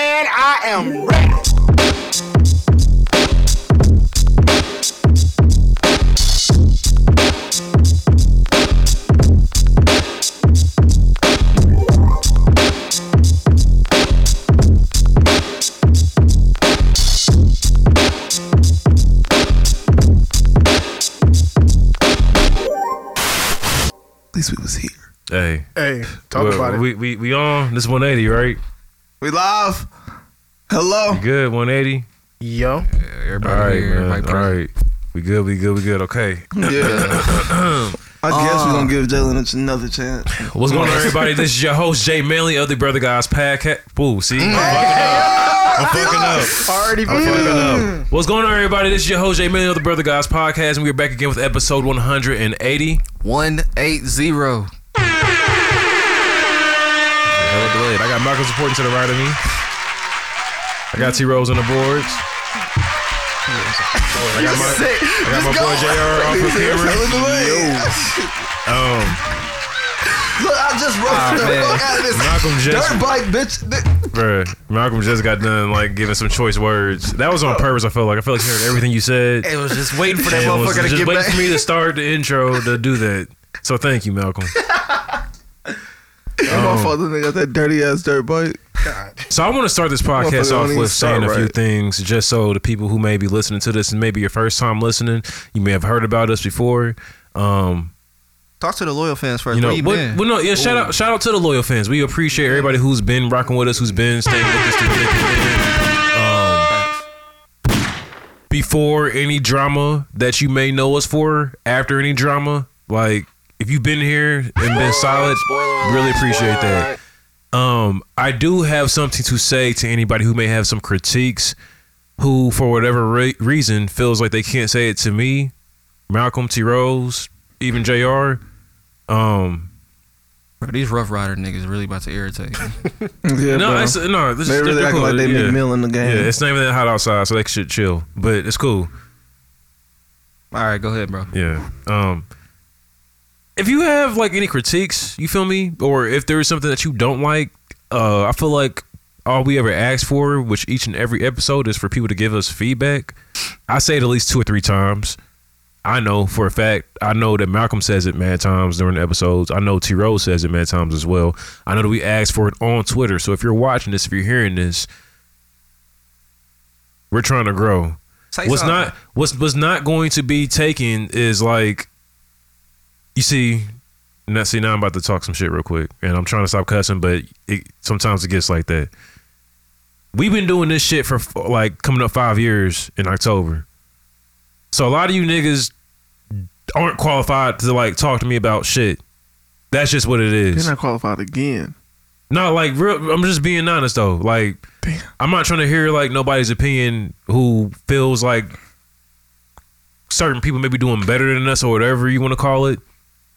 I am ready. At least we was here. Hey, Hey, talk we- about it. we, we we on this 180, right? We live. Hello. Good 180. Yo. All Everybody right, here, man. everybody All present. right, we good. We good. We good. Okay. Yeah. I guess Uh. we're gonna give Jalen another chance. What's going on, everybody? This is your host Jay Manley of the Brother Guys Podcast. Boo, see, I'm fucking up. I'm fucking up. Already What's going on, everybody? This is your host Jay Manley of the Brother Guys Podcast, and we're back again with episode 180. 180. Hella delayed. I got Michael supporting to the right of me. I got T Rose on the boards. I got my, I got my boy JR off of camera. Um, Look, I just rushed the man. fuck out of this Um, Malcolm dirt just, bike, bitch. Th- bruh, Malcolm just got done like giving some choice words. That was on purpose. I felt like I felt like he heard everything you said. It was just waiting for that And was motherfucker to just get waiting back. for me to start the intro to do that. So thank you, Malcolm. Oh. My father they got that dirty ass dirt bike. So I want to start this Motherfucker podcast don't off even with saying start a few right. things, just so the people who may be listening to this and maybe your first time listening, you may have heard about us before. Um, Talk to the loyal fans first. you know, Where you but- been? well, no, yeah, shout out, shout out to the loyal fans. We appreciate everybody who's been rocking with us, who's been staying with us. through thick and thin. Um, before any drama that you may know us for, after any drama, like if you've been here and been solid, really appreciate that. Um, I do have something to say to anybody who may have some critiques, who for whatever re- reason feels like they can't say it to me, Malcolm T. Rose, even Jr. Um, Bro, these Rough Rider niggas really about to irritate. me. Yeah, no, bro. it's, no, this they is really they're acting cool. like they yeah. McMillan in the Yeah, game. it's not even that hot outside, so they should chill. But it's cool. All right, go ahead, bro. Yeah. Um, if you have like any critiques, you feel me, or if there is something that you don't like, uh, I feel like all we ever ask for, which each and every episode is for people to give us feedback. I say it at least two or three times. I know for a fact. I know that Malcolm says it mad times during the episodes. I know T Rose says it mad times as well. I know that we ask for it on Twitter. So if you're watching this, if you're hearing this, we're trying to grow Say what's something. not what's what's not going to be taken is like you see now see now I'm about to talk some shit real quick and I'm trying to stop cussing but it, sometimes it gets like that. We've been doing this shit for f- like coming up 5 years in October. So a lot of you niggas aren't qualified to like talk to me about shit. That's just what it They're is. not qualified again. No, like real. I'm just being honest though. Like, I'm not trying to hear like nobody's opinion who feels like certain people may be doing better than us or whatever you want to call it.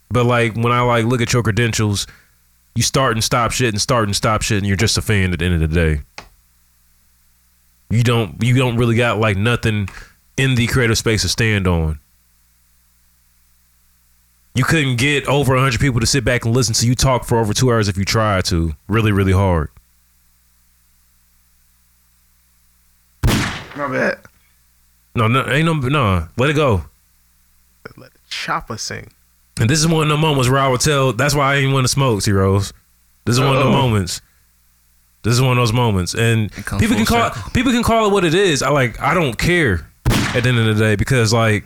But like when I like look at your credentials, you start and stop shit and start and stop shit, and you're just a fan at the end of the day. You don't you don't really got like nothing in the creative space to stand on. You couldn't get over 100 people to sit back and listen to you talk for over two hours if you tried to. Really, really hard. My bad. No, no, ain't no, no. Let it go. Let the chopper sing. And this is one of the moments where I would tell. That's why I ain't want to smoke, T Rose. This is one of the Uh-oh. moments. This is one of those moments, and It comes people can full call circle. people can call it what it is. I like. I don't care at the end of the day because like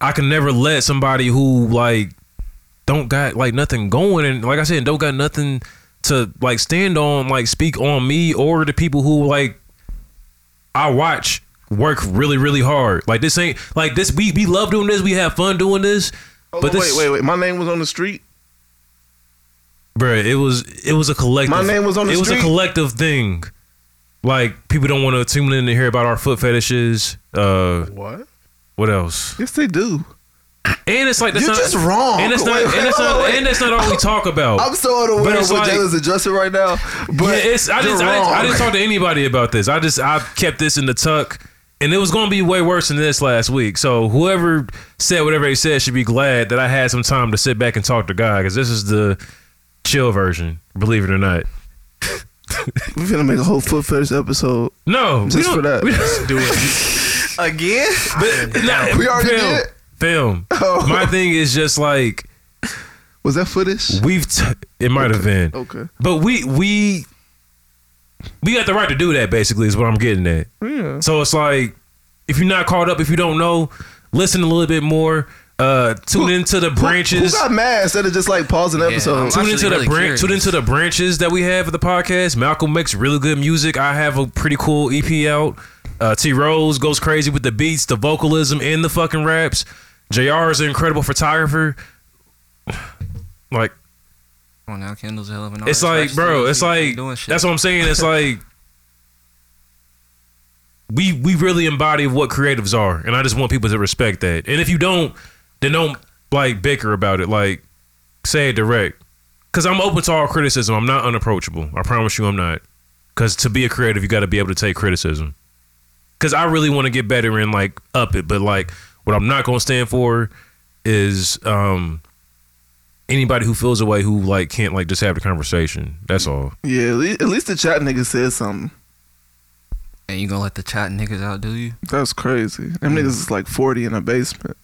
I can never let somebody who like don't got like nothing going and like I said don't got nothing to like stand on like speak on me or the people who like I watch work really really hard. Like this ain't like this. We we love doing this. We have fun doing this. but but this, Oh, wait, wait, wait. My name was on the street. Bruh, it was it was a collective. My name was on the It was a street. collective thing. Like people don't want to tune in to hear about our foot fetishes. Uh, What? what else? Yes, they do. And it's like that's You're not just wrong. And it's not. Wait, wait, and it's not. wait, wait. And that's not all we talk about. I'm so unaware But of it's what like- Jalen's addressing right now. But yeah, it's I you're just I didn't, I wrong. didn't talk to anybody about this. I just I kept this in the tuck, and it was going to be way worse than this last week. So whoever said whatever they said should be glad that I had some time to sit back and talk to God because this is the chill version. Believe it or not. We're gonna make a whole foot fetish episode No, we just don't- for that. we don't- Do it. Again? but, nah, We already film, did? Film. Oh. My thing is just like Was that footage? we've. T- it might have been, Okay. but we we we got the right to do that. Basically, is what I'm getting at. Yeah. So it's like if you're not caught up, if you don't know, listen a little bit more. Uh, tune into the branches. Who got mad instead of just like pausing the Yeah, episode? I'm Tune into the actually really branch. Tune curious. into the branches that we have of the podcast. Malcolm makes really good music. I have a pretty cool EP out. Uh, T Rose goes crazy with the beats, the vocalism, and the fucking raps. Jr is an incredible photographer. Like Come on now, Kendall's a hell of an it's artist. like, Ratchet bro, Steve, it's he- he like doing shit. that's what I'm saying. It's like we we really embody what creatives are, and I just want people to respect that. And if you don't, then don't like bicker about it. Like say it direct, because I'm open to all criticism. I'm not unapproachable. I promise you, I'm not. Because to be a creative, you got to be able to take criticism. Because I really want to get better and like up it, but like what I'm not gonna stand for is um anybody who feels away who like can't like just have the conversation. That's all. Yeah, at le- at least the chat nigga said something. And you gonna let the chat niggas out, do you? That's crazy. Them niggas is like 40 in a basement.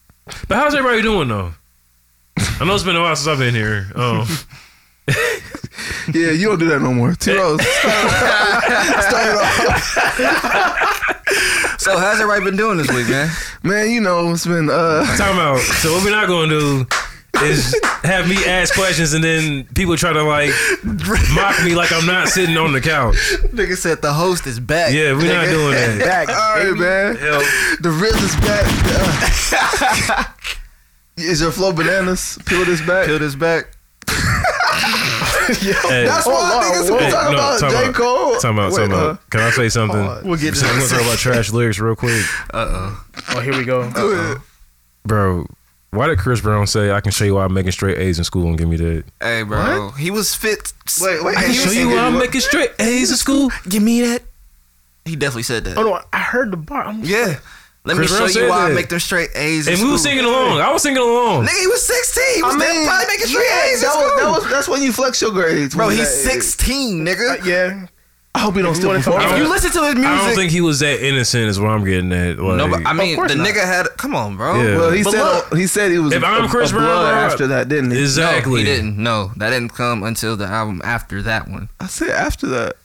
But how's everybody doing though? I know it's been a while since I've been here. Oh, Yeah, you don't do that no more. T Rose. Start off. So how's everybody been doing this week, man? Man, you know, it's been uh time out. So what we're not going to do is have me ask questions and then people try to like mock me like I'm not sitting on the couch. Nigga said the host is back. Yeah, we're not doing that. Back. all right, man. Hell, The Riz is back. Uh, is your flow bananas? Peel this back. Peel this back. hey, That's what I think it's hey, we're talking no, about. time J. out. Cole. Time out, Wait, time uh, out. Can I say something? hold We'll get to So I'm gonna talk that. about trash lyrics real quick, Oh, here we go. bro. Why did Chris Brown say I can show you why I'm making straight A's in school and give me that? Hey, bro, he was fit. Wait, wait. I can and show you and why give I'm you- making straight A's in school. Give me that. He definitely said that. Hold on. I heard the bar. I'm Yeah. Let Chris me show Brown said you why that. I make them straight A's. in And we were school. singing along. I was singing along. Nigga, he was 16. He I was mean, probably making straight yeah, A's. in that was, school. that was Uh, that's when you flex your grades. bro, when he's that age. 16, nigga. yeah. I hope you don't still wanna perform. come If out- you listen to his music, I don't think he was that innocent, is what I'm getting at. Like, No, but I mean, course the not. nigga had. Come on, bro. Yeah. Well, he But said look- he said he was If a, I'm Chris a Brown, blood bro, I- after that, didn't he? exactly. No, he didn't. No, that didn't come until the album after that one. I said after that.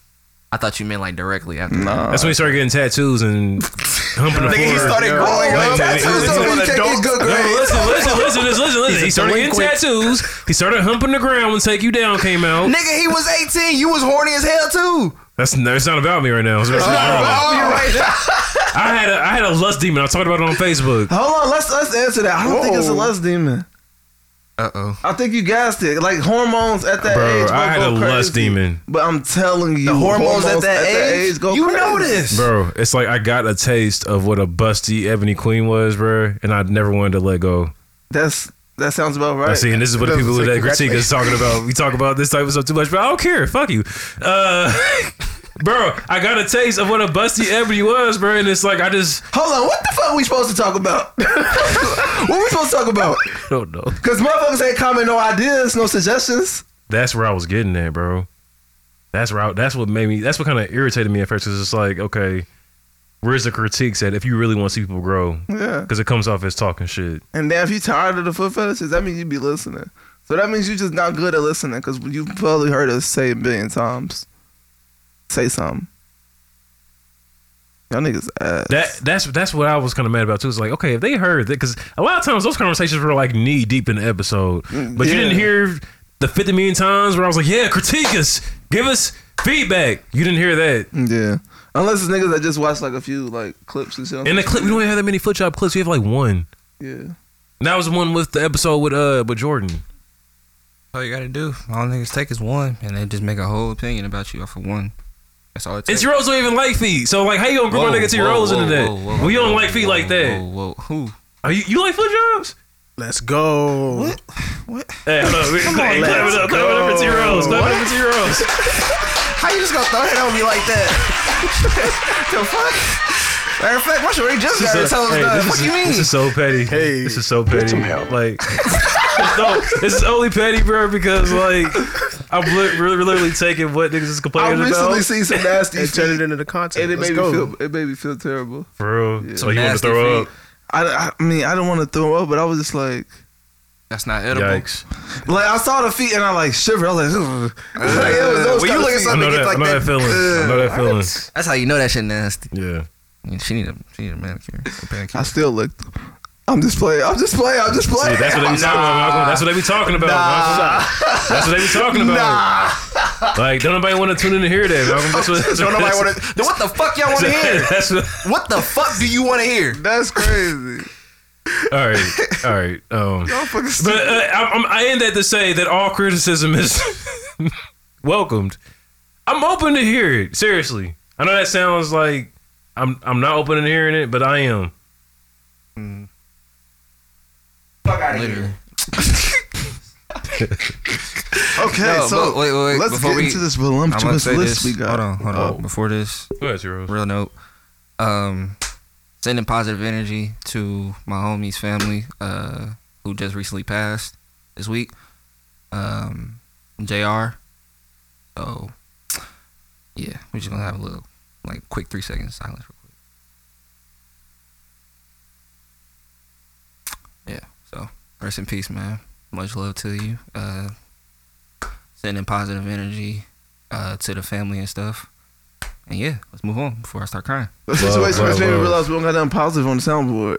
I thought you meant like directly after. that. Nah. That's when he started getting tattoos and humping the floor. Nigga, he started growing Like, up. that- Tattoos listen, on when you can't get good No, grades. listen, listen, listen, listen, listen, listen. He started getting tattoos. He started humping the ground when "Take You Down" came out. Nigga, he was 18. You was horny as hell too. That's that's not about me right now. It's about Hold on. Oh, you're right. I had a I had a lust demon. I talked about it on Facebook. Hold on, let's let's answer that. I don't think it's a Whoa. lust demon. Uh oh. I think you gassed it. Like hormones at that Bro, age. I had go a lust crazy. demon. But I'm telling you, The hormones, at that age. go you crazy. know this. Bro, it's like I got a taste of what a busty Ebony Queen was, bro, and I never wanted to let go. That's that sounds about right. I see, and this is what the people Doesn't that say critique us talking about. We talk about this type of stuff too much, but I don't care. Fuck you, uh, bro. I got a taste of what a busty ebony was, bro, and it's like I just Hold on, what the fuck we supposed to talk about? what we supposed to talk about? don't know. Because motherfuckers ain't coming, no ideas, no suggestions. That's where I was getting at, bro. That's where I, that's what made me. That's what kind of irritated me at first. Cause it's like, okay, where's the critiques at? If you really want to see people grow, Yeah. because it comes off as talking shit. And then if you tired of the foot fetishes, that means you be listening. So that means you just not good at listening because you probably heard us say a billion times. Say something. Y'all niggas ass. That that's that's what I was kind of mad about too. It's like, okay, if they heard that, because a lot of times those conversations were like knee deep in the episode, Mm, but you yeah. didn't hear the fifty million times where I was like, yeah, critique us, give us feedback. You didn't hear that yeah. Unless it's niggas that just watch like a few like clips and shit. in the clip. We don't even have that many foot job clips. We have like one. yeah. And that was the one with the episode with uh with Jordan. All you gotta do, all niggas take is one, and they just make a whole opinion about you off of one. That's all it And takes. T-Rose don't even like feet, so like, how you gonna group my nigga T-Rose into that? we don't like feet like that. Whoa, whoa, who? Are you you like foot jobs? Let's go. Hey, hold up, we- hey, clap it up, clap it up for T-Rose, clap it up for T-Rose. How you just gonna throw that on me like that? the fuck? Matter of fact, Marshall already just got So- her toes hey, done. this What is- you mean? This is so petty. Hey, this is so petty. Like, no, this is only petty, bro, because like I'm li- really, literally taking what niggas is I complaining recently about. seen some nasty and turn feet, it into the content. and it Let's made go. me feel it made me feel terrible. For real. So you want to Nasty throw up? feet. I, I mean I don't want to throw up, but I was just like That's not edible. Yikes. like I saw the feet and I like shivered. I was like, Ugh. like it was those When you kind of feet. I know look at something that. it's I like know that feeling. I know that feeling. That's how you know that shit nasty. Yeah. She need a she need a manicure. A pedicure. I still looked. I'm just playing. I'm just playing. I'm just See, playing. that's what they be talking about. Malcolm. That's what they be talking about. Malcolm. That's what they be talking about. Like, don't nobody want to tune in to hear that, Malcolm. That's what, Don't nobody want to. Then what the fuck y'all want to hear? That's what, What the fuck do you want to hear? That's crazy. all right, all right. Um, Y'all fucking but stupid. uh, I, I'm, I end that to say that all criticism is welcomed. I'm open to hear it. Seriously, I know that sounds like I'm I'm not open to hearing it, but I am. Fuck outta here. Literally. Okay, No, so but wait, wait, wait, let's before get we- into this I'm gonna voluptuous say list this. we got. Oh. Hold on, hold on. Before this, Go ahead, Zero. real note. Um, sending positive energy to my homie's family, uh, who just recently passed this week. Um, Jr. Oh, yeah. We're just gonna have a little, like, quick three seconds silence, real quick. Yeah. So rest in peace, man. Much love to you. Uh, sending positive energy uh, to the family and stuff. And yeah, let's move on before I start crying. The situation Love, which love, made me love. realize we don't got nothing positive on the soundboard.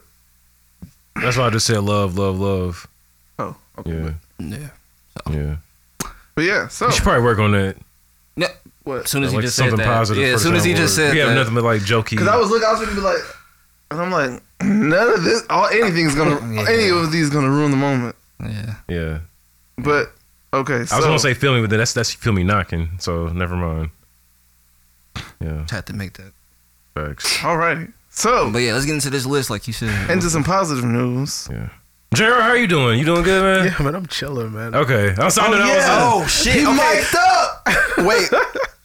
That's why I just said love, love, love. Oh, okay. Oh. Yeah, Yeah. yeah. But yeah, so You should probably work on that. As what? soon as Like he just said something that. positive. yeah. for As the soon as he soundboard. just said we have that. nothing but like jokey. Because I was looking, I was gonna be like, and I'm like, none of this, all anything's gonna, Yeah. any of these gonna ruin the moment. Yeah. yeah. But okay, so I was gonna say feel me, but then that's that's feel me knocking. So never mind. Yeah, Had to make that. facts. alrighty. So But yeah, let's get into this list, like you said. into some positive news. Jr, how you doing? You doing good, man? Yeah, but I'm chilling, man. Okay, I sounded. Oh, I was, yeah. uh, oh shit! He okay. mic'd up. Wait,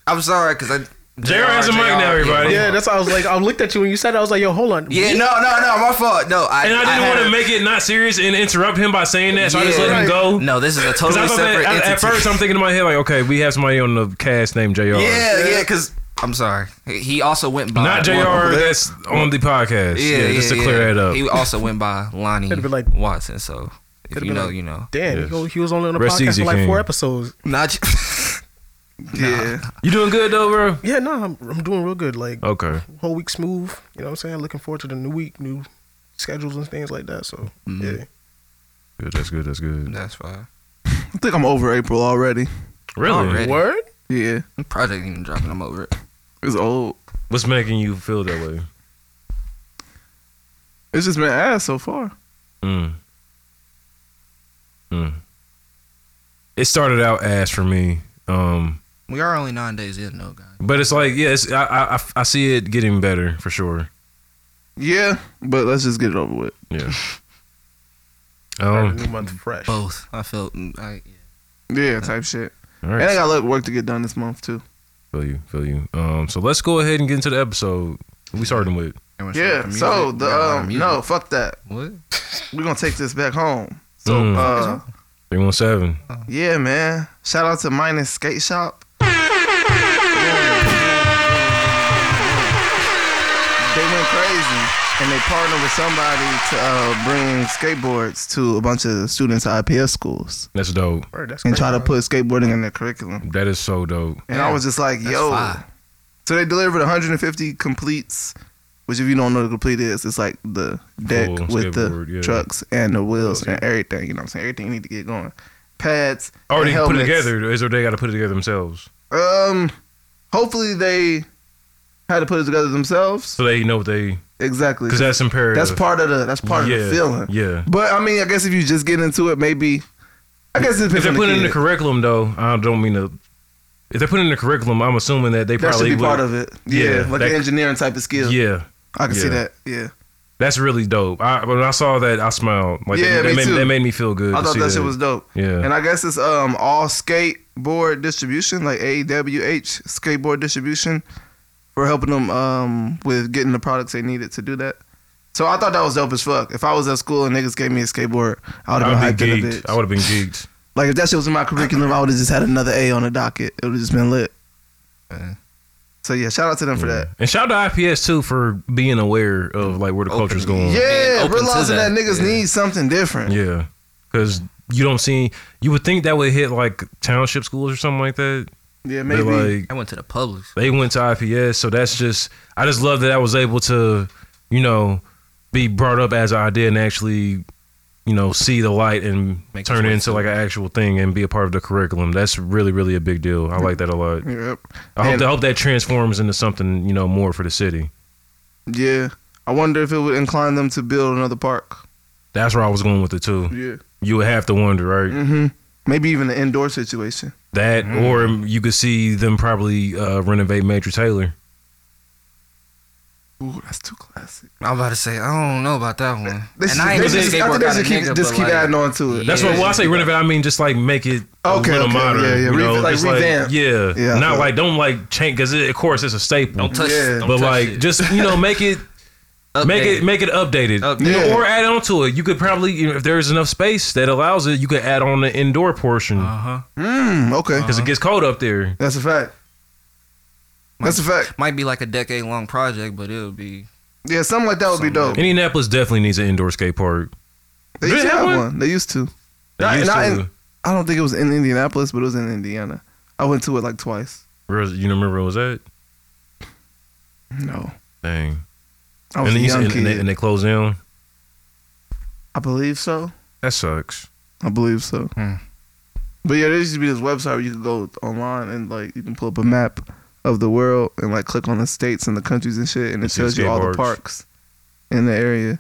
I'm sorry because I. JR has a mic now, everybody. Yeah, that's why I was like, I looked at you when you said it. I was like, yo, hold on. Yeah, no, no, no, my fault. No, I. and I didn't had want to a- make it not serious and interrupt him by saying that, so I just Yeah. let him go. No, this is a 'Cause I totally thought separate that- I- entity. at first, I'm thinking in my head like, okay, we have somebody on the cast named Jr. yeah, yeah, because I'm sorry. He he also went by not Jr. That's on the podcast. Yeah, just to clear yeah. that up. He also went by Lonnie It'd be like- Watson. So if it'd you be know, like- you know. Damn, Yes. he, go- he was only on the Rest podcast easy, for like King. four episodes. Not. Yeah, you doing good though, bro? Yeah, no, I'm, I'm doing real good. Like Okay, whole week smooth. You know what I'm saying? Looking forward to the new week, new schedules and things like that. So Mhm. yeah, good. That's good. That's good. That's fine. I think I'm over April already. Really? Already. word. Yeah, Project even dropping. I'm over it. it's old. What's making you feel that way? It's just been ass so far. Mm. Mm. It started out ass for me. Um, We are only nine days in, though, guys. but it's like, yeah, it's, I, I, I- I see it getting better for sure. Yeah, but let's just get it over with. Yeah. Start Um, the new month fresh. Both. I felt. mm, I, yeah. Yeah, type shit. all And I right. got a lot of work to get done this month too. Feel you, feel you. Um, so let's go ahead and get into the episode. We starting with And we're Yeah. starting So music. the We got a lot of um music. no, fuck that. What? We're gonna take this back home. So Mm. uh three one seven. yeah, man. Shout out to Minus Skate Shop. They went crazy and they partnered with somebody to uh, bring skateboards to a bunch of students at IPS schools That's dope. Word, that's and try to crazy. put skateboarding in their curriculum. That is so dope. And Yeah, I was just like, that's yo. fire. So they delivered 150 completes, which if you don't know what a complete is, it's like the deck Full with the skateboard, yeah. trucks and the wheels and everything. You know what I'm saying? Everything you need to get going. Pads. and Already put it helmets. together. Is or they got to put it together themselves, Um, hopefully they had to put it together themselves. so they know what they. Exactly. Because that's imperative. That's part of the that's part yeah, of the feeling. Yeah. But I mean, I guess if you just get into it, maybe. I guess it If depends they're on putting it in the kid. the curriculum, though, I don't mean to. If they're putting it in the curriculum, I'm assuming that they That should probably be would- part of it. Yeah, Yeah, like that- an engineering type of skill. Yeah, I can see yeah. that. Yeah. that's really dope. I, when I saw that, I smiled. Like Yeah, yeah, that, me made, too. that made me feel good. I to thought see that shit was dope. Yeah. And I guess it's um all skateboard distribution, like AWH skateboard distribution, for helping them um with getting the products they needed to do that. So I thought that was dope as fuck. If I was at school and niggas gave me a skateboard, I would have been I would hyped in be a geeked. I bitch. would have been geeked. Like if that shit was in my curriculum, I would have just had another A on the docket. It would have just been lit. Man. So yeah, shout out to them for that. And shout out to IPS too for being aware of like where the Open. culture's going. Yeah. Being Yeah, open to realizing that, that, niggas yeah. need something different. Yeah, because you don't see. You would think that would hit like township schools or something like that. Yeah, Maybe maybe. like I went to the Publix. they went to IPS, so that's just. I just love that I was able to, you know, be brought up as an idea and actually, you know, see the light and Make turn its it way into like an actual thing and be a part of the curriculum. That's really really a big deal. I like that a lot. Yep. I hope, And- I hope that transforms into something you know more for the city. Yeah. I wonder if it would incline them to build another park. That's where I was going with it too. Yeah. You would have to wonder, right? hmm Maybe even an indoor situation. That or you could see them probably uh, renovate Major Taylor. Ooh, that's too classic. I'm about to say I don't know about that one. They and should, I ain't they gonna should- say I think skateboard they got a should keep, nigga, just but keep like, adding on to it. That's Yeah. what when I say renovate, I mean just like make it Okay, a little okay, modern. yeah, yeah. you Re- know, like just revamp. yeah, Yeah, I Not feel like don't like change because it, of course it's a staple. Don't touch. Yeah. Don't but touch like it. just you know make it make Update it make it updated Update. You know, Yeah. or add on to it. You could probably you know, if there's enough space that allows it, you could add on the indoor portion because Uh-huh. Mm, okay. it gets cold up there. That's a fact. That's a fact. Might be like a decade long project, but it'll be Yeah, something like that would be Something dope. Indianapolis definitely needs an indoor skate park. They Do used they to have have one? one. They used to. They Not- used not in- to- I don't think it was in Indianapolis, but it was in Indiana. I went to it like twice. where was- you remember where was that? No. Dang. I was and, a then you- young and- kid. and they, and they closed down. I believe so. That sucks. I believe so. Hmm. But yeah, there used to be this website where you could go online and like you can pull up a map of the world and like click on the states and the countries and shit, and it see the shows you all the skateboards. parks in the area.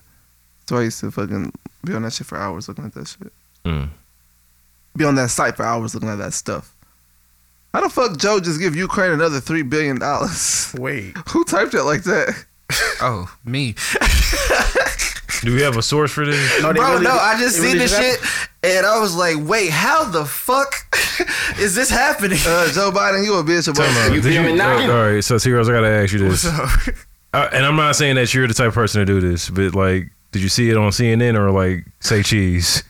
So I used to fucking be on that shit for hours looking at that shit. Mm. Be on that site for hours looking at that stuff. How the fuck Joe just give Ukraine another three billion dollars? Wait, Who typed it like that? oh me. Do we have a source for this? no, they Bro, really no, did- I just they seen really this did that? shit and I was like, wait, how the fuck is this happening? Uh, Joe Biden, you a bitch about Time out. it. Did hear me now? Oh, all right, so heroes, I gotta ask you this, So, Uh, and I'm not saying that you're the type of person to do this, but like, did you see it on CNN or like say cheese?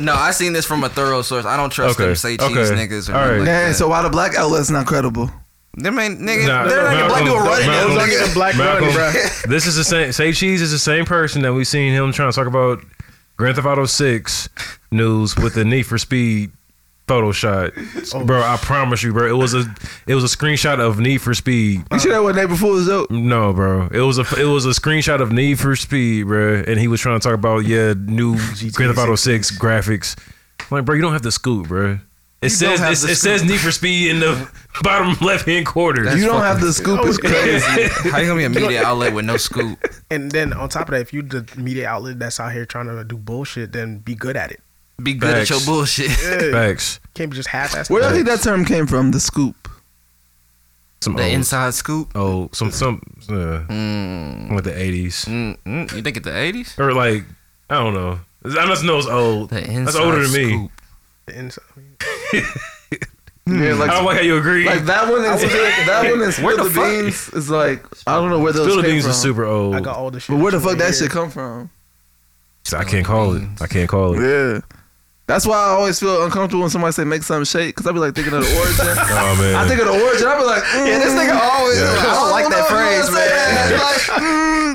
no, I seen this from a thorough source. I don't trust Okay, them say cheese okay. niggas or All right. nothing like Dang, that. so why the black outlets not credible? them ain't nigga Nah, they're not even black Malcolm- dude running Malcolm- those Don't get niggas. the black Malcolm, money, bro. this is the same. Say cheese is the same person that we seen him trying to talk about Grand Theft Auto Six news with the Need for Speed photo shot. bro, I promise you, bro, it was a it was a screenshot of Need for Speed. You should have what neighbor fools though. No, bro. It was a it was a screenshot of Need for Speed, bro, and he was trying to talk about yeah, new Grand Theft Auto Six graphics. I'm like, bro, you don't have to scoop, bro. It don't says have it's, to it says Need for Speed in the bottom left hand corner. That's You don't have fucking- to scoop Oh, is crazy. How you gonna be a media outlet with no scoop? And then on top of that, if you the media outlet that's out here trying to do bullshit, then be good at it. Be good Facts. at your bullshit. Facts. Can't be just half-assed. Where do you think that term came from? The scoop. Some The old, inside scoop. old- some some uh, Mm, like the eighties mm, mm. You think it's the eighties? or like I don't know. I just know it's old. The inside That's older than me. scoop. The inside- Yeah, I don't like, like how you agree. like that one. Is, that one is where the the, fuck- beans is like I don't know where those Spill the came beans from. is super old. I I, got all the shit. But where the you fuck wanna that hear. shit come from? can't call it. I can't call it. Yeah. That's why I always feel uncomfortable when somebody say make something shake because I be like thinking of the origin. Oh man. I think of the origin. I be like, mm, Yeah, this nigga always. Yeah. I don't like that know if you phrase, wanna say man. That. Like,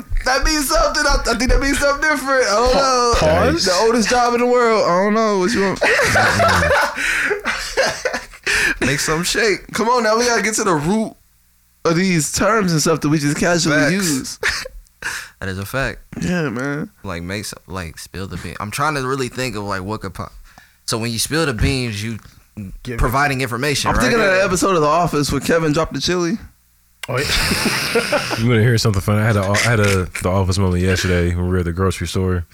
mm, that means something. I, I think that means something different. I don't know. Pause? The oldest job in the world. I don't know what you want. Make some shit. shake. Come on now, we gotta get to the root of these terms and stuff that we just casually Facts. use. That is a fact. Yeah, man. Like make some, like spill the bean. I'm trying to really think of like what could pop. So when you spill the beans, you Give- providing information. I'm right? thinking of that episode of The Office where Kevin dropped the chili. Oh, yeah. You want to hear something funny? I had a, I had a the office moment yesterday when we were at the grocery store.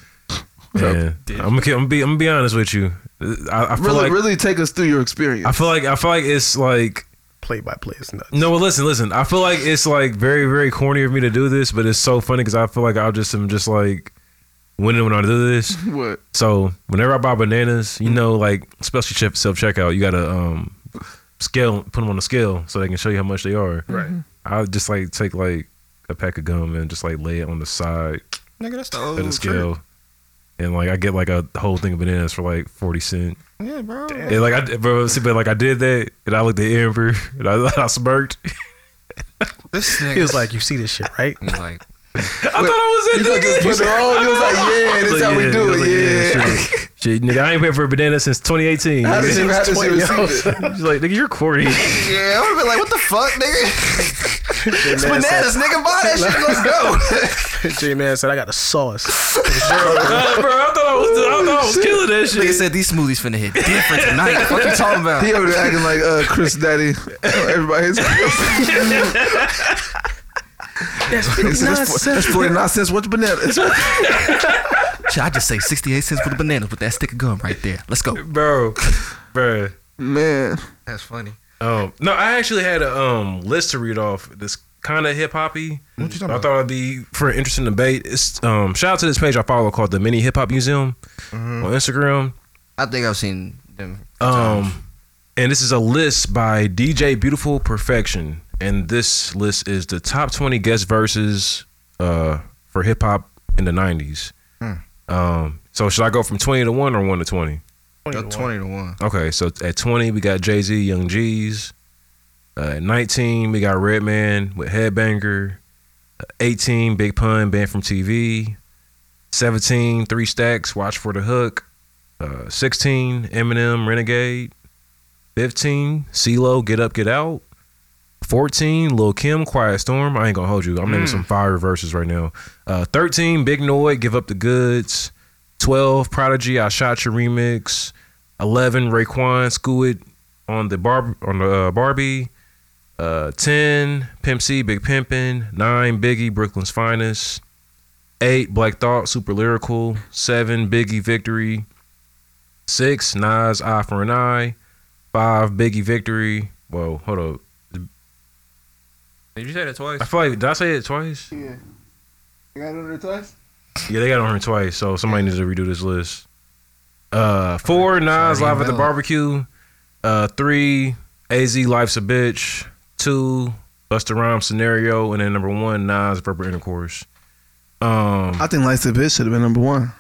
And I'm gonna, keep- I'm gonna be I'm gonna be honest with you. I, I feel Really, like really take us through your experience. I feel like I feel like it's like Play by play is nuts. no. Well, listen, listen. I feel like it's like very very corny of me to do this, but it's so funny because I feel like I just am just like winning when I do this. what? So whenever I buy bananas, you know, like especially check self checkout, you gotta um scale put them on a scale so they can show you how much they are. Right. I'll just like take like a pack of gum and just like lay it on the side Oh, Nigga, that's the of the old scale. and like I get like a whole thing of bananas for like forty cent. Yeah, bro. Damn. And like I, bro, see, but like I did that, and I looked at Amber, and I, I smirked. This nigga He was like, you see this shit, right? He's like, I thought I was You that thought this nigga. was wrong? You was like, yeah, this Like, how we I do was like, it. Yeah. shit. Shit, nigga, I ain't paid for a banana since 2018. How did nigga. you how did you receive it? She's like, nigga, you're corny. yeah, I would have been like, what the fuck, nigga? It's J-Man said, bananas, nigga, buy that shit. Let's go. J-Man said, I got the sauce. Nah, bro, I thought I was, I thought I was killing that Nigga shit. said these smoothies finna hit different tonight. What you talking about? He over there acting like uh, Chris Daddy. Everybody's That's that's 49 cents. What's banana? It's Shit, I just say 68 cents for the bananas with that stick of gum right there. Let's go. bro, bro. Man, That's funny. Um, no, I actually had a um list to read off. This kind of hip hoppy. I What you talking about? thought it'd be for an interesting debate. It's um shout out to this page I follow called the Mini Hip Hop Museum Mm-hmm. on Instagram. I think I've seen them. Um, and this is a list by DJ Beautiful Perfection, and this list is the top twenty guest verses uh for hip hop in the nineties. Hmm. Um, so should I go from twenty to one or one to twenty? Got 20 to 1. Mm-hmm. Okay, so at 20, we got Jay Z, Young G's. Uh, at 19, we got Redman with Headbanger. Uh, 18, Big Pun, Banned from TV. 17, Three Stacks, Watch for the Hook. Uh, 16, Eminem, Renegade. 15, CeeLo, Get Up, Get Out. 14, Lil Kim, Quiet Storm. I ain't gonna hold you. I'm naming some fire verses right now. Uh, 13, Big Noid, Give Up the Goods. 12, Prodigy, I Shot Your Remix. 11 Raekwon Squid on the bar on the uh, Barbie. Uh, 10 Pimp C Big Pimpin. 9 Biggie Brooklyn's Finest. 8 Black Thought Super Lyrical. 7 Biggie Victory. 6 Nas Eye for an Eye. 5 Biggie Victory. Whoa, hold up. Did you say that twice? I feel like did I say it twice? you got it twice. Yeah, they got on her twice, so somebody needs to redo this list. Uh, four Nas Sorry, live at the Mel. barbecue. Uh, three Az life's a bitch. Two Busta Rhymes scenario, and then number one Nas verbal intercourse. Um, I think Lights of Bitch should have been number one.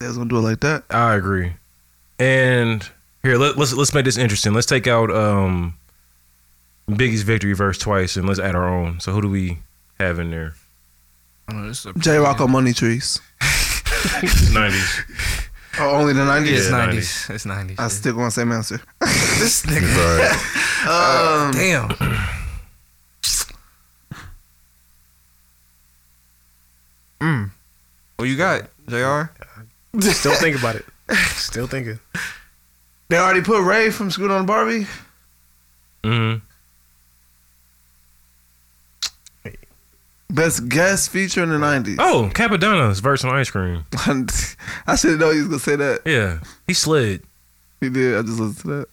They was gonna do it like that. I agree. And here, let, let's let's make this interesting. Let's take out um Biggie's victory verse twice, and let's add our own. So who do we have in there? I don't know, this is a- J Rock on Money Trees. Nineties. Oh, only the nineties. It's Yeah. 90s. It's 90s. I still gonna say answer. this nigga. Um, Damn. mm. What you got, JR? Still thinking about it. Still thinking. they already put Ray from Scoot on Barbie. hmm Best guest feature in the nineties. Oh, Capadonna's verse on ice cream. I should have known you was gonna say that. Yeah, he slid. He did. I just listened to that.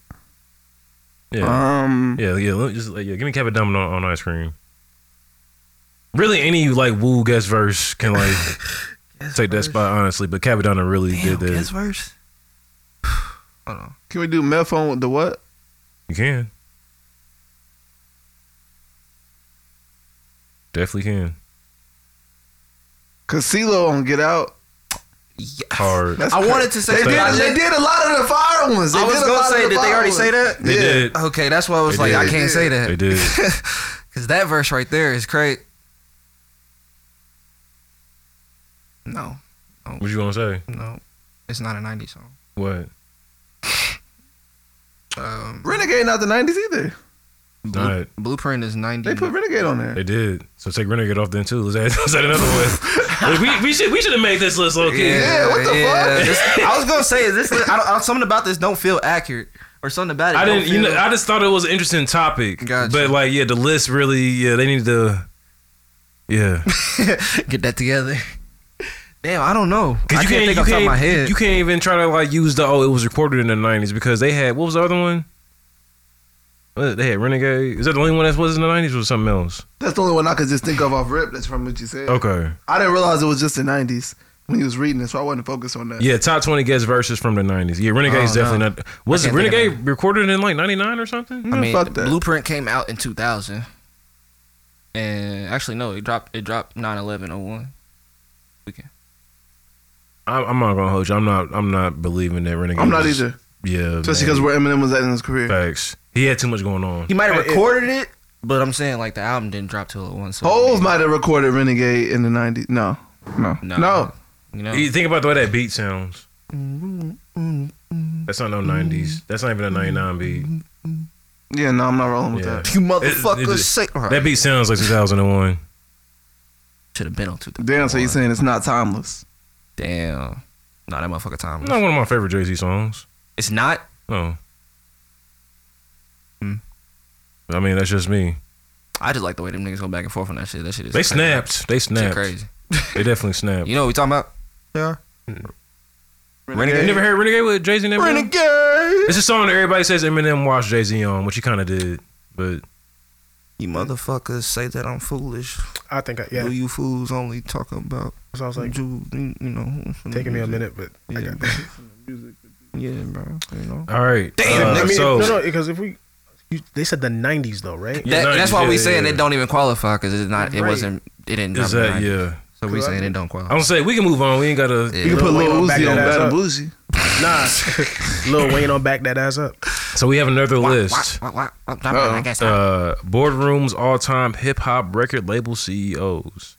Yeah, Uh-huh. Um, yeah, yeah. Let me just yeah, give me Captain Domino on, on ice cream. Really, any like Woo guest verse can like take that spot honestly, but Capadonna really Damn, did that. guess verse. Hold on. can we do meth on with the what? You can, definitely can. Cause CeeLo on Get Out. Hard. That's I crazy. wanted to say they did, that. they did a lot of the fire ones. They I was did a lot gonna of say, the did fire they already ones. say that? They did. Okay, that's why I was They like, did. I can't say They that. did. Because that verse right there is great. No, What you gonna say? no. It's not a 90s song. What? Um, Renegade not the nineties either. Blu- Alright. Blueprint is 90. They put Renegade on there. They did. So take Renegade off then too. Let's add, let's add another one. Like, we we should we should have made this list, low key. Yeah, what the fuck? This- I was gonna say, is this I don't, I, something about this don't feel accurate or something about it? I don't didn't. You feel- know, I just thought it was an interesting topic. Gotcha. But like, yeah, the list really. Yeah, they need to. Yeah, get that together. Damn, I don't know. I because can't think off the top of my head. You can't even try to like use the oh it was recorded in the nineties because they had what was the other one? What, they had Renegade. Is that the only one that was in the nineties or something else? That's the only one I could just think of off rip. That's from what you said. Okay. I didn't realize it was just the nineties when he was reading it, so I wasn't focused on that. Yeah, top twenty guest verses from the nineties. Yeah, Renegade's Oh, definitely no. not. Was I can't think of Renegade recorded in like ninety nine or something? I mean, fuck that. Blueprint came out in 2000, and actually no, it dropped. It dropped 9/11/01. I'm, I'm not gonna hold you. I'm not. I'm not believing that Renegade. I'm not was- either. Yeah, Especially because where Eminem was at in his career. facts. He had too much going on. He might have Hey, it- recorded it, but I'm saying like the album didn't drop till it won. So Holes might have recorded Renegade in the 90s. No. No. No. You know, You think about the way that beat sounds. That's not no '90s. That's not even a '99 beat. Yeah, no, I'm not rolling with Yeah. that. you motherfuckers it- it- say That beat sounds like 2001. should have been on two. Damn, so you saying it's not timeless. Damn, not that motherfucker time. Not one of my favorite Jay Z songs. It's not. No. Hmm. I mean, that's just me. I just like the way them niggas go back and forth on that shit. That shit is They crazy. snapped. They Shit snapped. crazy. They definitely snapped. You know what we talking about? Yeah. You Renegade. never heard Renegade with Jay Z and Eminem? Renegade. It's a song that everybody says Eminem watched Jay Z on, which he kind of did. But You motherfuckers say that I'm foolish. I think I, yeah. Do you fools only talk about So I was like, you, you know? taking me a minute, but I Yeah, got that. yeah, bro. You know. all right, Oh. Damn, uh, I mean, so no, no, because if we, you, they said the '90s though, right? Yeah, That- no, that's why yeah, we yeah, saying yeah. it don't even qualify because it's not. It Right. wasn't. It didn't. is drop in that 90s. yeah? So we saying it don't qualify. I'm gonna say we can move on. We ain't gotta. Yeah. You can put Lil Lil Wayne on Back Uzi on That Ass Bad Up. Boozy. Nah, Lil Wayne on back that ass up. So we have another Wah, wah, list. wah, wah, wah, drop it, Uh-oh. I guess. Uh Uh, boardrooms all time hip hop record label CEOs.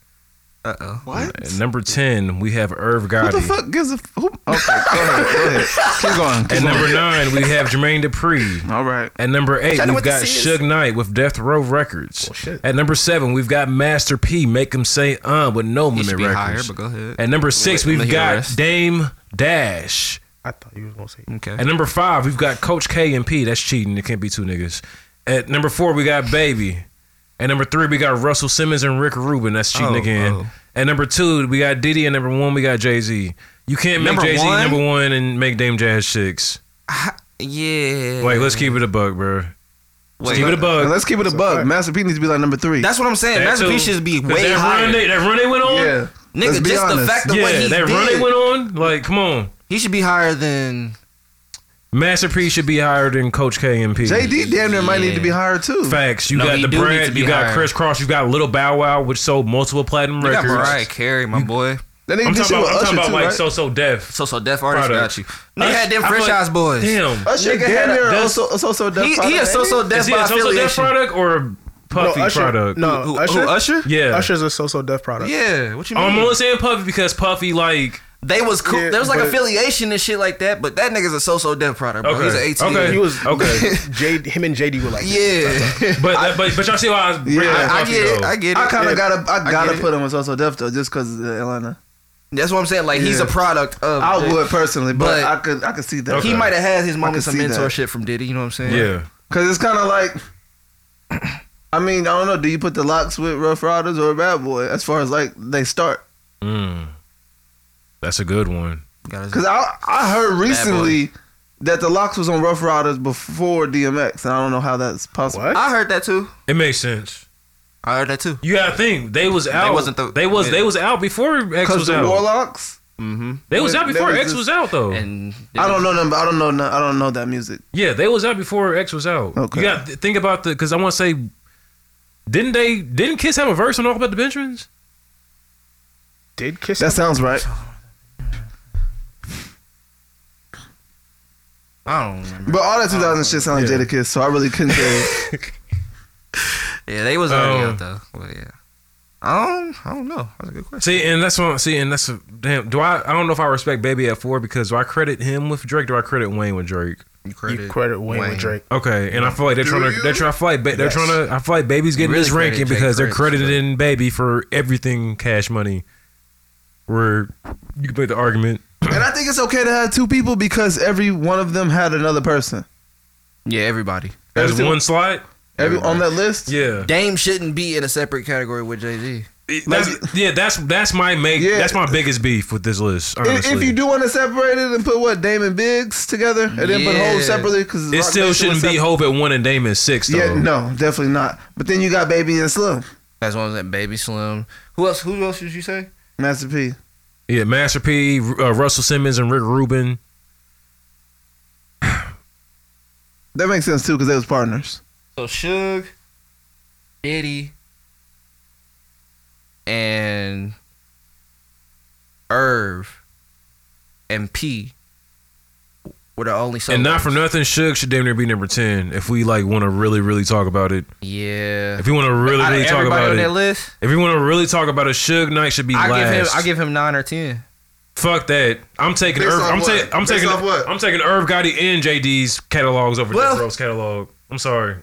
oh. What? At number ten, we have Irv Who the Gotti. fuck gives a f- who? Okay, go ahead, go ahead. Keep going. Keep At going. number nine, we have Jermaine Dupri. All right. At number eight, Shout we've out what this got is. Oh, Suge Knight with Death Row Records. Well, shit. At number seven, we've got Master P, Make Him Say Uh, with No You Limit should be Records. higher, but go ahead. At number six, Wait, we've let me hear the got rest. Dame Dash. I thought you was gonna say. okay. At number five, we've got Coach K and P. That's cheating. It can't be two niggas. At number four, we got Baby. At number three, we got Russell Simmons and Rick Rubin. That's cheating Oh, again. oh. At number two, we got Diddy. And number one, we got Jay Z. You can't make Number Jay Z one? number one and make Dame Dash six. yeah. Wait, let's keep it a buck, bro. Wait, keep it a And buck. let's keep it a bug. Master P needs to be like number three. That's what I'm saying. That Master P too. should be 'Cause way that Run higher. they, that run they went on. yeah. Let's Nigga, be just the honest. fact of Yeah, what he that did. run they went on. Like, come on. he should be higher than. Master P should be higher than Coach K and P. JD damn near might need to be higher too. Facts. You No, got he the do need to bread. be You got higher. Chris Cross. You got Little Bow Wow, which sold multiple platinum You got records. Mariah Carey, my boy. That nigga I'm did talking shit about, with I'm talking Usher about too, like right? so so deaf. So so deaf artist Product. got you. Nigga had them I'm Fresh like, Eyes boys. Damn. Usher Nigga damn had near a- a so oh, so so deaf. He, he product, a so so ain't deaf Is he by a so so deaf affiliation. product or a puffy no, Usher, product? No, Who- who- Usher. who, Usher? Yeah. Usher's a so-so deaf product. Yeah, what you mean? I'm only saying puffy because puffy like They was cool. Yeah, there was like but- affiliation and shit like that, but that nigga's a so so deaf product, bro. Okay, He's an 18. okay. He was Okay. okay. Jade, him and JD were like, Yeah. but but but y'all see why I was bringing Yeah. up I, I puffy get it. though. I get it. I kind Yeah. of gotta, I gotta get it. put him with so so deaf though, just because of Atlanta. That's what I'm saying. Like he's Yeah. a product of. I would personally, but, But- I could, I could see that. He Okay. might have had his moments of see that. mentorship from Diddy. You know what I'm saying? yeah. Cause it's kind of like, I mean, I don't know. Do you put the locks with Rough Riders or Bad Boy as far as like they start? Mm. That's a good one. Got his- Cause I, I heard Boy. recently that the locks was on Rough Riders before DMX, and I don't know how that's possible. "What? I heard that too. It makes sense. I heard that too. You gotta think they was out. wasn't the- they was they was out before X Cause was the out. Warlocks. Mm-hmm. they was out they before was X just- was out though. And I don't know them. but I don't know. none- I don't know that music. Yeah, they was out before X was out. Okay. You got to think about the because I want to say, didn't they? Didn't Kiss have a verse on All About the Benjamins? did kiss?" That sounds right. I don't remember. But all that 2000 shit sounded Yeah. like Jada Kiss, so I really couldn't say. Yeah, they was already Um, out though. But yeah. I don't. I don't know. That's a good question. See, and that's what I'm see, and that's a damn. Do I? I don't know if I respect Baby at four because do I credit him with Drake? Do I credit Wayne with Drake? You you credit Wayne, with Drake. Okay, and I feel like they're trying to. They're trying. I feel like ba- they're Yes. trying to. I feel like Baby's getting really this ranking credit Jay because they're Prince, credited but- in Baby for everything Cash Money. Where you can make the argument. And I think it's okay to have two people because every one of them had another person. Yeah, everybody. There's Everything- one slot. Every on that list. Yeah. Dame shouldn't be in a separate category with Jay Z. That's, yeah, that's that's my make. Yeah. That's my biggest beef with this list. If- Honestly, If you do want to separate it and put what Dame and Biggs together, and then put Yeah. Hove separately, because it still shouldn't be Hope at one and Dame at six. Though. Yeah, no, definitely not. But then you got Baby and Slim, That's what I'm saying. Baby Slim. Who else? Who else did you say? Master P. Yeah, Master P, uh, Russell Simmons, and Rick Rubin. That makes sense too because they was partners. So Suge, Diddy, and Irv and P were the only solos. and not for nothing, Suge should damn near be number ten if we like want to really, really talk about it. Yeah. If you want to really, Out of really talk everybody about on that it, list, if you want to really talk about it, Suge Knight should be I last. give him I give him nine or ten. Fuck that. I'm taking Based Irv. off I'm, what? ta- I'm Based taking. off what? I'm taking Irv Gotti and JD's catalogs over Well- Death Row's catalog. I'm sorry.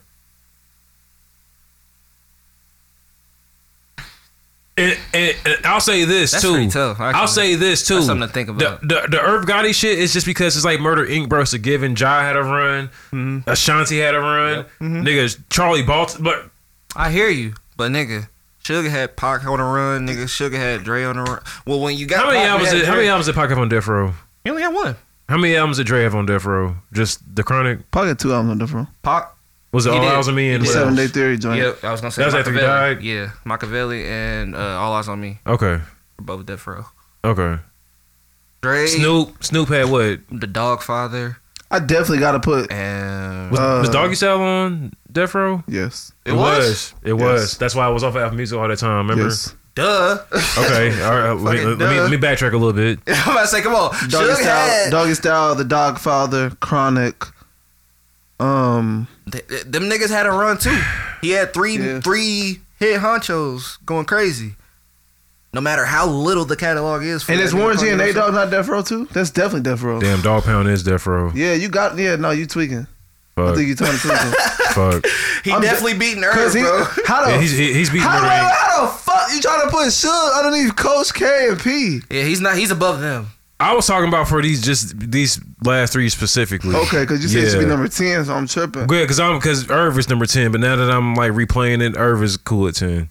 And, and, and I'll say this That's too. pretty tough. actually. I'll say this too. That's something to think about. The, the, the Irv Gotti shit is just because it's like Murder Inc. bro. It's a given. Jai had a run. Mm-hmm. Ashanti had a run. Niggas, Charlie Balt. But I hear you, but nigga, Sugar had Pac on the run. Nigga, Sugar had Dre on the run. Well, when you got how many Pac, you albums? had Did, how Dre. many albums did Pac have on Death Row? You only got one. How many albums did Dre have on Death Row? Just the Chronic. Probably got two albums on different. Pac. Was it He All did. Eyes on Me and He what did. Seven else? Day Theory joint. Yep, I was gonna say That was after he Machiavelli. died? Yeah, Machiavelli and uh, All Eyes on Me Okay. were both Death Row. Okay. Dre, Snoop. Snoop had what? the Dog Father, I definitely gotta put and Was, Uh, was Doggy Style on Death Row? yes. It was? It was. Yes. That's why I was off of Apple Music all that time. Remember? Yes. duh. Okay. All right. let, me, Fucking let, me, duh. let me backtrack a little bit. I'm about to say, come on, Doggy Sugar Style, had. Doggy Style, The Dog Father, Chronic. Um, Th- th- them niggas had a run too. He had three Yeah. three hit honchos going crazy. No matter how little the catalog is, for and that it's nigga Warren G and Kanye A West. Dog not Death Row too. That's definitely Death Row. Damn, Dog Pound is Death Row. Yeah, you got. Yeah, no, you tweaking. I Fuck. think you trying to tweak fuck. He I'm definitely beating Earth, because he. bro. How the Yeah, he's, he- he's beating How, Murder wait, wait, Inc. how the fuck you trying to put Suge underneath Coach K and P? Yeah, he's not. He's above them. I was talking about for these just these last three specifically. Okay, because you said it should be Yeah. number 10, so I'm tripping. Good, cause I'm cause Irv is number ten, but now that I'm like replaying it, Irv is cool at ten.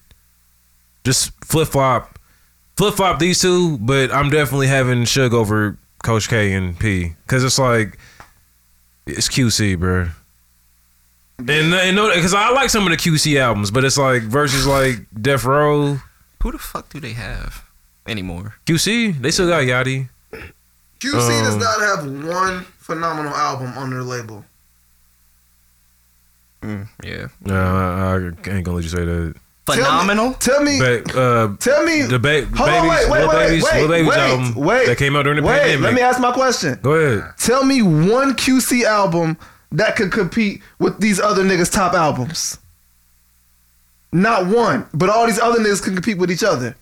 Just flip flop, flip flop these two, but I'm definitely having Suge over Coach K and P, cause it's like it's QC, bro. And and no, cause I like some of the QC albums, but it's like versus like Death Row Who the fuck do they have anymore? QC. They still got Yachty. QC does Um, not have one phenomenal album on their label. yeah, No, I, I ain't gonna let you say that. phenomenal. Tell me, But uh, tell me, the ba- Hold on, babies, wait, wait, Lil wait, babies, wait, Lil babies wait, album wait. that came out during the wait, pandemic. let me ask my question. Go ahead. Tell me one QC album that could compete with these other niggas' top albums. Not one, but all these other niggas can compete with each other.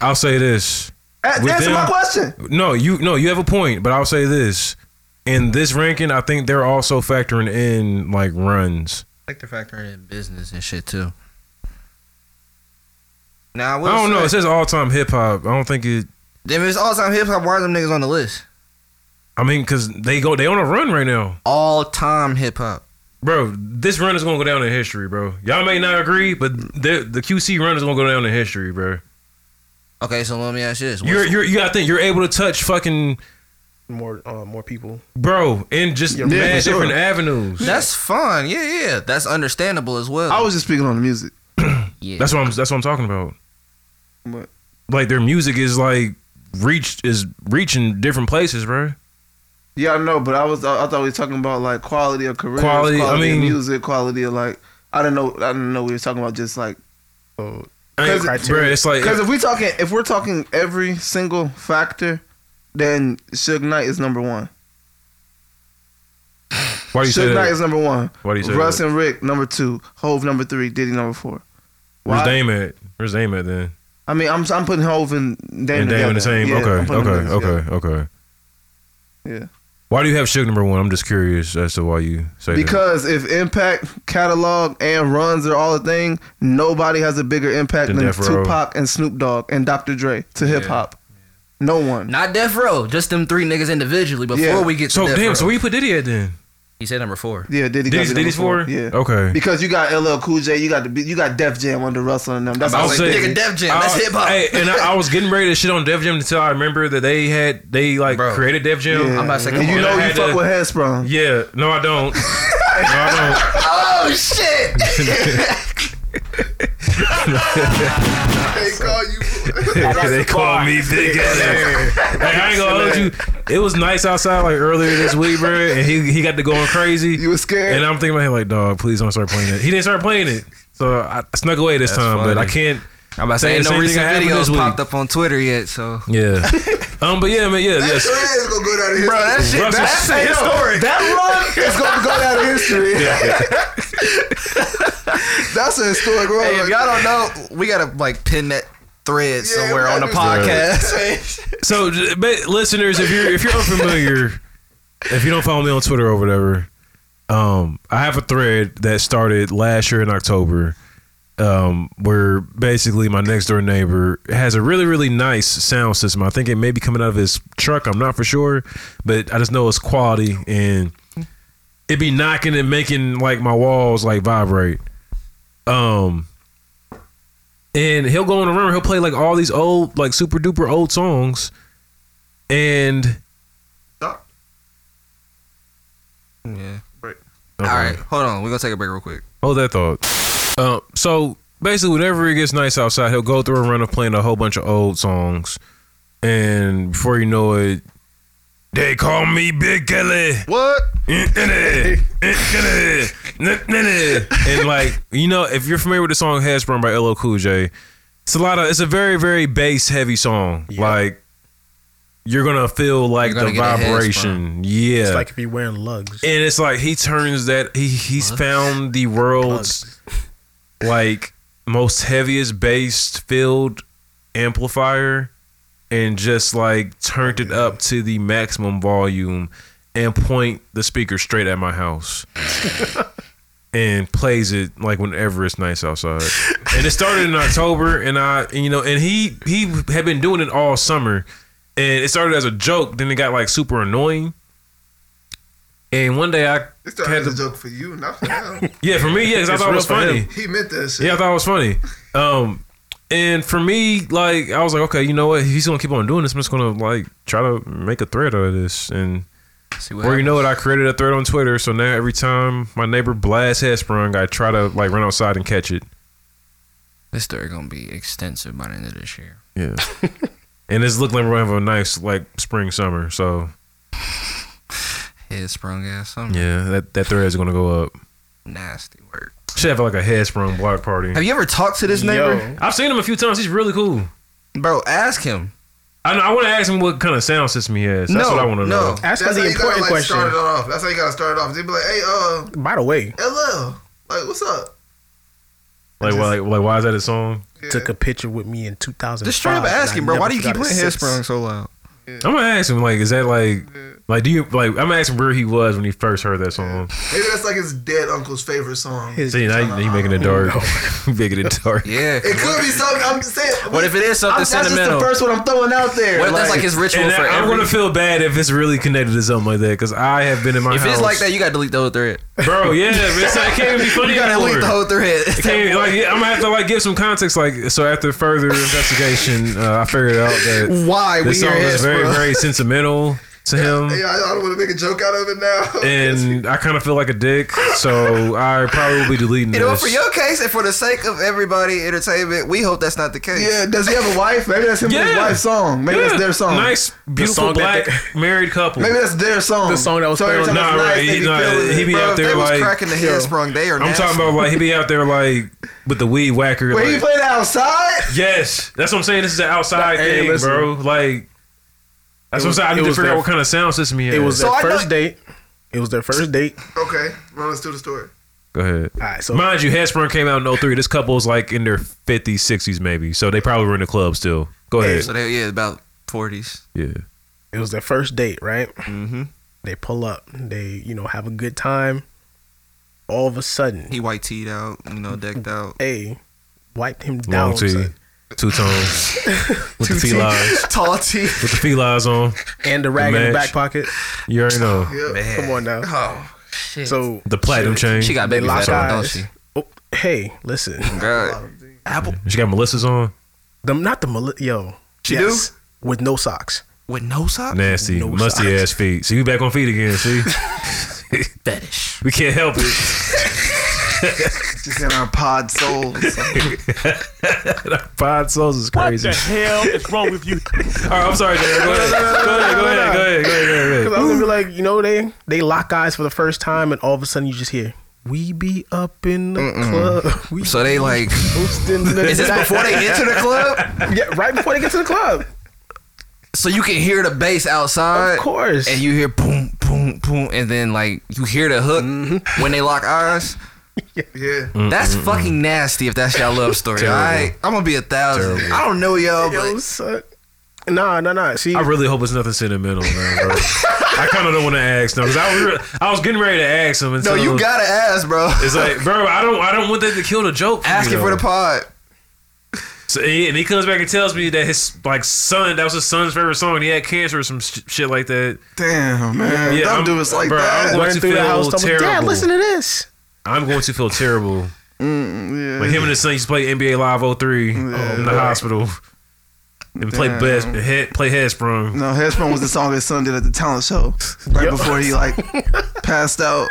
I'll say this. A- With answer my them- Uh-uh. question. No, you no, you have a point, but I'll say this. In this ranking, I think they're also factoring in like runs. Like they're factoring in business and shit too. Now I, will I don't know. It Say, says all time hip hop. I don't think it. if it's all time hip hop, why are them niggas on the list? I mean, cause they go they on a run right now, All time hip hop. bro. This run is gonna go down in history, bro. Y'all may not agree, but the the QC run is gonna go down in history, bro. Okay, so let me ask you this: You're you're you gotta think you're able to touch fucking More, uh, more people. bro in just Yeah, mad for sure. different avenues. That's fine. Yeah, yeah. That's understandable as well. I was just speaking on the music. yeah. That's what I'm. That's what I'm talking about. What? Like their music is like reached is reaching different places, bro. Yeah, I know, but I was I, I thought we were talking about like quality of career, Quality, quality, I of mean- music, quality of like I don't know, I don't know. We were talking about just like So I ain't- Cause- bro, it's like because if we talking if we're talking every single factor, then Suge Knight is number one. why do you say Suge Knight that? is number one. Why do you say Russ that? and Rick number two, Hove number three, Diddy number four. Where's Why? Dame at? Where's Dame at then? I mean, I'm I'm putting Hove and Dame, and Dame in the together. same. Yeah, I'm okay, putting them okay, together. okay, okay. Yeah. Why do you have Suge number one? I'm just curious as to why you say that. Because if impact, catalog, and runs are all a thing, nobody has a bigger impact Than than, Death Row. Tupac and Snoop Dogg and Dr. Dre to hip hop. No one. Not Death Row, just them three niggas individually before Yeah. we get to So Death damn. Row. So where you put Diddy at then? he said number four. Yeah, Diddy. got to Diddy's, be Diddy's number four. Yeah. Okay. Because you got LL Cool J, you got the you got Def Jam under Russell and them. That's I all I'll was they say- did. Nigga, Def Jam, that's I- hip-hop. Hey, and I, I was getting ready to shit on Def Jam until I remember that they had they like Bro. created Def Jam. Yeah. I'm about to say, come and you on. know And you I had fuck to- with Hesprong. Yeah. No, I don't. no, I don't. Oh shit! They call you. they call me big ass. Like, I ain't gonna hold you. It was nice outside like earlier this week, bro, and he he got to going crazy. You was scared. And I'm thinking about him like, dog, please don't start playing it. He didn't start playing it, so I snuck away this time. But I funny. can't. I'm about to Say say, ain't the no same thing recent that happened this videos week. popped up on Twitter yet, so. Yeah. um. But yeah, man. Yeah. That Yes. sure is gonna go down in history. Bro, that shit- Russell- that's That's historic. That run is gonna go down in history. that's a historic run. Hey, if y'all don't know, we gotta like pin that thread Yeah, somewhere we on the gotta do podcast. So, j- but listeners, if you're if you're unfamiliar, if you don't follow me on Twitter or whatever, um, I have a thread that started last year in October, um, where basically my next door neighbor has a really really nice sound system. I think it may be coming out of his truck. I'm not for sure, but I just know it's quality and it be knocking and making like my walls like vibrate. Um. And he'll go on the room. He'll play like all these old, like super duper old songs, and Yeah. Okay. All right, hold on. We're gonna take a break real quick. Hold that thought. Uh, so basically, whenever it gets nice outside, he'll go through a run of playing a whole bunch of old songs, and before you know it, they call me Big Kelly. What? and like you know, if you're familiar with the song "Hasbro" by LL Cool J, it's a lot of it's a very very bass heavy song. Yeah. Like you're gonna feel like You're gonna the get a head vibration. Yeah, It's like if you're wearing lugs. and it's like he turns that he he's found the world's like most heaviest bass filled amplifier and just like turned it up to the maximum volume and point the speaker straight at my house and plays it like whenever it's nice outside. And it started in October, and I, and, you know, and he he had been doing it all summer, and it started as a joke. Then it got like super annoying. And one day I This had started as to, a joke for you, not for him. yeah for me yeah because I thought It's it real was for him. funny. he meant that shit. Yeah, I thought it was funny. Um, and for me, like, I was like, okay, you know what? If he's gonna keep on doing this, I'm just gonna like try to make a thread out of this. And See what. or you know what? I created a thread on Twitter, so now every time my neighbor blasts has sprung, I try to like run outside and catch it. This story gonna be extensive by the end of this year. Yeah. and it's looking like we're gonna have a nice like spring summer. So Head sprung ass something. yeah, that that thread is gonna go up. Nasty work. Should have like a head sprung block party. Have you ever talked to this neighbor, I've seen him a few times. He's really cool. bro? Ask him. I, I want to ask him what kind of sound system he has. That's No, what I want to no. know. Ask That's her how the you gotta important like question. start it off. That's how you gotta start it off. They be like, hey, uh, By the way, LL, like, what's up? Like, Just- why, like, why is that a song? Yeah. took a picture with me in 2005. Just straight up ask and I him, bro. Why do you never keep forgot it playing head since. sprung so loud? I'm gonna ask him like, is that like, like, do you like? I'm gonna ask him where he was when he first heard that song. Maybe that's like his dead uncle's favorite song. His- See, now you, you making it dark, making it dark. Yeah. it could be something. I'm just saying. What if it is something sentimental? That's just the first one I'm throwing out there. What if that's like his ritual And for I, am every? gonna feel bad if it's really connected to something like that because I have been in my If house, it's like that, you gotta delete the whole thread. bro. Yeah, but it's like, it can't even be funny You gotta delete anymore. the whole thread. It can't- like, yeah, I'm gonna have to like give some context. Like, so after further investigation, uh, I figured out that Why we this hear song head is very, sprung? very sentimental to him. Yeah, I don't want to make a joke out of it now. and I kind of feel like a dick, so I probably will be deleting You this. know, for your case and for the sake of everybody entertainment, we hope that's not the case. yeah, does he have a wife? Maybe that's him and his Yeah. wife's song. Maybe Yeah. that's their song. Nice, beautiful song that black married couple. Maybe that's their song. The song that was so every played time on- Nah, it's right, nice, they he, be nah, feeling it. he be Bro, out if they there was like cracking the Yo. head sprung, they are. I'm talking about like he be out there like with the weed whacker. Wait, he like- played outside? yes, that's what I'm saying. This is an outside Hey, thing, listen. bro. Like that's what I'm It was- saying. I it need to was figure their- out what kind of sound system he has. It was So their I know- first date. It was their first date. Okay, run us through the story. Go ahead. All right, so Mind you, Hesperin came out in 03. This couple's like in their 50s, 60s, maybe. So they probably were in the club still. Go ahead. So they, yeah, about forties. Yeah. it was their first date, right? Mm-hmm. They pull up. They, you know, have a good time. All of a sudden, He white teed out, you know, decked out. A wiped him down. Long tee. son. Two tones. with the Two felines. tees, tall tee. With the felines on. And the rag in the match. back pocket. You already know. Yep. Man. Come on now. Oh shit. So, The platinum chain. she got They baby lock fat on, don't eyes. she? oh, hey, listen. God. Apple, She got Melissa's on. the, not the, mali- yo. She With no socks. With no socks. Nasty, No musty socks. ass feet. See, we back on feet again. See, Fetish. we can't help it. Just in our pod soul. Five souls is crazy. All hell is wrong with you? right, I'm sorry, Jared. Go ahead. Go ahead. Go ahead. Go ahead. Go ahead. Go ahead. I was gonna be like, you know, they they lock eyes for the first time, and all of a sudden you just hear We be up in the Mm-mm. club. We So they like, hosting the is this before they enter the club? Yeah, right before they get to the club. So you can hear the bass outside. Of course. And you hear boom, boom, boom, and then like you hear the hook when they lock eyes. Mm-hmm. Mm, Yeah. That's fucking nasty if that's y'all love story. all right? I'm gonna be a thousand. I don't know y'all, but Yo, suck. Nah, nah, nah. See, I really hope it's nothing sentimental, man. Bro. I kind of don't want to ask now because I was re- I was getting ready to ask him. And no, tell you him- gotta ask, bro. It's like, bro, I don't I don't want that to kill the joke. me, Asking for though. the pod. So, he- and he comes back and tells me that his like son that was his son's favorite song. And he had cancer or some sh- shit like that. Damn, man. Yeah, don't I'm- do us like bro, that. I'm going to running through the house. feel talking about, Dad, terrible. listen to this. I'm going to feel terrible Mm, when yeah. him and his son used to play NBA Live 03 in the hospital and play Damn. best head, play headstrong. No, Headstrong was the song his son did at the talent show right Yep. before he like passed out.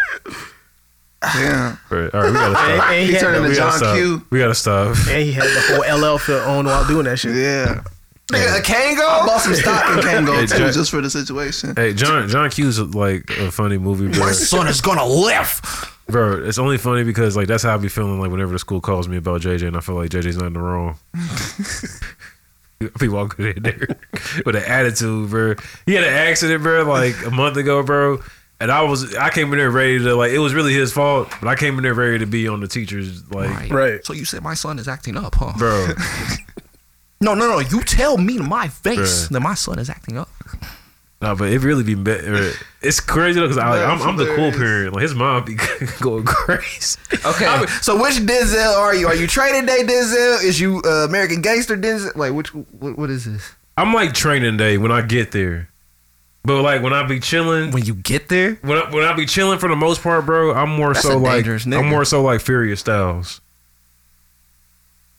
Damn. Bro, all right, we gotta And, stop. and he, He had turned the, into We gotta John stop. Q. We gotta stop. and he had the whole LL feel on while doing that shit. Yeah. Nigga, a I Kango? bought some stock in Kango Hey, too, Jack- just for the situation. Hey, John John Q's like a funny movie, bro. son is gonna live. bro, it's only funny because like that's how I be feeling like whenever the school calls me about JJ and I feel like JJ's not in the wrong. Be walking in there with an attitude, bro. He had an accident, bro, like a month ago, bro. And I was I came in there ready to like it was really his fault, but I came in there ready to be on the teachers like Right. So you said my son is acting up, huh? bro. No, no, no. You tell me to my face Bruh. that my son is acting up. No, but it really be better. It's crazy because I like, I'm, I'm the cool Hilarious. parent. Like his mom be going crazy. Okay. I mean, so which Denzel are you? Are you Training Day Denzel? Is you uh, American Gangster Denzel? Like which? What, what is this? I'm like training day when I get there, but like when I be chilling, When you get there, when I, when I be chilling for the most part, bro, I'm more That's so a like dangerous nigga. I'm more so like Furious Styles.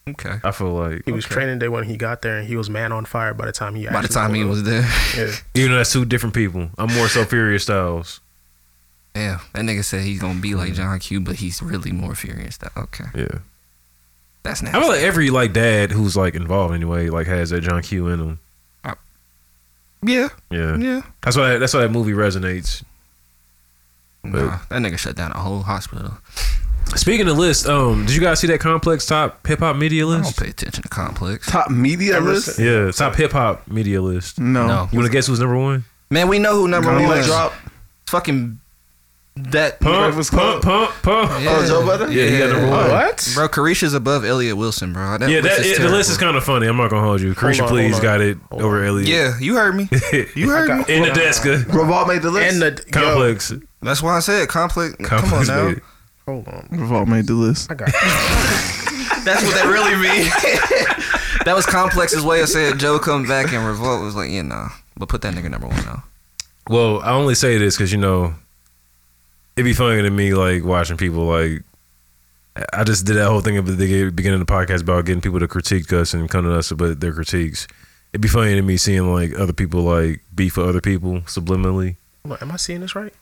okay. I feel like He was training day when he got there, and he was man on fire by the time he. By the actually time he pulled was there, up. Yeah. even though that's two different people. I'm more so Furious Styles. yeah, that nigga said he's gonna be like John Q, but he's really more furious. That okay, Yeah, that's I nasty. feel like every like dad who's like involved anyway like has that John Q in him. yeah, Yeah, yeah. that's why that's why that movie resonates. Nah, that nigga shut down a whole hospital. Speaking of list, um, did you guys see that Complex top hip hop media I list? don't pay attention to complex. Top media Ever list? since- Yeah, top hip hop media list. No. No, You want to guess who's number one? man, we know who number Gonna one let is. drop. Fucking that. Pump, Breakfast Club? pump, pump, pump. Yeah. Oh, Joe Budden? Yeah, he got number one. What? Bro, Carisha's above Elliot Wilson, bro. That Yeah, list that, is it, the terrible. list is kind of funny. I'm not gonna hold you. Carisha, on, please, hold on. got it over Elliot. Yeah, you heard me. You heard me. in the deska. Revolt made the list. And the yo, Complex. That's why I said complex. Come on Complex now. made it. hold on, Revolt made the list. I got it. That's what that really means. that was Complex's way of saying Joe come back and revolt was like, yeah, nah. But put that nigga number one now. Well, I only say this because you know, it'd be funny to me like watching people like. I- I just did that whole thing at the begi- beginning of the podcast about getting people to critique us and come to us about their critiques. It'd be funny to me seeing like other people like beef for other people subliminally. Hold on, Am I seeing this right?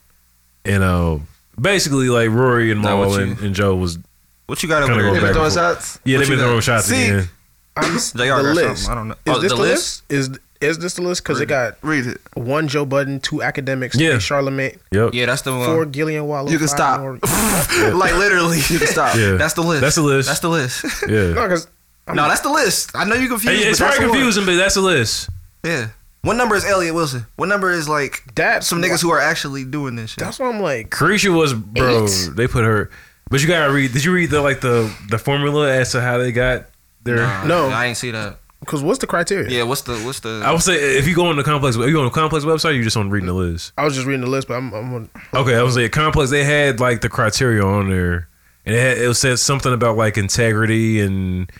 And uh, basically, like Rory and Not what Maul you- and, and Joe was What you got Kinda over go there? They back were throwing and forth. shots. yeah, What they've you been got? throwing shots See? again. I'm JR got the something. list. I don't know. Is Oh, this the list? Is is this the list? Because it got Read it. one Joe Budden, two academics, Yeah. three Charlemagne, Yep. Yeah, that's the one. four Gillian Wallow. You can five stop. Nori- like literally. You can stop. Yeah. That's the list. That's the list. That's the list. No, yeah. because no, that's the list. I know you confused. Hey, but it's that's very the one. confusing, but that's the list. Yeah. What number is Elliot Wilson? What number is like that's some niggas who are actually doing this shit? That's why I'm like, Carisha was bro. Eight. They put her. But you gotta read. Did you read the like the the formula as to how they got their? Nah, No. I ain't see that. because what's the criteria? Yeah, what's the what's the? I would say if you go on the complex, are you on the complex website, or you just on reading the list. I was just reading the list, but I'm, I'm gonna, Okay, I was like complex. They had like the criteria on there, and it, had, it said something about like integrity and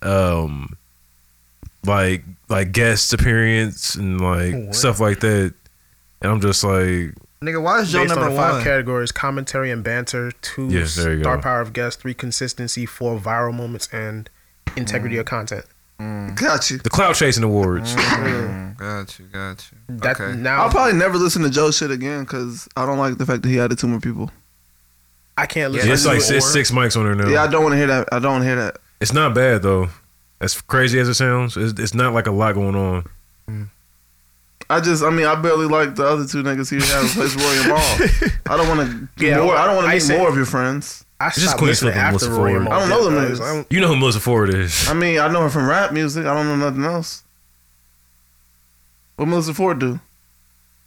um, like like guest appearance and like What? stuff like that. And I'm just like, nigga, why is Joe based number on the five one? categories: commentary and banter, two Yeah, there you star go. power of guests, three consistency, four viral moments, and integrity of content. Got you. the cloud chasing awards. Got you, got you. That okay. now I'll probably never listen to Joe shit again because I don't like the fact that he added two more people. I can't listen. Yeah, it's to like it it's or- six mics on there now. Yeah, I don't want to hear that. I don't want to hear that. It's not bad though. As crazy as it sounds, it's, it's not like a lot going on. I just, I mean, I barely like the other two niggas he had replaced Roy and Ball. I don't want to. Yeah, more, I don't want I to meet said- more of your friends. I just stopped Queen listening Slip and after Melissa Roy Ford. Moore. I don't know them Yeah, niggas. I don't- You know who Melissa Ford is. I mean, I know her from rap music. I don't know nothing else. What Melissa Ford do?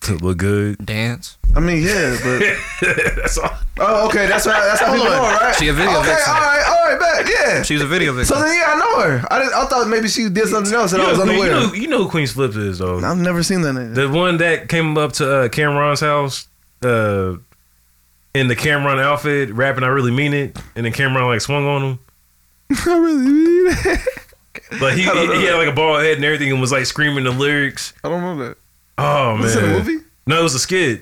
To look good. Dance. I mean, yeah, but That's all. oh, okay, that's how that's how people know, her, right? She a video Okay, vixen. all right, all right, back, yeah. She was a video So victim. then, yeah, I know her. I, did, I thought maybe she did something else You that I know, was who- you, unaware. know, of. you know who Queen's Flip is though. I've never seen that nigga. The one that came up to uh, Cameron's house uh, in the Cameron outfit, rapping "I really mean it," and then Cameron like swung on him. I really mean that. Like he, don't know he, he had like a bald head and everything, and was like screaming the lyrics. I don't know that. Oh man, Was it a movie? No, it was a skit.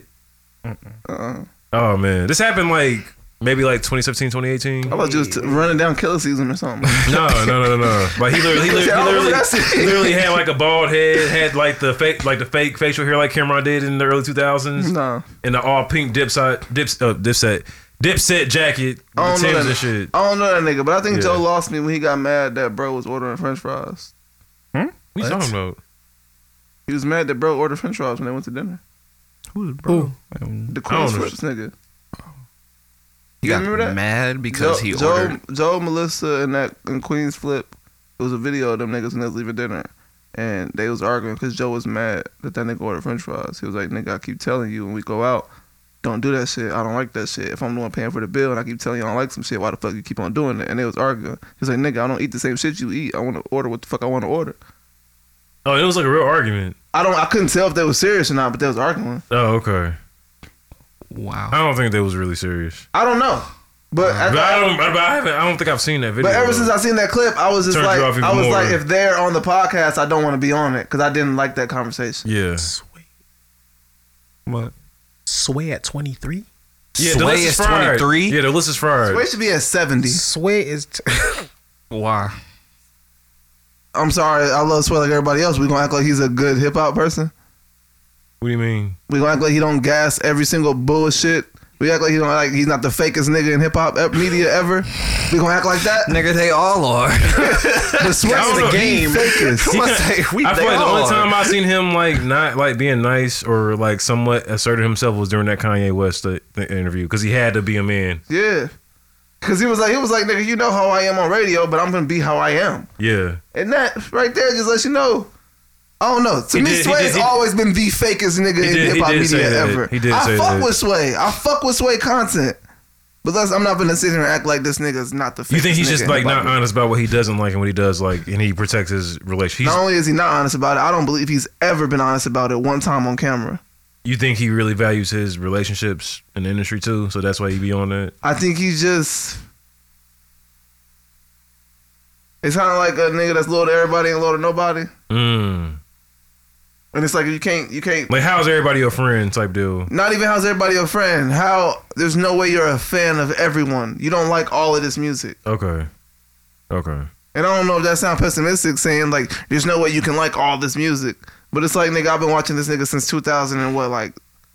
Uh-uh. Oh man, this happened like maybe like 2017, 2018. I No, thought you was t- running down killer season or something. no, no, no, no. But he literally, he I literally, don't he know literally, that's it. he literally had like a bald head, had like the fake, like the fake facial hair like Cameron did in the early 2000s. no, in the all pink dip side, dip, uh, dip set, dip set jacket, with I don't the know Timbs that. and shit. I don't know that nigga. But I think Yeah. Joe lost me when he got mad that bro was ordering French fries. What you talking about? He was mad that bro ordered French fries when they went to dinner. Who's bro? The I Queen don't Flips nigga. He You got remember that? mad because he Joe, ordered. Joe, Joe, Melissa, and that and Queens Flip. It was a video of them niggas when they was leaving dinner, and they was arguing because Joe was mad that that nigga ordered French fries. He was like, "Nigga, I keep telling you when we go out, don't do that shit. I don't like that shit. If I'm the one paying for the bill and I keep telling you I don't like some shit, why the fuck you keep on doing it?" And they was arguing. He was like, "Nigga, I don't eat the same shit you eat. I want to order what the fuck I want to order." Oh, it was like a real argument. I don't. I couldn't tell if they was serious or not, but they was arguing. Oh, okay. I Wow. don't think that was really serious. I don't know, but at But the- I don't. But I haven't. I don't think I've seen that video. But ever since I seen that clip, I was just Turned like, you off even I was more. like, if they're on the podcast, I don't want to be on it because I didn't like that conversation. yeah, Sway- What? Sway at 23? yeah. Sway the list is is fried. 23? Yeah, the list is fried. Sway should be at seventy. Sway is. T- Why? I'm sorry, I love Sway like everybody else. We gonna act like he's a good hip hop person. What do you mean? We gonna act like he don't gas every single bullshit. We act like he don't like he's not the fakest nigga in hip hop e- media ever. We gonna act like that. Nigga, they all are. But Sway's don't the know. game fakest. I'm gonna say, we, I feel they like the all only are. time I've seen him like not like being nice or like somewhat asserted himself was during that Kanye West uh, th- interview because he had to be a man. Yeah, because he was like he was like nigga, you know how I am on radio, but I'm gonna be how I am. Yeah, And that right there just lets you know. I don't know. To He me, did- he Sway's did- he- always been the fakest nigga He in did- he hip hop did say media that. ever. He did I say fuck that. with Sway. I fuck with Sway content. But let's, I'm not gonna sit here and act like this nigga's not the. you think fakest he's nigga just in like hip-hop not media. honest about what he doesn't like and what he does like, and he protects his relationship. Not only is he not honest about it, I don't believe he's ever been honest about it one time on camera. You think he really values his relationships in the industry too, so that's why he be on that. I think he's just. It's kind of like a nigga that's loyal to everybody and loyal to nobody, Mm. and it's like you can't you can't Like, how's everybody your friend type deal? Not even how's everybody a friend. How there's no way you're a fan of everyone. You don't like all of this music. Okay, okay. And I don't know if that sounds pessimistic saying like there's no way you can like all this music. But it's like nigga, I've been watching this nigga since 2000 and what like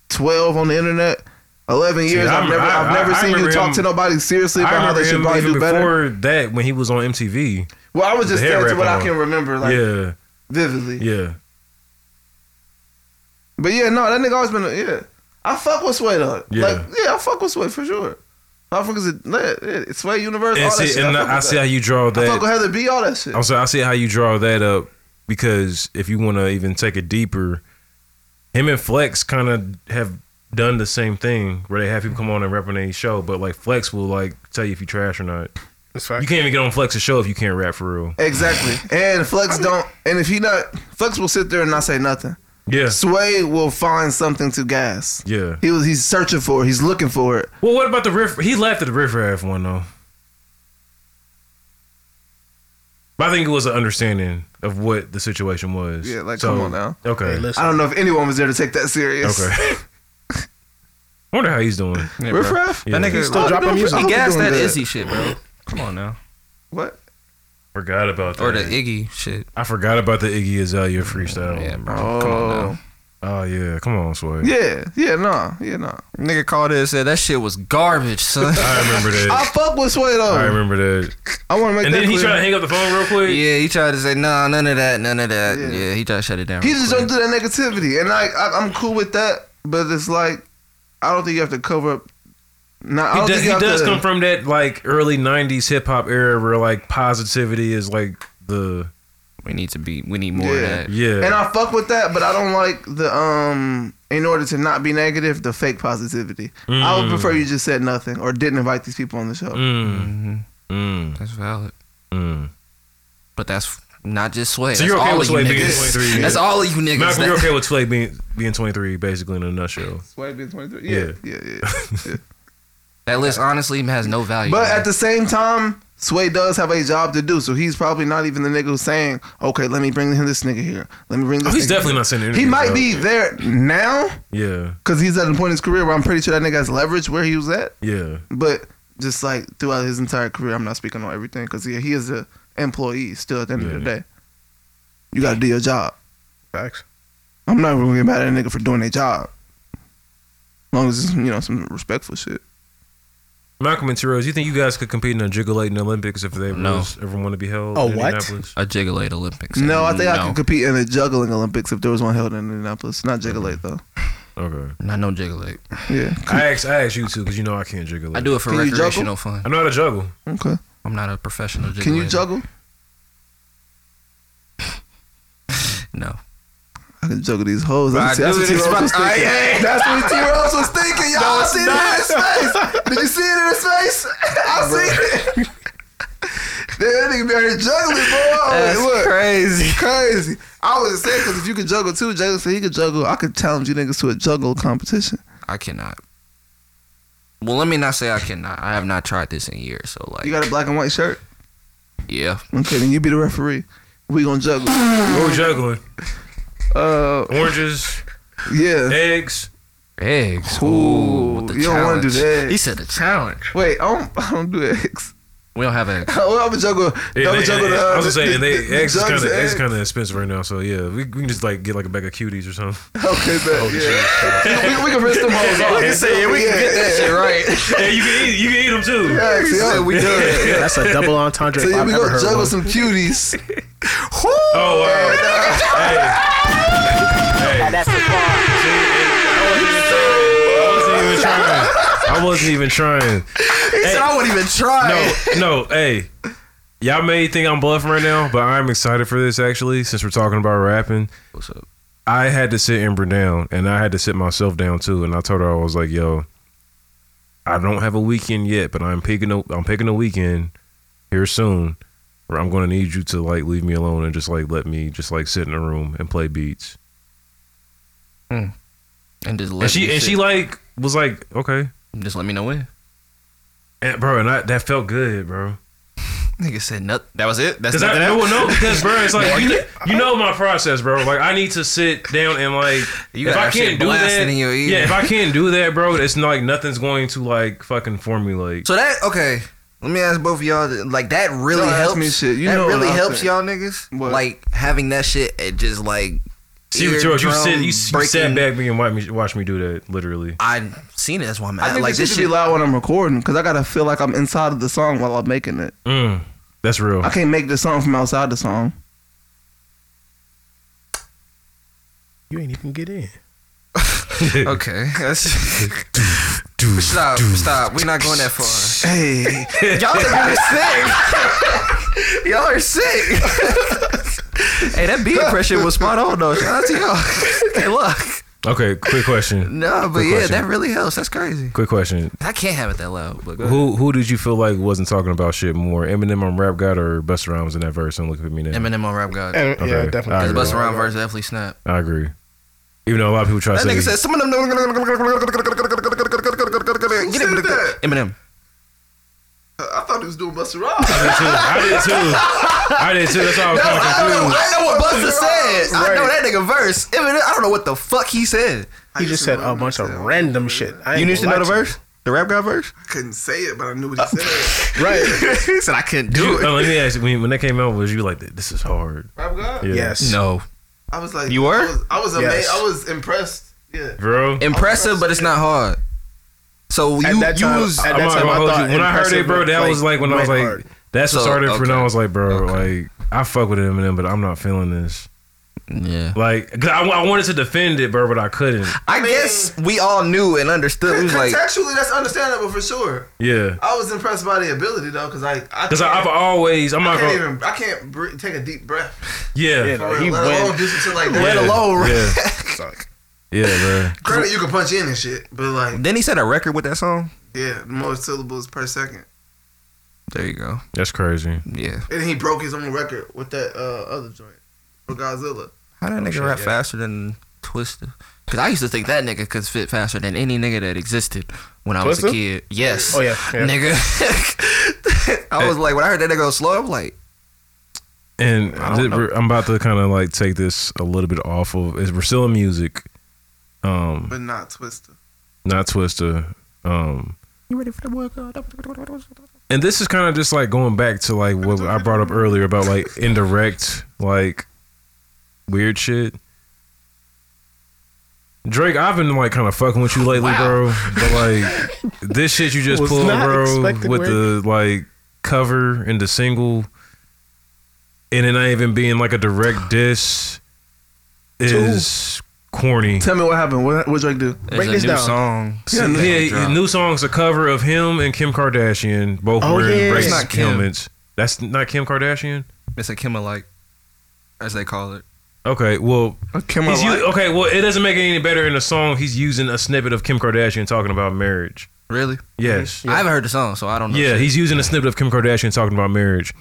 12 on the internet. 11 years. I I've never, remember- I, have I- never I seen you remember talk him- to nobody seriously I about how remember they should him probably even do better. before that when he was on MTV. Well, I was just the hair saying to wrap what I on. can remember like yeah, vividly. yeah. But yeah, no, that nigga always been a, yeah. I fuck with Sway though. Yeah. Like yeah, I fuck with Sway for sure. Motherfuckers, it- yeah, it's Sway Universe. And, all that see, shit. and fuck I, I with see that. how you draw I fuck that. with Heather B, all that shit. Also, I see how you draw that up because if you want to even take it deeper, him and Flex kind of have done the same thing where they have people come on and rap on a show, but like Flex will like tell you if you trash or not. That's You fact. can't even get on Flex's show if you can't rap for real. Exactly. And Flex don't. And if he not, Flex will sit there and not say nothing. Yeah. Sway will find something to gas. Yeah. He was. He's searching for. it. He's looking for it. Well, what about the riff? He laughed at the riff raff one though. But I think it was an understanding of what the situation was. Yeah, like, So- come on now. Okay. Hey, listen. I don't know if anyone was there to take that serious. okay. I wonder how he's doing. Yeah, Riff bro. Raff? Yeah. That nigga He's still dropping music. He I'll be gassed doing that good. Izzy shit, bro. Come on now. What? Forgot about that. Or the Iggy shit. I forgot about the Iggy Azalea freestyle. Yeah, bro. Come on now. Oh. Oh yeah, come on, Sway. Yeah. Yeah. Nah. Yeah. Nah. Nigga called it and said that shit was garbage, son. I remember I that. fuck with Sway though. I I, remember that. want to make And Oh. that then he clear. tried to hang up the phone real quick. yeah, he tried to say nah, none of that, none of that. Yeah. Yeah, he tried to shut it down. He real just quick. don't do that negativity, and I, I I'm cool with that. But it's like I don't think you have to cover up Nah, I He, don't does, think he y'all does could- come from that like early '90s hip hop era where like positivity is like the We need to be. We need more Yeah. of that. yeah. And I fuck with that, but I don't like the um. In order to not be negative, the fake positivity. I would Mm. prefer you just said nothing or didn't invite these people on the show. Mm, Mm-hmm. hmm mm, That's valid. mm. But that's not just Sway. So that's you're okay all with of you Sway being niggas. 23, yeah. That's all of you niggas. Malcolm, That- you're okay with Slay being being 23, basically in a nutshell. That's why it been 23. Yeah. Yeah, yeah, yeah. yeah. That list honestly has no value. But at the same time, Sway does have a job to do, so he's probably not even the nigga who's saying, "Okay, let me bring him this nigga here. Let me bring this." Oh, he's nigga definitely here." not saying He might be there now Yeah, because he's at a point in his career where I'm pretty sure that nigga has leverage where he was at. yeah. But just like throughout his entire career, I'm not speaking on everything because yeah, he is a employee still at the end of the Yeah. day. You got to do your job. Facts. I'm not even gonna get mad at a nigga for doing their job. As long as it's, you know some respectful shit. Malcolm and Tiroz, you think you guys could compete in a gigolating Olympics if they No. was, ever want to be held? A in what? Indianapolis? a Jigolate Olympics. No, I think I No. could compete in the juggling Olympics if there was one held in Indianapolis. Not jiggalate though. Okay. Not no Jigolate. Yeah. I asked, I asked you too because you know I can't jiggle. I do it for Can you juggle? recreational fun. I know how to juggle. Okay. I'm not a professional jiggler. Can you juggle? No. I can juggle these hoes. Bro, That's I that's knew what it. T Rose was I- thinking. I- That's what T Rose was thinking. Y'all No, it's seen it in his face. Did you see it in his face? I seen it. That nigga be out here juggling, boy. That's Look, crazy. crazy. I was just saying because if you could juggle too, Jalen said he could juggle. I could challenge you niggas to a juggle competition. I cannot. Well, let me not say I cannot. I have not tried this in years. So like, You got a black and white shirt? yeah, Okay, then you be the referee. We gonna juggle. What we juggling? Uh, Oranges, yeah. eggs. eggs. Ooh, with you don't wanna do challenge. that. He said the challenge. Wait, I don't, I don't do eggs. We don't have eggs. well, I'm a juggle. Yeah, I'm they- a juggle. and- the, I was uh, gonna say, and they, the- the eggs is jugs kind of of eggs eggs. kind of expensive right now. So yeah, we, we can just like get like a bag of cuties or something. Okay, bet. yeah. we, we can rinse them hoes off. They say, yeah, Oh, we can get that shit right. yeah, you can eat, you can eat them too. Yeah, see, yeah, we done. That's a double entendre. So if yeah, I've we ever gonna heard juggle one. some cuties. Oh wow. I wasn't even trying. He said I wouldn't even try. No, no, hey. Y'all may think I'm bluffing right now, but I'm excited for this actually, since we're talking about rapping. What's up? I had to sit Ember down and I had to sit myself down too. And I told her I was like, yo, I don't have a weekend yet, but I'm picking a I'm picking a weekend here soon where I'm gonna need you to like leave me alone and just like let me just like sit in a room and play beats. And just let And she me and sit. she like was like, okay. just let me know when. And bro, and I, that felt good, bro. Nigga said nothing. That was it. That's Cause I, well, no, because bro, it's like you, you know my process, bro. Like I need to sit down and like You if got I that shit can't do blasting that, in your ear. yeah, if I can't do that, bro, it's not like nothing's going to like fucking formulate. So that okay. Let me ask both of y'all. Like that really Don't ask helps. me shit. You that know what really I helps think. y'all niggas. What? Like having that shit. It just like. See what George, you sit, you, you eardrum sat breaking. back me and watch me, watch me do that literally. I seen it. That's why I'm I at. think Like this this should be shit. loud when I'm recording because I gotta feel like I'm inside of the song while I'm making it. Mm, that's real. I can't make the song from outside the song. You ain't even get in. Okay. That's, stop. Stop. We're not going that far. Hey, Y'all are sick. y'all are sick. hey, that beat impression was spot on though. Shout out to y'all. hey, look. Okay, quick question. No, but Good yeah, question. that really helps. That's crazy. Quick question. I can't have it that loud. But go ahead. Who who did you feel like wasn't talking about shit more, Eminem on Rap God or Busta Rhymes in that verse? Don't look at me now. Eminem on Rap God. And, Yeah, Okay. definitely. All His right, Busta Rhymes verse definitely snap. I agree. Even though a lot of people try That to nigga say said some of them. Get it, Eminem. I thought he was doing Busta Rhymes. I did too. I did too. I did too. That's why I was kind of I know, confused. I know what Busta said. I know Right. that nigga verse. Eminem, I don't know what the fuck he said. He just said a bunch of random shit. I ain't You need to gonna know the lie verse? The rap god verse? I couldn't say it, but I knew what he said. you. Right. he said I couldn't Did do you- it. uh, let me ask you, when, when that came out, was you like, this is hard? Rap God. Yeah. Yes. No. I was like, You were? I was, I was amazed. Yes. I was impressed. Yeah. Bro. Impressive, but it's not hard. So you At that time, use at I'm that not time gonna I hold thought you. When I heard it, bro, impressive, that was like when I was went like, hard. that's what So, started for okay. now. I was like, bro, Okay. like, I fuck with Eminem, but I'm not feeling this. Yeah. Like, 'cause I, I wanted to defend it, bro, but I couldn't. I, mean- guess we all knew and understood. We was like, Contextually, that's understandable for sure. Yeah, I was impressed by the ability though, because I, I because can't- I've always I'm I not can't gonna. even. I can't br- take a deep breath. yeah, Yeah, yeah, no, For real, he let alone went. do some shit like Yeah. that. let alone. Yeah. So, yeah, Credit you can punch in and shit, but like, Then he set a record with that song. yeah, more syllables per second. There you go. that's crazy. Yeah. And he broke his own record with that uh, other joint for Godzilla. How that nigga shit, rap yeah. faster than Twista? Because I used to think that nigga could fit faster than any nigga that existed when I was a Twista? kid. Yes. Oh, yeah, yeah. Nigga. I was like, when I heard that nigga go slow, I'm like, And I don't th- we're- I'm about to kind of like take this a little bit off of. Is we're still in music, um, But not Twister. not Twista, um. And this is kind of just like going back to like what I brought up earlier about like indirect, like weird shit. Drake, I've been like kind of fucking with you lately, bro. But like this shit you just Was pulled, not bro, with expecting the like cover and the single, and it not even being like a direct diss is corny. Tell me what happened. What what Drake do? there's a this new down. song. Yeah, Sit down, drop. new song's a cover of him and Kim Kardashian, both Oh, wearing yeah. race It's not Kim. helmets. That's not Kim Kardashian. It's a Kim alike, as they call it. Okay, well, Kim he's u- okay, well, it doesn't make it any better in the song. He's using a snippet of Kim Kardashian talking about marriage. Really? Yes, I haven't heard the song, so I don't know. yeah, shit. he's using a snippet of Kim Kardashian talking about marriage.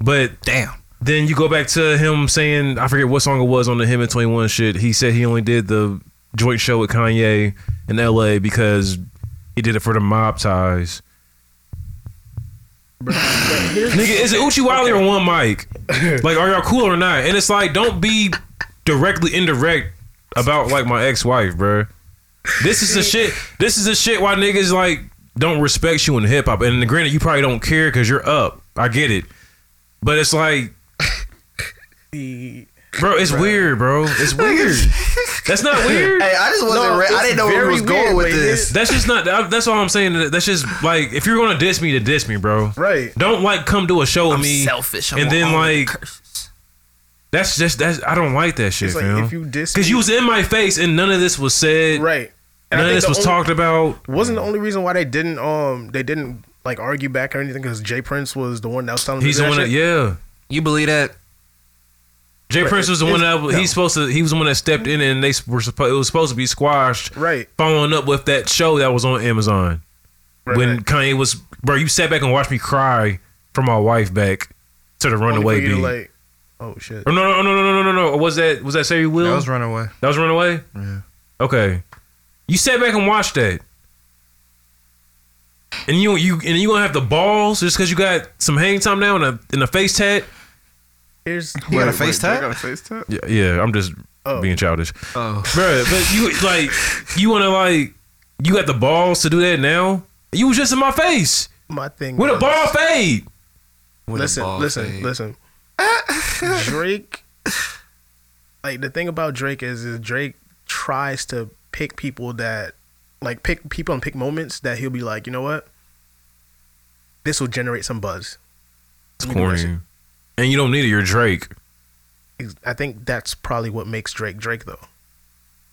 But damn. then you go back to him saying, I forget what song it was on the him and Twenty One shit. He said he only did the joint show with Kanye in L.A. because he did it for the mob ties. Nigga, is it Uchi Wiley or one mic? Like, are y'all cool or not? And it's like, don't be directly indirect about like my ex wife, bruh. This is the shit. This is the shit why niggas like don't respect you in hip hop. And granted, you probably don't care because you're up. I get it, but it's like, he- bro, it's weird, bro. It's weird. That's not weird. Hey, I just wasn't. No, re- I it's didn't know where very we was going weird, with but it this. That's just not. that- That's all I'm saying. That's just like if you're gonna diss me, to diss me, bro. right. Don't like come to a show with me. selfish. and want then, all the like- curses. That's just that's. I don't like that shit, It's like fam. if you diss Because me- you was in my face and none of this was said. right. And I None of think this the was only- talked about. Wasn't the only reason why they didn't um they didn't like argue back or anything because Jay Prince was the one that was telling. He's the them one that, shit. yeah. you believe that? Jay Right. Prince was the one that It's- no. he's supposed to. He was the one that stepped in and they were supposed. It was supposed to be squashed. Right. Following up with that show that was on Amazon Right, when right. Kanye was, bro. You sat back and watched me cry for my wife back to the Only for Runaway you to, beat. Like, oh shit. Oh, no, no, no, no, no, no, no, no. Was that was that Say You Will? That was Runaway. That was Runaway. Yeah. Okay. You sat back and watched that, and you you and you gonna have the balls just because you got some hang time now and a and a face tat. Here's He got a face Drake tap? Got a face tap. Yeah, yeah. I'm just oh being childish, Oh, bro. But you like you wanna like you got the balls to do that now. You was just in my face my thing. with a was- ball fade. with a Listen, bald listen, fade. listen. Drake. Like the thing about Drake is, is Drake tries to pick people that, like, pick people and pick moments that he'll be like, you know what, this will generate some buzz. It's Let me do that shit. corny, and you don't need it. You're Drake. I think that's probably what makes Drake Drake though.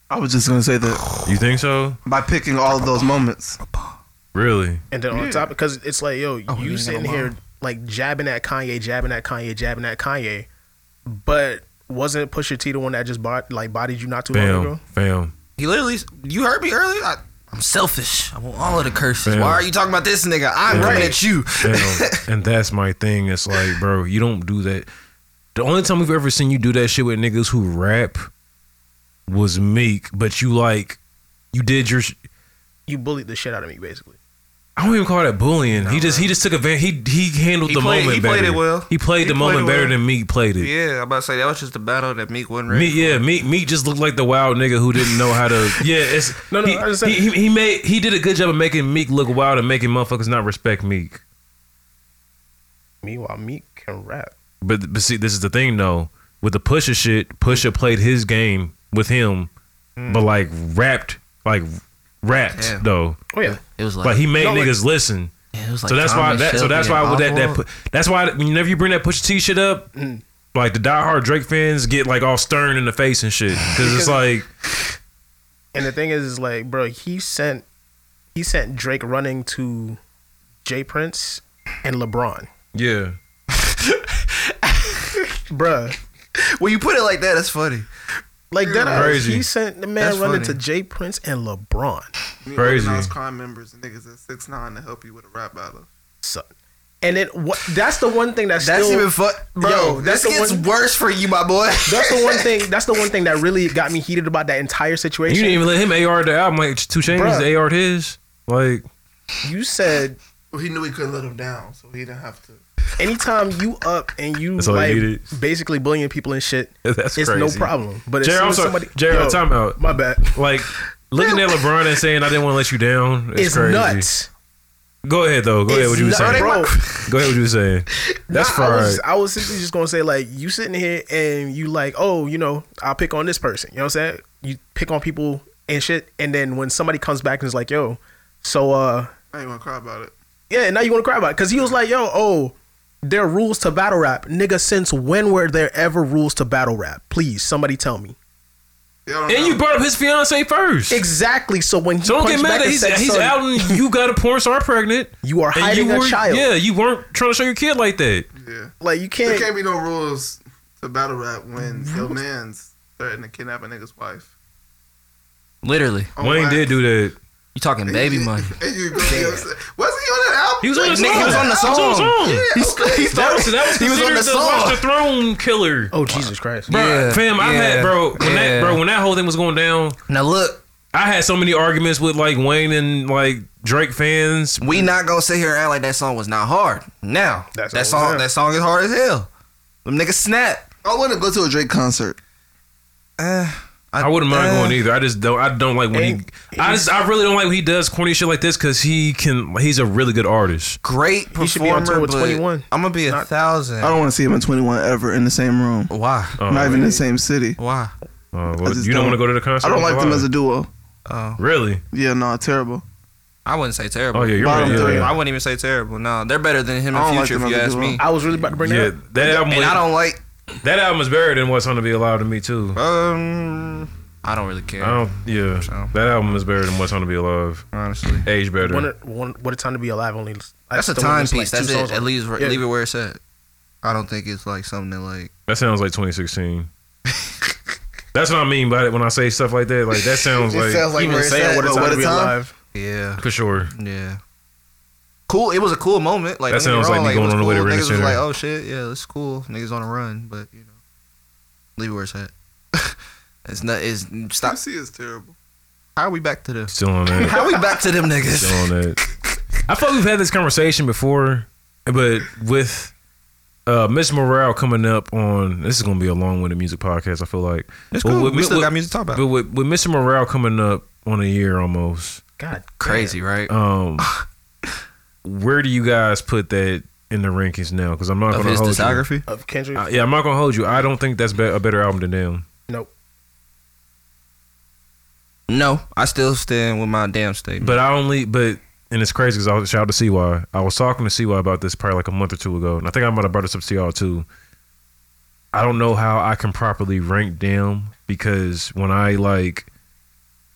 I was just gonna say that You think so? by picking all of those moments. Really? And then on top, because it's like, yo, Oh, you you ain't sitting gonna here like jabbing at Kanye, jabbing at Kanye, jabbing at Kanye, but wasn't Pusha T the one that just bought like bodied you not too long Bam, ago? bam. He literally, you heard me earlier. I, I'm selfish. I want all of the curses. Fam. Why are you talking about this nigga? I'm Fam. coming at you. Damn. and that's my thing. It's like, bro, you don't do that. The only time we've ever seen you do that shit with niggas who rap was Meek, but you like, you did your. Sh- You bullied the shit out of me, basically. I don't even call that bullying. he just he just took advantage. He he handled He the played- moment he better. played it well. He played the He played moment it better well. than Meek played it. Yeah, I'm about to say that was just a battle that Meek wasn't ready. Meek, yeah, Meek, Meek just looked like the wild nigga who didn't know how to. Yeah, it's No, no, He, I understand. he, he, he made he did a good job of making Meek look wild and making motherfuckers not respect Meek. Meanwhile, Meek can rap. But but see, this is the thing though. With the Pusha shit, Pusha played his game with him, Mm. but like rapped, like rapped Yeah. though. Oh yeah, It was like, Like he made no, like- niggas listen. yeah, it was like so that's Tom why and that so Shelby that's and why with that that Oswald. Mm. pu- that's why whenever you bring that Pusha T shit up, like the diehard Drake fans get like all stern in the face and shit because it's like And the thing is, is like, bro, he sent he sent Drake running to Jay Prince and LeBron, yeah. bruh. When you put it like that, that's funny. Like that, Crazy. he sent the man That's running funny. to Jay Prince and LeBron, You Crazy. organized crime members and niggas at six nine to help you with a rap battle. son. And it what? That's the one thing that's, That's still, even fun, bro. Yo, this that's the gets one- worse for you, my boy. That's the one thing. That's the one thing that really got me heated about that entire You situation. didn't even let him AR the album like two chains Bruh. AR'd his like You said Well, he knew he couldn't let him down, so he didn't have to. anytime you up and you That's all you like needed. basically bullying people and shit, that's it's crazy. no problem. But as Jared, soon I'm as sorry. somebody, Jared, Yo, time out. my bad. Like looking at LeBron and saying I didn't want to let you down. It's, It's, crazy. nuts. Go ahead though. Go ahead. It's What you were nuts, saying. bro. Go ahead. What you were saying. That's Nah, I fried. was, I was simply just gonna say like you sitting here and you like oh you know I'll pick on this person. You know what I'm saying? You pick on people and shit, and then when somebody comes back and is like yo, so uh I ain't gonna cry about it. yeah, and now you want to cry about it because he was like, "Yo, oh, there are rules to battle rap, nigga. Since when were there ever rules to battle rap? Please, somebody tell me." Y'all don't and know. you brought up his fiance first. Exactly. So when he So don't punched get mad back that and he's, said, he's "Son, out and you got a porn star pregnant. You are and hiding you a were- child. Yeah, you weren't trying to show your kid like that. yeah. Like you There can't. can't be no rules to battle rap when your man's threatening to kidnap a nigga's wife. Literally, Oh On Wayne wax. did do that. you talking baby money? And you go, you upset. was he on that album? He was on the Like, song. nigga, he was He was on the on the song. song. Yeah, okay. That was that was He was on considered the the Watch song. the Throne killer. Oh Jesus Christ! Bro, Yeah, fam, I yeah, had bro when yeah. that bro when that whole thing was going down, Now look, I had so many arguments with like Wayne and like Drake fans. we not gonna sit here and act like that song was not hard. Now That's that all song, there. that song is hard as hell. Them niggas snap. I want to go to a Drake concert. Uh, I wouldn't mind uh, going either. I just don't. I don't like when And- he. I just. I really don't like when he does corny shit like this because he can. He's a really good artist. Great performer. He should be on tour with but 21. I'm gonna be a Not- Uh, thousand. I don't want to see him in 21 ever in the same room. Why? Oh, Not even in the same city. Why? oh, I well, just you don't don't- want to go to the concert. I don't like them as a duo. Oh, Really? Yeah, no, terrible. I wouldn't say terrible. Oh yeah, you're Bottom right. three. Yeah, I wouldn't even say terrible. No, they're better than him I and don't like Future. them if you as a ask me, I was really about to bring yeah. that. up. That album. and I don't like. That album is better than what's gonna be allowed to me too. Um, I don't really care. I don't. Yeah. So. That album is better than what's gonna be alive. honestly, Age better. One, one, what a time to be alive. Only I that's a still only timepiece. missed, like, two that's songs it. on It leaves Yeah. leave it where it's at. I don't think it's like something that like. That sounds like 2016. That's what I mean by it when I say stuff like that. Like that sounds like Even saying what a but time what to a be time? alive. Yeah, for sure. yeah. Cool. It was a cool moment. Like That don't get sounds wrong, like me it going was on the way to cool. Ring Niggas was Center. like, oh shit, yeah, it's cool. Niggas on a run, but you know, leave it where it's at. it's not. It's stop. Stop. is terrible. How are we back to the? Still on that. How are we back to them niggas? Still on that. I feel like we've had this conversation before, but with uh, Miss Morale coming up on this is going to be a long-winded music podcast. I feel like It's But cool. with- we still with- got music to talk about. But with, with Mr. Morale coming up on a year almost, God, Crazy, right? um, where do you guys put that in the rankings now? Because I'm not going Of to his hold discography. damn. of Kendrick. you. I- yeah, I'm not going to hold you. I don't think that's be- a better album than them. nope. No, I still stand with my damn statement. But I only, but and it's crazy because I was shout out to CY. I was talking to CY about this probably like a month or two ago, and I think I might have brought this up to y'all too. I don't know how I can properly rank them because when I like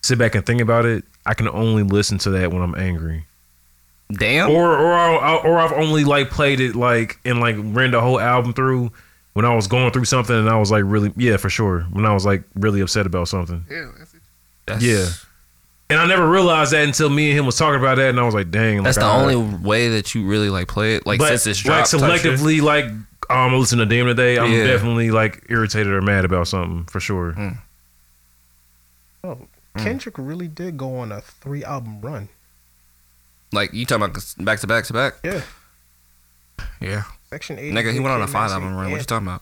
sit back and think about it, I can only listen to that when I'm angry, damn. or or I'll, I'll- or I've only like played it like and like ran the whole album through when I was going through something and I was like really yeah for sure when I was like really upset about something. Yeah, that's it. That's, yeah. And I never realized that until me and him was talking about that, and I was like, "Dang!" That's like, the I- only way that you really like play it. Like Oh but since it's dropped, like type shit. selectively, like um, I listen to Damn today. I'm Yeah. definitely like irritated or mad about something for sure. mm. Kendrick really did go on a three album run. Like you talking about back to back to back? Yeah. Yeah. Section eight. Nigga, he went on a Kid five Maxi, album run. What and you talking about?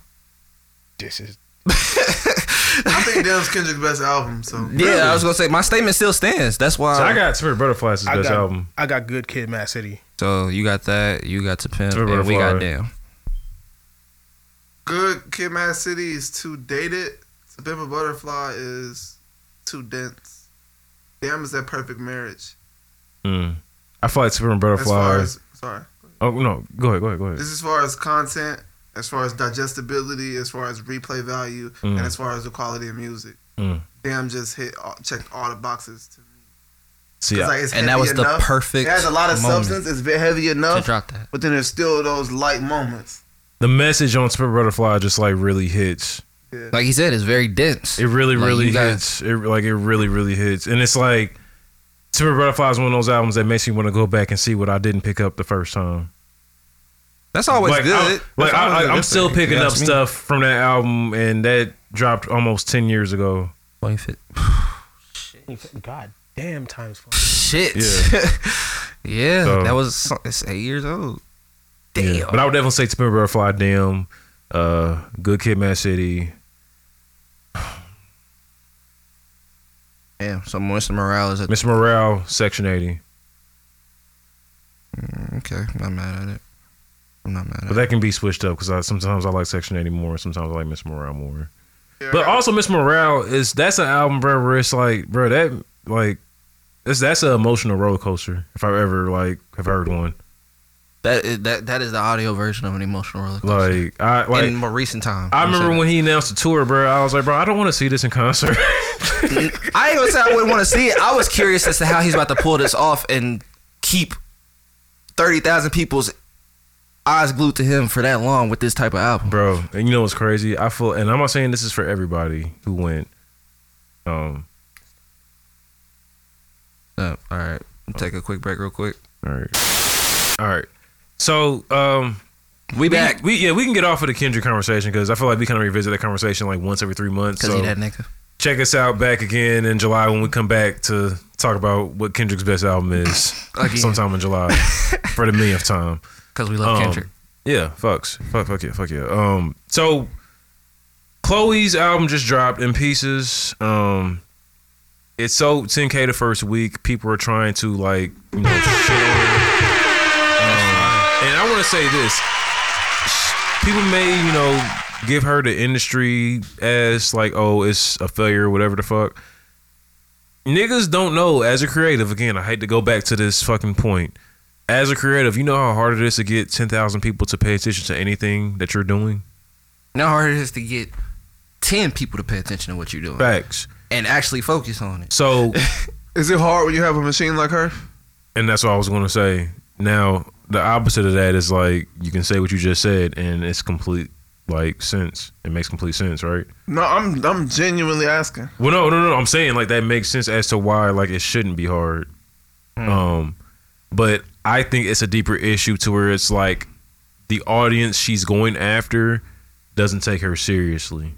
This is I think Damn's Kendrick's best album. So Yeah, I was gonna say my statement still stands. That's why. So I got Spirit Butterflies' I best got- album. I got good Kid, Mad City. so you got that. You got to pimp, Turbo and we got Fly. damn. good. Kid, Mad City is too dated. To Pimp a Butterfly is too dense. Damn is that perfect marriage. Mm. I feel like Spirit As far Butterflies. as sorry, Oh no, go ahead, go ahead, go ahead. this is as far as content. as far as digestibility, as far as replay value, Mm. and as far as the quality of music. Mm. Damn, just hit all, checked all the boxes. To me. See, 'Cause, I- like, it's And that heavy was the enough. perfect It has a lot of moment substance. It's been heavy to enough, drop that. but then there's still those light moments. the message on Spit Butterfly just like really hits. Yeah. Like he said, it's very dense. It really, Like, really you got- hits. It like it really, really hits. And it's like Spit Butterfly is one of those albums that makes me want to go back and see what I didn't pick up the first time. That's always like, I, good. like That's I, always a I, good I'm still thing, if you picking up ask me. stuff from that album, and that dropped almost ten years ago. God damn, times fun. Shit. Yeah. Yeah, So- that was so- it's eight years old. Damn. Yeah. But I would definitely say Spin Butterfly, Damn, uh, Good Kid, Mad City. Damn. So Mr. Morales. At, Miss Morale, Section 80. Mm, okay, I'm not mad at it. I'm not mad But at it. that can be switched up because I, sometimes I like Section 80 more, sometimes I like Miss Morale more. Yeah, But also, Miss Morale is that's an album, bro, where it's like, bro, that, like, that's, that's an emotional roller coaster if I've ever, like, have heard one. That is, that that is the audio version of an emotional roller coaster. Like, I, like, in more recent time. I remember when he announced the tour, bro. I was like, bro, I don't want to see this in concert. I ain't gonna say I wouldn't want to see it. I was curious as to how he's about to pull this off and keep thirty thousand people's eyes glued to him for that long with this type of album. bro and you know what's crazy i feel and i'm not saying this is for everybody who went um Uh, all right, take a quick break, real quick. all right all right so um We back we yeah we can get off of the kendrick conversation because i feel like we kind of revisit that conversation like once every three months because so he that nigga. check us out back again in july when we come back to talk about what kendrick's best album is Again. sometime in july for the millionth time Because we love Um, Kendrick. Yeah, fucks. Fuck, fuck yeah, fuck yeah. Um, so Chloe's album just dropped in pieces. Um, it sold 10k the first week. People are trying to like, you know, shit on it. Um, and I want to say this: people may, you know, give her the industry as like, oh, it's a failure, whatever the fuck. Niggas don't know as a creative. Again, I hate to go back to this fucking point as a creative, you know how hard it is to get 10,000 people to pay attention to anything that you're doing? You know how hard it is to get ten people to pay attention to what you're doing Facts. and actually focus on it. So, Is it hard when you have a machine like her? and that's what I was going to say. Now, the opposite of that is like, you can say what you just said and it's complete, like, sense. It makes complete sense, right? No, I'm I'm genuinely asking. Well, no, no, no. I'm saying like that makes sense as to why like it shouldn't be hard. Um, but I think it's a deeper issue to where it's like the audience she's going after doesn't take her seriously.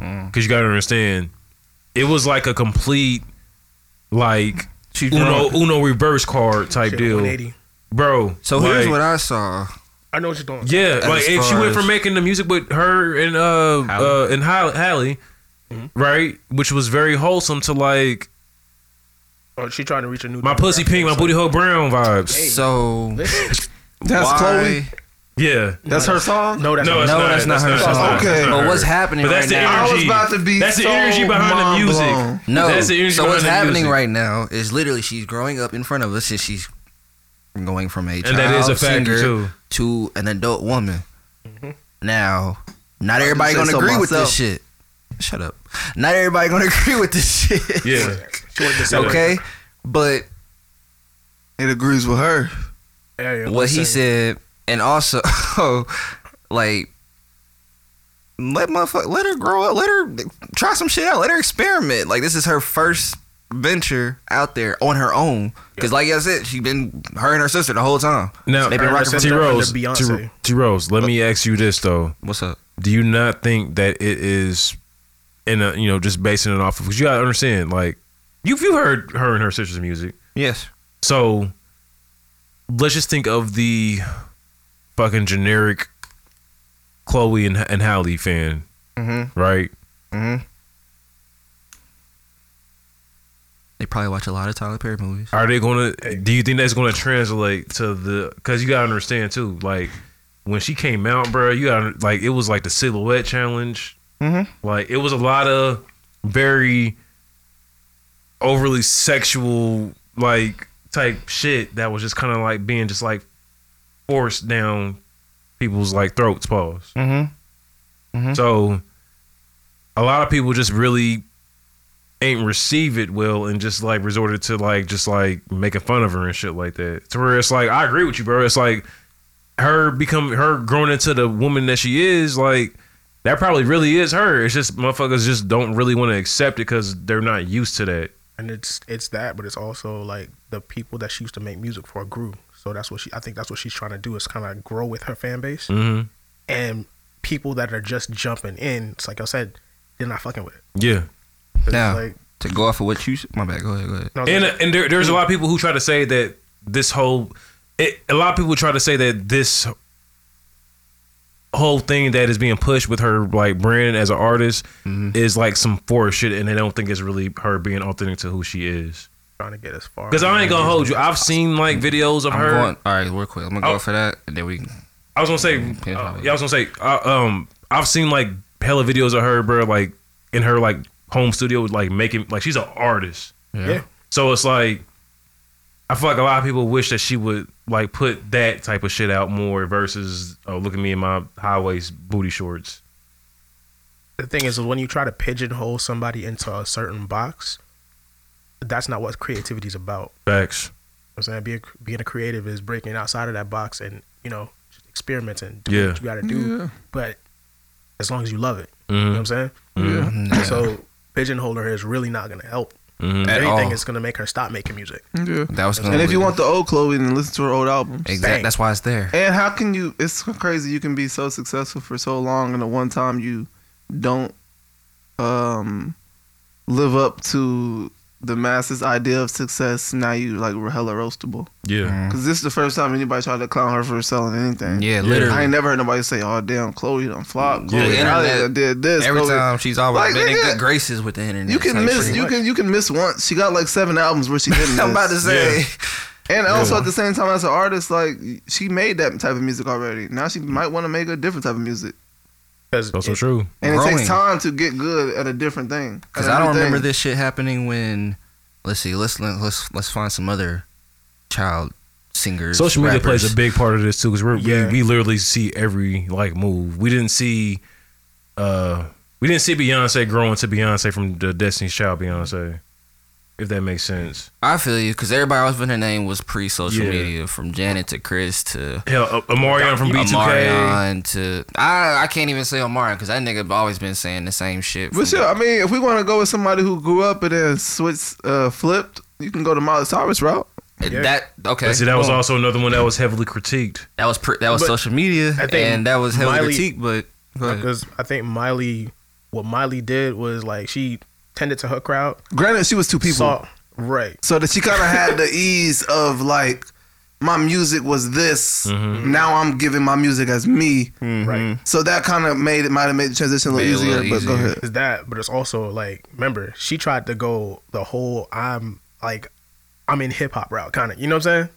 Mm. Cause you gotta understand, it was like a complete like She Uno Uno reverse card type Shit, deal, 180. bro. So here's like- what I saw. I know what you're doing. yeah, As like if she far went from as- making the music with her and uh uh Halle. and Halle, Halle right, which was very wholesome to like Oh, she trying to reach a new. my pussy demographic. pink, my booty hole brown vibes. Hey. So Listen, That's why- Chloe? Yeah, That's her song. No, that's no, it's no, not, that's not her that's song. Okay. that's not But what's her. happening But that's right the now? I was energy. about to be. That's the so energy behind the music. mind-blown. No. That's the energy so what's behind the happening music. right now is literally she's growing up in front of us since she's going from a child and that is a factor singer too. to an adult woman. Mm-hmm. Now, not everybody gonna say gonna so agree with myself. this shit. Shut up. Not everybody gonna agree with this shit. Yeah, She wanted to say that. okay. But It agrees with her. Yeah, yeah, what he listen. said, and also, like, let motherfucker, let her grow up, let her try some shit out, let her experiment. Like, this is her first venture out there on her own. Because, like I said, she been her and her sister the whole time. now They've been rocking from T Dr. Rose, to T Beyonce. T Rose. Let me ask you this though. What's up? do you not think that it is in a you know just basing it off of because you gotta understand like you've you heard her and her sister's music Yes. so let's just think of the fucking generic chloe and, and halle fan Mm-hmm. right Mm-hmm. They probably watch a lot of Tyler Perry movies. are they gonna do you think that's gonna translate to the because you gotta understand too like when she came out bro you gotta like it was like the silhouette challenge Mhm. like it was a lot of very overly sexual like type shit that was just kind of like being just like forced down people's like throats. Pause. Mm-hmm. So a lot of people just really ain't receive it well and just like resorted to like just like making fun of her and shit like that. To where it's like, I agree with you, bro. It's like her become her growing into the woman that she is, like that probably really is her. It's just motherfuckers just don't really want to accept it because they're not used to that. And it's it's that, but it's also like the people that she used to make music for grew. So that's what she. I think that's what she's trying to do is kind of grow with her fan base Mm-hmm. and people that are just jumping in. It's like I said, they're not fucking with it. Yeah. 'Cause it's Yeah. Like, To go off of what you, my bad. Go ahead, go ahead. no, and and there, there's a "Hmm." lot of people who try to say that this whole it, a lot of people try to say that this whole thing that is being pushed with her like brand as an artist Mm-hmm. is like some forced shit and they don't think it's really her being authentic to who she is trying to get as far. because i ain't gonna hold you i've seen like videos of I'm her going. All right, real quick. I'm gonna Oh. go for that, and then we. can- I was gonna say, Mm, Yeah, uh, probably. yeah, I was gonna say, uh, um, I've seen like hella videos of her, bro, like in her like home studio, like making, like she's an artist. Yeah. Yeah. So it's like, I feel like a lot of people wish that she would like put that type of shit out more versus, oh, look at me in my high waist booty shorts. the thing is, is when you try to pigeonhole somebody into a certain box, that's not what creativity is about. Facts. I'm saying being being a creative is breaking outside of that box and you know just experimenting, do Yeah. what you got to do. Yeah. But as long as you love it, you Mm-hmm. know what I'm saying. Yeah. Yeah. So pigeonhole her is really not gonna help. Mm-hmm. At Anything all. is gonna make her stop making music. Yeah. that was. And if you want the old Chloe, then listen to her old albums. exactly, Bang. that's why it's there. And how can you? It's crazy. You can be so successful for so long, and at one time you don't um live up to the masses' idea of success. Now you like were hella roastable. Yeah. Mm. Cause this is the first time anybody tried to clown her for selling anything. Yeah, I ain't literally. never heard nobody say, "Oh damn, Chloe done flop." Yeah, Chloe the Alley internet- done did this. Every Chloe- time she's always Like, been in nigga, good graces with the internet. You can Like, miss. pretty You much. can you can miss once. She got like seven albums where she didn't. miss. I'm about to say. And also at the same time, as an artist, like she made that type of music already. Now she might want to make a different type of music, Because So, so true. and it takes Growing. time to get good at a different thing. at Because a I new don't remember thing. this shit happening when. Let's see. Let's let's let's find some other child singers. Social media plays a big. big part of this too, because we're Yeah. we, we literally see every like move. We didn't see, uh, we didn't see Beyonce growing to Beyonce from the Destiny's Child Beyonce, if that makes sense. I feel you because everybody else with her name was pre-social Yeah. media, from Janet to Chris to Hell, uh, Amarion from B2K. Amarion to I. I can't even say Amarion because that nigga always been saying the same shit. But from- yeah, I mean, if we want to go with somebody who grew up and then switched, uh, flipped, you can go to Miley Cyrus route. Yeah. That okay. But See, that was boom. also another one that was heavily critiqued. That was pre- that was But social media, I think and that was heavily Miley- critique. But go ahead. because I think Miley, what Miley did was like she tended to her crowd. Granted, she was two people, Saw, right. so that she kind of had the ease of like, my music was this. Now I'm giving my music as me. Mm-hmm. Right. So that kind of made it might have made the transition a little Made it a easier. little but go easier. ahead. It's that, but it's also like remember she tried to go the whole I'm like I'm in hip hop route kind of. You know what I'm saying?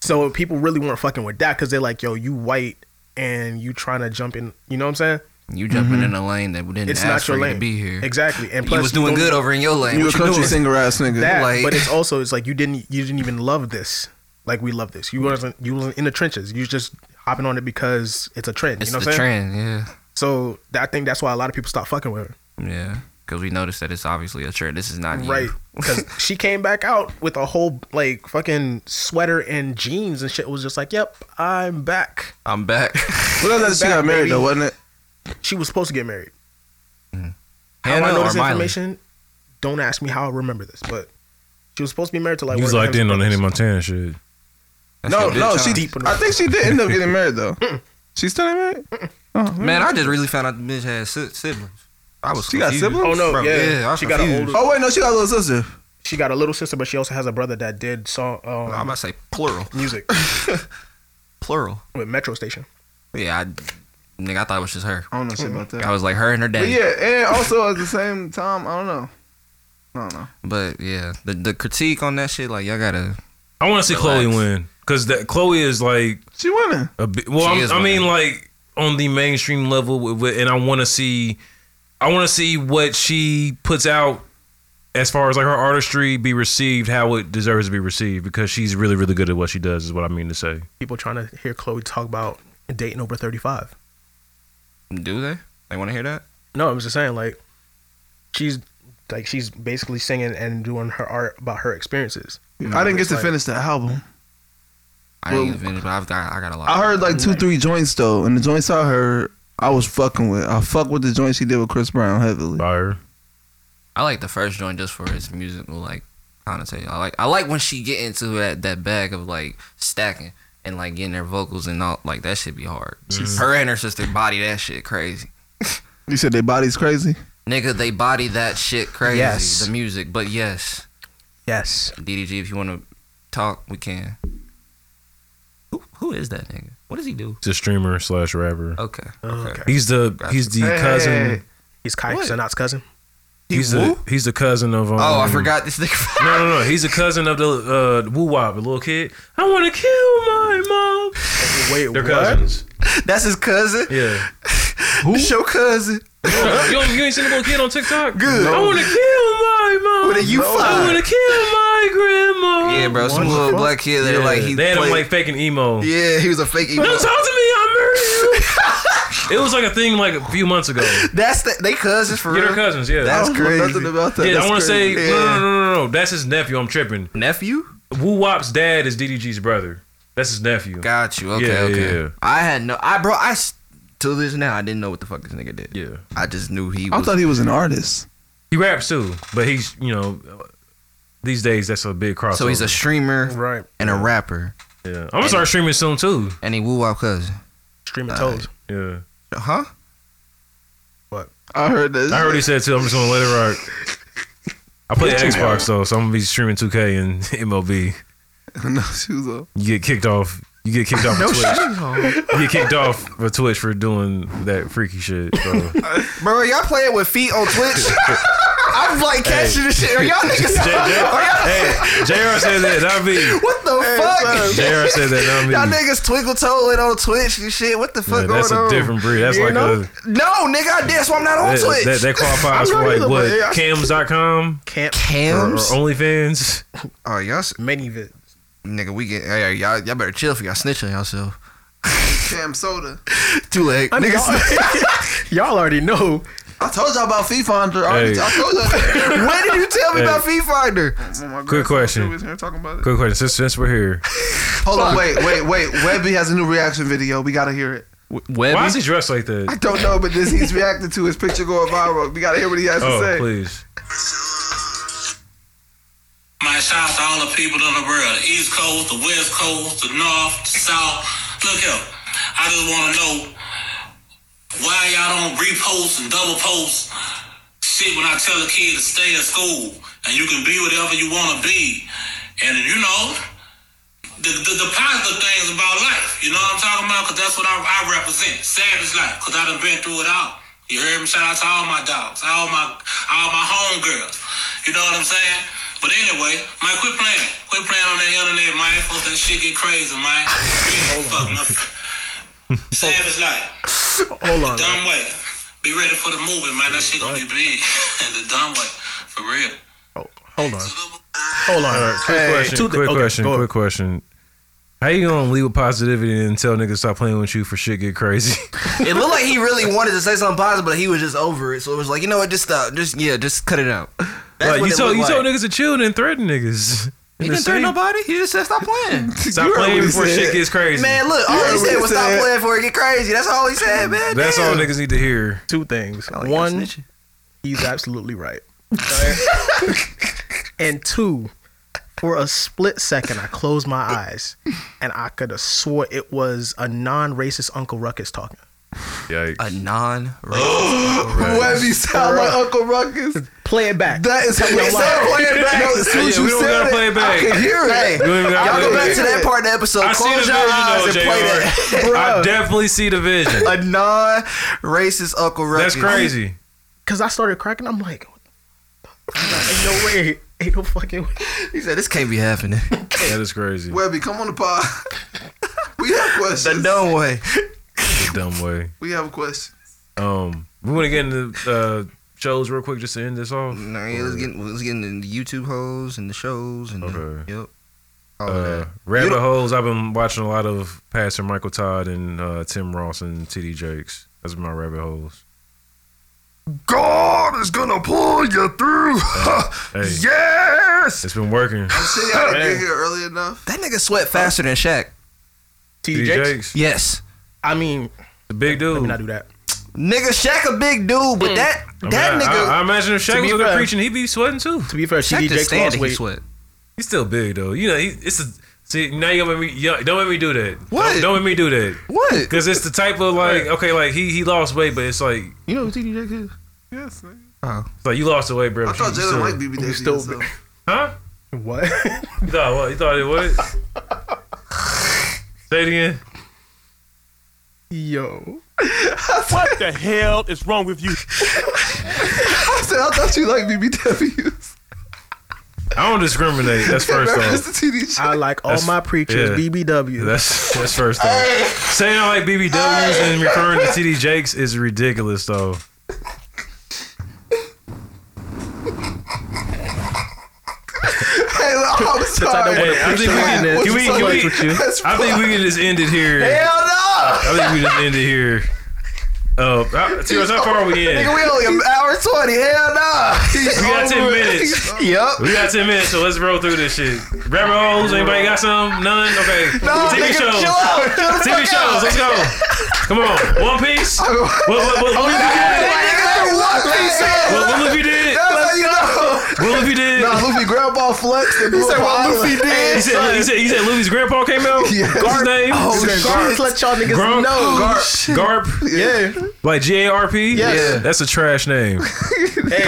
So people really weren't fucking with that because they're like, yo, you white and you trying to jump in. You know what I'm saying? you Mm-hmm. jumping in a lane that didn't it's ask not your for you lane. to be here. Exactly. And plus You was doing don't- good over in your lane. You a What country doing? singer ass nigga. that, like- but it's also it's like you didn't you didn't even love this like we love this. You wasn't you wasn't in the trenches. You was just hopping on it because it's a trend. It's you know what the I'm saying? trend, yeah, So that, I think that's why a lot of people stop fucking with her. yeah. Because we noticed that it's obviously a trend. This is not you. Right. Because she came back out with a whole like fucking sweater and jeans and shit. It was just like, yep, I'm back. I'm back. Well, that she Back, got married baby. though, wasn't it? She was supposed to get married. How Hannah I know Mm-hmm. or this Miley? information? Don't ask me how I remember this, but she was supposed to be married to like. He was one of locked in on the Hannah Hemsworths. Montana shit. That's No, your bitch, no, huh? she. Deep in the- I think she did end up getting married though. She still ain't married. Oh, Man, I just really found out the bitch had si- siblings. I was She got confused. siblings? Oh no! Bro, yeah, I was she got an confused. older. Oh wait, no, she got a little sister. She got a little sister, but she also has a brother that did song I'm um, about to say plural, music plural. with Metro Station. Yeah, I, nigga, I thought it was just her. I don't know shit about that. I was like her and her But daddy. yeah, and also at the same time, I don't know. I don't know. But yeah, the the critique on that shit, like y'all gotta. I want to see Relax. Chloe win because that Chloe is like She winning. A bi- well, I'm, She is I mean, winning. like on the mainstream level, with, with, and I want to see, I want to see what she puts out as far as like her artistry be received, how it deserves to be received, because she's really, really good at what she does. Is what I mean to say. People trying to hear Chloe talk about dating over 35. Do they? They want to hear that? No, I'm just saying like she's like she's basically singing and doing her art about her experiences. I didn't get to Like- finish the album. I Well, ain't even finished, but I've got, I got a lot. I heard like two, three joints though, and the joints I heard, I was fucking with. I fuck with the joints she did with Chris Brown heavily. Fire. I like the first joint just for its musical like connotation. I like I like when she get into that that bag of like stacking and like getting her vocals and all like that should be hard. Her and her sister body that shit crazy. You said their body's crazy. Nigga, they body that shit crazy. Yes. The music, but yes, Yes. DDG, if you want to talk, we can. Who who is that nigga? What does he do? He's a streamer slash rapper. Okay, Okay. He's the he's the cousin. He's Kai What? Sanat's cousin. He's the he's the cousin of. Um, Oh, I forgot this nigga. No, no, no. He's a cousin of the uh, Woo Wop, the little kid. I want to kill my mom. Wait, They're what? cousins. That's his cousin. Yeah. That's your cousin. Yo, you ain't seen the little kid on TikTok? Good. I want to kill my mom. What are you I fucking? want to kill my grandma. Yeah, bro, some What the little fuck? black kid. They're Yeah. like he. they had him played- like faking emo. Yeah, he was a fake. emo. Don't talk to me. I'll murder you. it was like a thing like a few months ago. That's the, they cousins for Get real. her cousins. Yeah. That's I don't crazy. know nothing about that. yeah, I That's want to say crazy. no, no, no, no, no. That's his nephew. I'm tripping. Nephew? Woo Wop's dad is DDG's brother. That's his nephew. Got you. Okay, Yeah, okay. yeah. I had no. I bro. I s- till this now I didn't know what the fuck this nigga did. Yeah. I just knew he. I Was, thought he was an artist. He raps too, but he's you know these days that's a big crossover. so he's a streamer Right. and a rapper yeah. I'm gonna start streaming soon too. and he woo wop cousin. Streaming toes. Yeah, Huh? I heard this. I already said too. I'm just gonna let it rock. I play Xbox though, so I'm gonna be streaming 2K and MLB. no shoes off. You get kicked off. You get kicked off. no Twitch. You get kicked off for Twitch for doing that freaky shit. Bro. Bro, y'all playing with feet on Twitch? I'm like catching this shit. Are y'all niggas? are y'all, hey, Jr. said that, not me. what the fuck? Jr. said that, Y'all not me. niggas twinkle toeing on Twitch and shit. What the Man, fuck going that's a on? different breed. That's like a no, nigga, I did. So I'm not on that, Twitch. that, that qualifies for like what cams.com Camp or, or Cams? OnlyFans. Oh, y'all, s- many of it. nigga, we get. Hey, y'all, y'all better chill for y'all snitching on yourself. Damn soda. Too late. I mean, y'all, y'all already know. I told y'all about Fee Finder. I already- Hey. I told y'all. when did you tell me Hey. about Fee Finder? Quick question. We was here talking about it. Quick question. Since, since we're here, Hold on, wait, wait, wait. Webby has a new reaction video. We gotta hear it. Webby? why is he dressed like that? I don't know, but this he's reacting to his picture going viral. We gotta hear what he has Oh, to say. please. My shout out to all the people in the world, the East Coast, the West Coast, the North, the South. Look here, I just want to know why y'all don't repost and double post shit when I tell a kid to stay at school and you can be whatever you want to be. And you know, the, the, the positive things about life, you know what I'm talking about? Because that's what I, I represent, savage life, because I done been through it all. You heard me? Shout out to all my dogs, all my all my homegirls. You know what I'm saying? But anyway, Mike, quit playing. Quit playing on that internet, Mike. Fuck that shit get crazy, Mike. You ain't fucking up. Savage life. Hold on. Dumb way. Be ready for the movie, man. That shit gonna be big. the dumb way. For real. Oh, hold on. Hold on. Quick question. two thi- quick okay, question. go ahead. Quick question. How you gonna leave with positivity and tell niggas stop playing with you for shit get crazy? It looked like he really wanted to say something positive, but he was just over it. So it was like, you know what? Just stop. Just yeah, just cut it out. That's like, what you it told looked you told like. niggas to chill and then threaten niggas. He didn't threaten nobody. He just said stop playing. Stop You heard what playing he before said. shit gets crazy. man, look, all Yeah, he we said was said- stop playing before it get crazy. That's all he said, man. That's all Damn. niggas need to hear. Two things. Like, I'm One, snitching. he's absolutely right. and two, for a split second, I closed my eyes and I could have swore it was a non-racist Uncle Ruckus talking. Yikes. A non racist Webby sound like Uncle Ruckus. Play it back. That is Yo, Instead of why? playing back. No, as soon as Yeah, you we don't said gotta it, play it back. I could hear it. Hey, You ain't gotta play y'all go it back back. to that part of the episode. I see the Close vision your eyes though, and play that. JR. I definitely see the vision. A non racist Uncle Ruckus. That's crazy. Cause I started cracking. I'm like, what the fuck? ain't no way. Ain't no fucking way. He said this can't be happening. That is crazy. Webby, come on the pod. we have the questions. dumb way. Dumb way. We have a question. Um, we want to get into uh, shows real quick just to end this off. No, yeah, let's get let's get into the YouTube hoes and the shows and the- Okay. yep. Oh, uh, rabbit holes. I've been watching a lot of Pastor Michael Todd and uh, Tim Ross and TD Jakes. That's my rabbit holes. God is gonna pull you through. Hey, yes. it's been working. See, I didn't get here early enough. That nigga sweat faster than Shaq. TD TD Jakes? Jakes, Yes. I mean, the big dude. let me not do that. Nigga, Shaq a big dude, but that I mean, that I- nigga I, I imagine if To Shaq be was up there fair- preaching, he'd be sweating too. To be fair, TD Shaq just Jakes lost standing, he weight. sweat. He's still big though. You know, he, it's a see. Now you gonna make me. Yeah, don't make me do that. What? Don't, don't make me do that. What? Because it's the type of like, okay, like he he lost weight, but it's like You know who TD Jakes is? Yes, nigga. it's like you lost the weight, bro. I but thought you Jalen still- White BB Davis. still- so- Huh? What? You thought what? You thought it was? Say it again. Yo. What the hell is wrong with you? I said I thought you like BBWs. I don't discriminate. That's first Reference off. to TD Jakes. I like all That's- my preachers, yeah. BBW. That's that's first off. Saying I like BBWs and referring to TD Jakes is ridiculous though. Hey, look, I'm sorry. Hey, I think we can, What's can we, so can much we, with you? I think we can just end it here. Hell no! I think we just end it here. Uh, how, T-Rex, how far are we in? Nigga, we only an hour twenty. Hell no. We got ten minutes. yup. We got ten minutes, so let's roll through this shit. Rabbit holes. Anybody got some? None. Okay. No, TV nigga, shows. chill out. Chill the TV fuck shows. out. Let's go. Come on. One Piece. What? What? What? What? What? That if nigga threw one piece you did? in. What? What? If you did? That's how you know. What? If you did? Nah, Luffy grandpa flexed and He said what Luffy He said. He said. He said. Luffy's grandpa came out. Yes. What's his name? Oh, Just let y'all niggas Grump. know. Garp. Garp. Yeah. Like G A R P. Yes. Yeah. That's a trash name. Hey,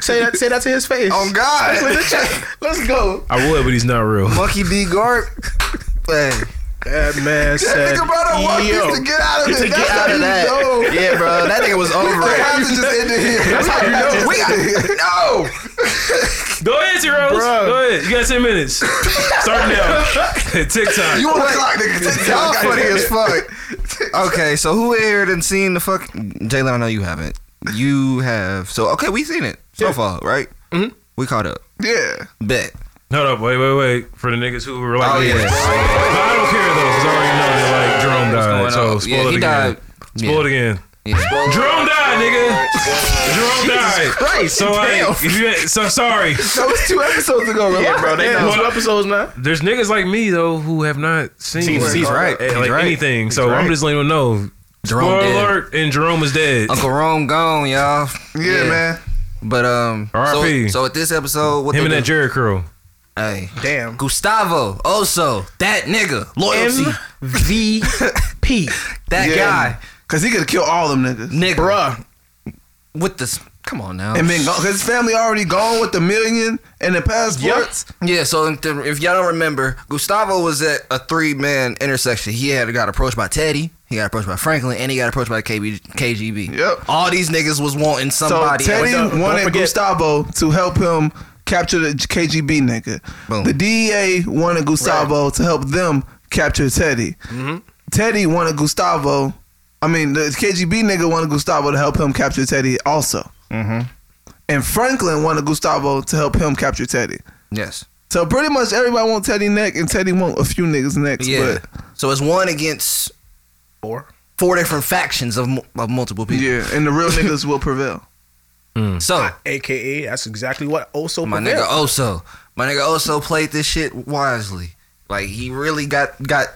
Say that. Say that to his face. Oh God. Let's go. I would, but he's not real. Monkey D. Garp. Hey. that man said. Nigga, bro, I don't want yo. this to get out of it. That's how out of you that. know. Yeah, bro. That nigga was over I have it. to just end it here. That's how you know. We got no. Go ahead, T Rose. Go ahead. You got 10 minutes. Start now. TikTok. You on the clock, nigga. Y'all funny as fuck. Okay, so who here done seen the fuck? Jalen, I know you haven't. You have. So okay, we seen it. Snowfall, right? Mm-hmm. We caught up. Yeah. Bet. Hold up. Wait, wait, wait. For the niggas who were like, Oh yeah. But I don't care though, because I already know that like Jerome died. So spoil yeah, it he again. died. Spoil it again. Jerome died, nigga. Jerome died. Christ, So damn. like, if you had, so sorry. That was two episodes ago, remember? Yeah, bro. They Damn. got two episodes now. There's niggas like me though who have not seen He's like, right. He's like right. anything. So I'm right. just letting them know. Jerome Spoiler dead. alert! And Jerome is dead. Uncle Rome gone, y'all. Yeah, man. But um, so, R.I.P.. so at this episode, what Him they and that do- Jerry curl. Hey, Damn. Gustavo, also that nigga, loyalty, MVP. that Yeah. guy, Cause he could have killed all them niggas. nigga, Bruh. with this. Come on now. And been gone. Cause his family already gone with the million and the passports. Yeah, so if, the- if y'all don't remember, Gustavo was at a three man intersection. He had got approached by Teddy, he got approached by Franklin, and he got approached by KB, KGB. Yep. All these niggas was wanting So somebody. Teddy don't- don't wanted forget- Gustavo to help him capture the KGB nigga. Boom. The DEA wanted Gustavo to help them capture Teddy. Mm-hmm. Teddy wanted Gustavo. I mean, the KGB nigga wanted Gustavo to help him capture Teddy also. Mm-hmm. And Franklin wanted Gustavo to help him capture Teddy. yes. So pretty much everybody want Teddy neck, and Teddy want a few niggas next. Yeah. But So it's one against Four. four different factions of, mu- of multiple people. yeah, and the real niggas will prevail. So AKA, that's exactly what also my nigga Oso, my nigga Oso played this shit wisely. Like he really got got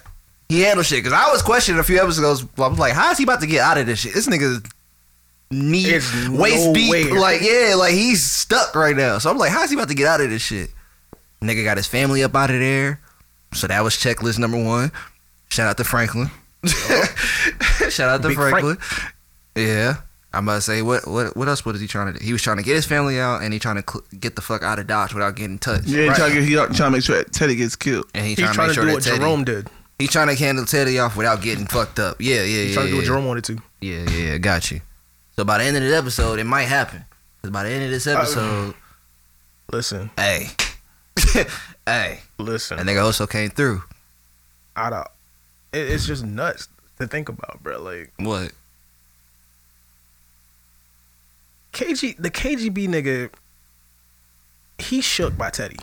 he handled shit. Cause I was questioning a few episodes. ago. I was like, how is he about to get out of this shit? This nigga knee It's waist no deep. way. Like yeah, like he's stuck right now. So I'm like, how is he about to get out of this shit? Nigga got his family up out of there. So that was checklist number one. Shout out to Franklin. Shout out to Big Frank. Franklin. Yeah. I'm about to say what what what else was he trying to do? He was trying to get his family out and he trying to cl- get the fuck out of Dodge without getting touched. Yeah, Right. trying to get, he trying to make sure that Teddy gets killed. and he trying He's to trying make to sure do that what Teddy, Jerome did. he trying to handle Teddy off without getting fucked up. Yeah, yeah, He's yeah. trying to do yeah, what Jerome wanted to. yeah, yeah, yeah, got you. So by the end of this episode, it might happen. 'Cause by the end of this episode, Listen, hey, hey, listen. that nigga also came through. I don't. It, it's just nuts to think about, bro. Like What? KG, the KGB nigga, he shook by Teddy.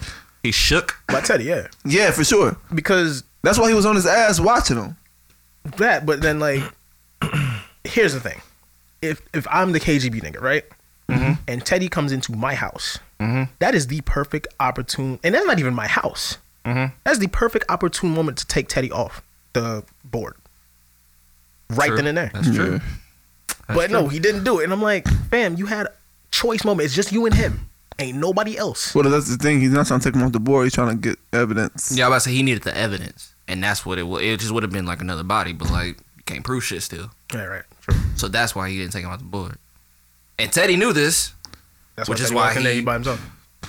He shook. By Teddy, yeah. Yeah, for sure. Because That's why he was on his ass watching him. that, but then like, here's the thing: if if I'm the KGB nigga, right, Mm-hmm. and Teddy comes into my house, that is the perfect opportune, and that's not even my house. Mm-hmm. That's the perfect opportune moment to take Teddy off the board, right then and there. That's true. but no, he didn't do it, and I'm like, fam, you had a choice moment. It's just you and him. Ain't nobody else. Well, that's the thing. He's not trying to take him off the board. He's trying to get evidence. Yeah, I was about to say he needed the evidence, and that's what it was. It just would have been like another body, but like you can't prove shit still. Right, right. True. So that's why he didn't take him out the board. And Teddy knew this. That's Which is Teddy why walked in there, he- by himself.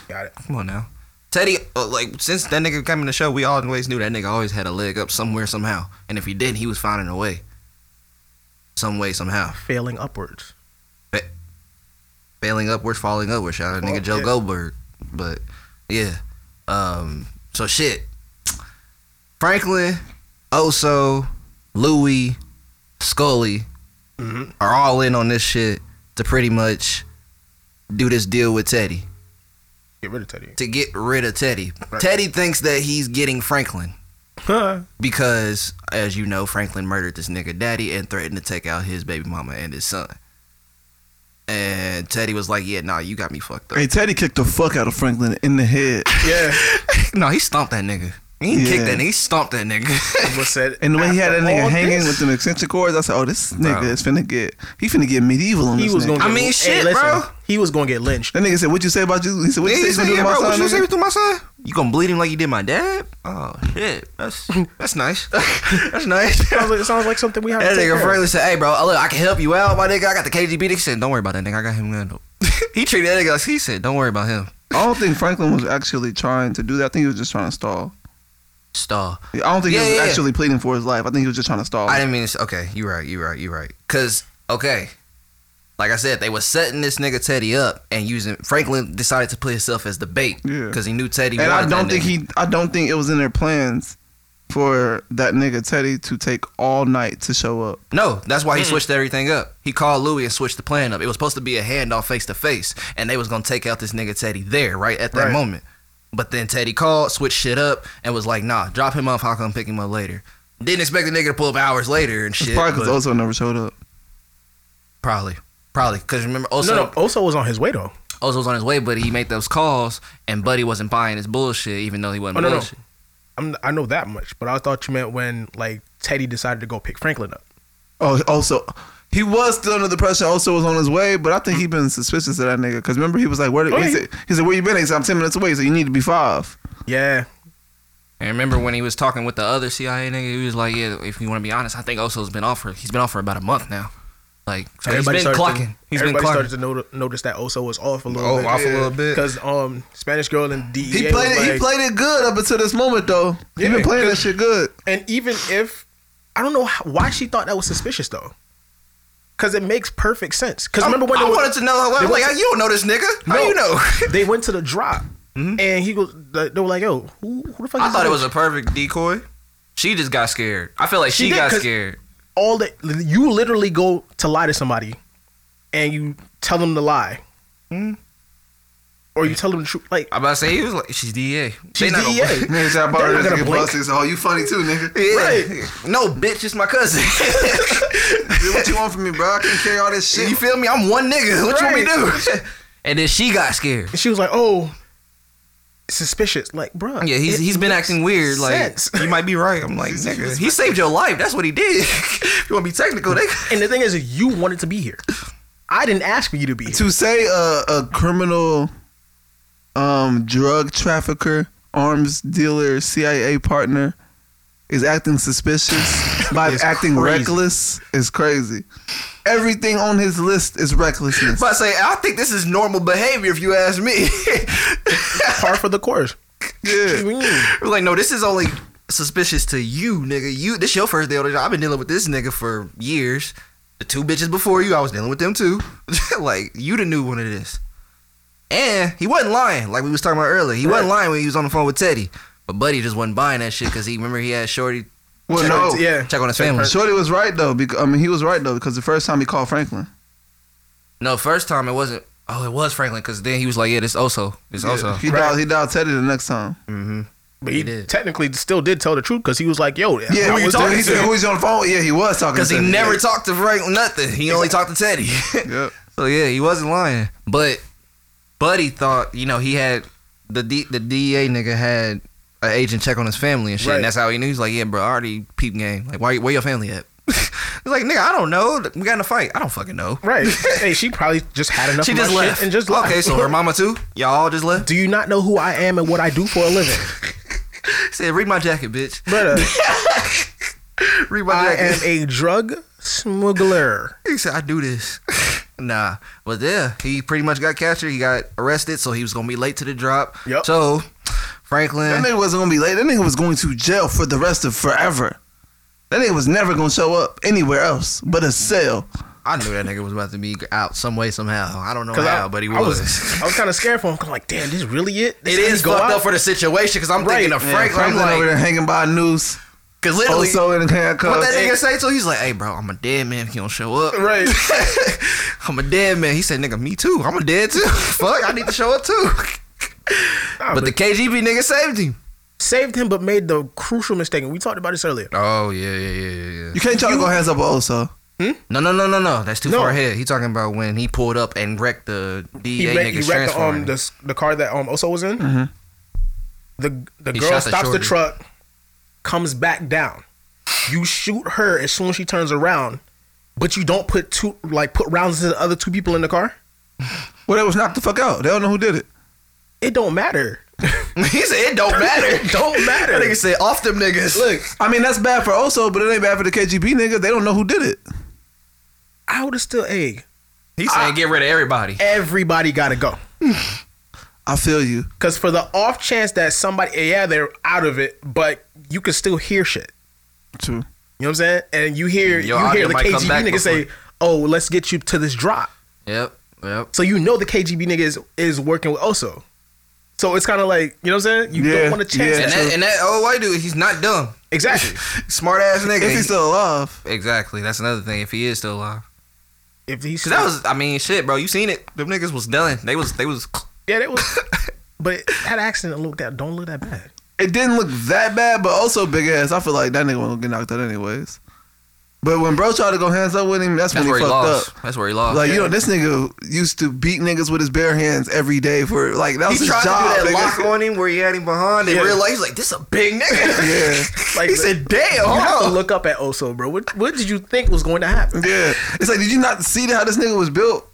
Got it. Come on now, Teddy. uh, Like since that nigga came in the show, we always knew that nigga always had a leg up somewhere somehow. And if he didn't, he was finding a way. Some way somehow, Failing upwards. failing upwards, falling upwards. Shout out to nigga Fuck Joe yeah. Goldberg. But yeah, um, so shit. Franklin, Oso, Louis, Scully, Mm-hmm. are all in on this shit to pretty much do this deal with Teddy Get rid of Teddy. to get rid of Teddy. Right. Teddy thinks that he's getting Franklin because, as you know, Franklin murdered this nigga daddy and threatened to take out his baby mama and his son. And Teddy was like, "Yeah, nah, you got me fucked up." Hey, Teddy kicked the fuck out of Franklin in the head. yeah. no, he stomped that nigga. He didn't kick Yeah. that nigga. He stomped that nigga. What said? And the way he had that after nigga all hanging this, with them extension cords, I said, "Oh, this nigga is finna get. He finna get medieval on He this was nigga." gonna. I get- mean, hey, shit, listen, bro. He was gonna get lynched. that nigga said, "What you say about you?" He said, "What Yeah, you he say said, you yeah, gonna do bro, to my what you say son?" you nigga?" do to my son? You gonna bleed him like you did my dad? Oh shit, that's that's nice. that's nice. Sounds like, it sounds like something we have. That to take nigga care of. Franklin said, "Hey, bro, uh, look, I can help you out, my nigga. I got the KGB." He said, "Don't worry about that nigga. I got him handled." he treated that nigga like he said, "Don't worry about him." I don't think Franklin was actually trying to do that. I think he was just trying to stall. Stall. I don't think he Yeah, was yeah, yeah. actually pleading for his life. I think he was just trying to stall. I didn't mean. It's, okay, you right. You right. You right. Cause okay, like I said, they was setting this nigga Teddy up and using Franklin decided to put himself as the bait. Yeah. Cause he knew Teddy. and I wanted don't that think nigga. he. I don't think it was in their plans for that nigga Teddy to take all night to show up. No, that's why he Hmm. switched everything up. He called Louis and switched the plan up. It was supposed to be a handoff face to face, and they was gonna take out this nigga Teddy there, right at that Right. moment. But then Teddy called, switched shit up, and was like, "Nah, drop him off. I'll come pick him up later." Didn't expect the nigga to pull up hours later and It's shit. probably because but Oso never showed up. probably, probably, because remember, also No, no. Oso was on his way though. Ozo was on his way, but he made those calls, and Buddy wasn't buying his bullshit, even though he wasn't Oh, no, no. bullshit. I'm, I know that much, but I thought you meant when like Teddy decided to go pick Franklin up. Oh, also, he was still under the pressure. Also, was on his way, but I think he been suspicious of that nigga. Cause remember, he was like, "Where?" did- Oh, he, yeah. said, "He said, where you been?" He said, "I'm ten minutes away, so you need to be five. Yeah. And remember when he was talking with the other CIA nigga, he was like, "Yeah, if you want to be honest, I think Oso's been off for he's been off for about a month now. Like so he's been started clocking. To, He's been everybody started clocking. to not- notice that Oso was off a little. Oh, bit. off a little bit. Because um, Spanish girl and DEA. He played was it. like- he played it good up until this moment, though. he Yeah, been playing that shit good. And even if I don't know how, why she thought that was suspicious though, because it makes perfect sense. Because remember when I they were- wanted to know how they I'm like, went you don't know this nigga. How you know? they went to the drop, and he goes. They were like, "Yo, who, who the fuck?" I is thought it this was a perfect decoy. She just got scared. I feel like She she, did, got 'cause- scared. all that you literally go to lie to somebody and you tell them to lie or you tell them the truth like I'm about to say he was like, she's DA. she's Uh, not gonna- DEA Nigga, said, I borrowed They're not this gonna nigga blink. bus. He said, "Oh, you funny too, nigga." Yeah. Right. No, bitch, it's my cousin. Dude, what you want from me, bro? I can't carry all this shit. you feel me? I'm one nigga. What you want me to do? and then she got scared. and she was like oh suspicious like bruh Yeah, he's it he's been makes acting weird. sense. Like you might be right. I'm like, nigga, he saved your life. That's what he did. if you want to be technical, they and the thing is you wanted to be here I didn't ask for you to be here to say a, a criminal, um, drug trafficker, arms dealer, CIA partner is acting suspicious by It's acting crazy. reckless is crazy. Everything on his list is recklessness. But I say, I think this is normal behavior. If you ask me, par for the course yeah. We're like, no, this is only suspicious to you, nigga. You, this your first day on the job. I've been dealing with this nigga for years. The two bitches before you, I was dealing with them too. like, you the new one of this. And he wasn't lying, like we was talking about earlier. He wasn't lying when he was on the phone with Teddy. But Buddy just wasn't buying that shit because he remember he had Shorty Well, no. yeah check on his family. Shorty was right though. Because, I mean, he was right though because the first time he called Franklin. No, first time it wasn't. Oh, it was Franklin because then he was like, "Yeah, this also, this also." He dialed, he dialed Teddy the next time. Mm-hmm. But he, He did. technically still did tell the truth because he was like, "Yo, Yeah, I who you was talking there. to? He said, who is on the phone? Yeah, he was talking Because to he Teddy. never Yeah. talked to Frank nothing. He only talked to Teddy. Yep. so yeah, he wasn't lying. But Buddy thought, you know, he had the D, the DEA nigga had an agent check on his family and shit. Right. And that's how he knew. He's like, yeah, bro, I already peep game. Like, why, where your family at? He's like, nigga, I don't know. We got in a fight. I don't fucking know. Right? hey, she probably just had enough. She of just my shit left and just left. Okay, so her mama too. Y'all just left. do you not know who I am and what I do for a living, Said, read my jacket, bitch. brother? Read my I jacket. am a drug smuggler. He said, I do this. nah. But yeah, he pretty much got captured. He got arrested, so he was going to be late to the drop. Yep. So, That Franklin. nigga wasn't gonna be late. That nigga was going to jail for the rest of forever. That nigga was never gonna show up anywhere else but a cell. I knew that nigga was about to be out some way, somehow. I don't know 'Cause how, I- but he I was. was, I was kind of scared for him. I'm like, damn, this really it? This it how is you go fucked out? up for the situation because I'm Right. thinking of Yeah, Franklin. Franklin I'm over like, there hanging by a noose, Oh, because literally, also in what handcuffs. that nigga say to? him? He's like, hey, bro, I'm a dead man if you don't show up. Right. I'm a dead man. He said, nigga, me too. I'm a dead too. Fuck, I need to show up too. Nah, but the KGB nigga saved him. saved him, but made the crucial mistake. And we talked about this earlier. Oh, yeah, yeah, yeah, yeah, yeah. You can't try to go hands up with Oso. No, no, no, no, no. That's too No. far ahead. He talking about when he pulled up and wrecked the He, DEA wrecked, he niggas wrecked the um transforming. the, s- the car that um Oso was in. The the Mm-hmm. He girl shot the stops the shorty. truck, comes back down. You shoot her as soon as she turns around, but you don't put two like put rounds into the other two people in the car. Well, they was knocked the fuck out. They don't know who did it. It don't matter. he said it don't matter. Don't matter. That nigga said off them niggas. Look, I mean, that's bad for Oso, but it ain't bad for the KGB nigga. They don't know who did it. I would have still egg. he saying get rid of everybody. Everybody gotta go. I feel you. Cause for the off chance that somebody yeah, they're out of it, but you can still hear shit. True. You know what I'm saying? And you hear Your you hear audio the might come KGB back nigga say, "Oh, let's get you to this drop." Yep. Yep. So you know the KGB nigga is, is working with Oso. So it's kind of like you know what I'm saying? You Yeah, don't want to chance yeah. And that. that, and that old white dude, he's not dumb. Exactly. Smart ass nigga. If he's still alive, exactly. That's another thing. If he is still alive, If he's because that was, I mean, shit, bro. You seen it? Them niggas was done. They was, they was. yeah, that was. But that accident looked that don't look that bad. it didn't look that bad, but also big ass. I feel like that nigga won't get knocked out anyways. But when bro tried to go hands up with him, that's, That's when where he he fucked lost. up. That's where he lost. Like you know, this nigga used to beat niggas with his bare hands every day for like that was he his tried job. to do that nigga. lock on him where he had him behind. They Yeah. realized he's like, this a big nigga. Yeah, Like he said, damn. you have to huh?" look up at Oso, bro. What what did you think was going to happen? yeah. It's like, did you not see how this nigga was built?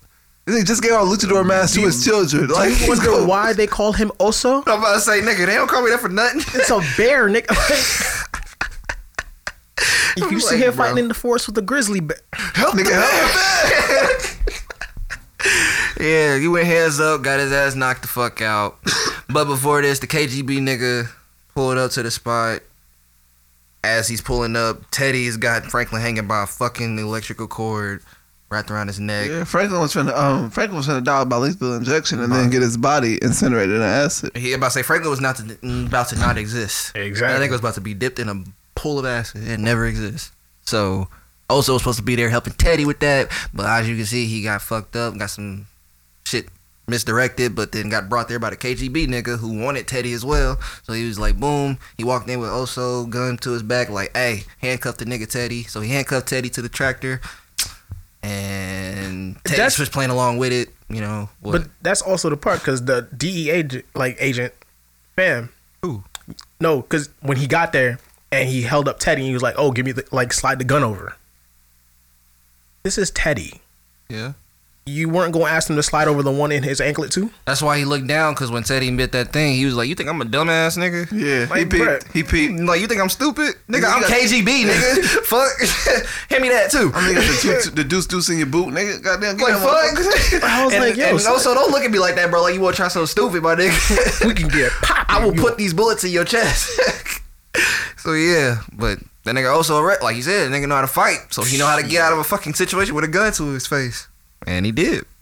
This nigga just gave out luchador mask to his children. Like, You wonder why they call him Oso? I'm about to say, nigga, they don't call me that for nothing. It's a bear, nigga. if you see Like, him bro. fighting in the forest with a grizzly bear, help nigga, help. Yeah, he went hands up, got his ass knocked the fuck out. but before this, the KGB nigga pulled up to the spot. As he's pulling up, Teddy's got Franklin hanging by a fucking electrical cord wrapped around his neck. Yeah, Franklin was finna um Franklin was finna die by lethal injection and then get his body incinerated in acid. He about to say Franklin was not to, mm, about to not exist. Exactly. I think it was about to be dipped in a pool of acid and never exist. So also was supposed to be there helping Teddy with that, but as you can see, he got fucked up, got some shit misdirected, but then got brought there by the KGB nigga who wanted Teddy as well. So he was like, boom. He walked in with Oso gun to his back, like, hey, handcuff the nigga Teddy. So he handcuffed Teddy to the tractor. And Teddy That's- was playing along with it, you know. What? But that's also the part because the DEA ag- like agent, fam. Who? No, because when he got there and he held up Teddy, he was like, "Oh, give me the like slide the gun over." This is Teddy. yeah. You weren't going to ask him to slide over the one in his anklet too. That's why he looked down because when Teddy bit that thing, he was like, "You think I'm a dumbass nigga? Yeah, he Like, peeped. bruh. He peeped. Like you think I'm stupid, nigga? I'm got- KGB, nigga. fuck, hit me that too. I mean, the, the deuce deuce in your boot, nigga. Goddamn, get like that motherfucker. fuck. I was and, like, yo, and son. also don't look at me like that, bro. Like you want to try so stupid, my nigga. We can get popped. I will put these bullets in your chest. so yeah, but that nigga also a rat- like he said, that nigga know how to fight, so he know how to get out of a fucking situation with a gun to his face, and he did.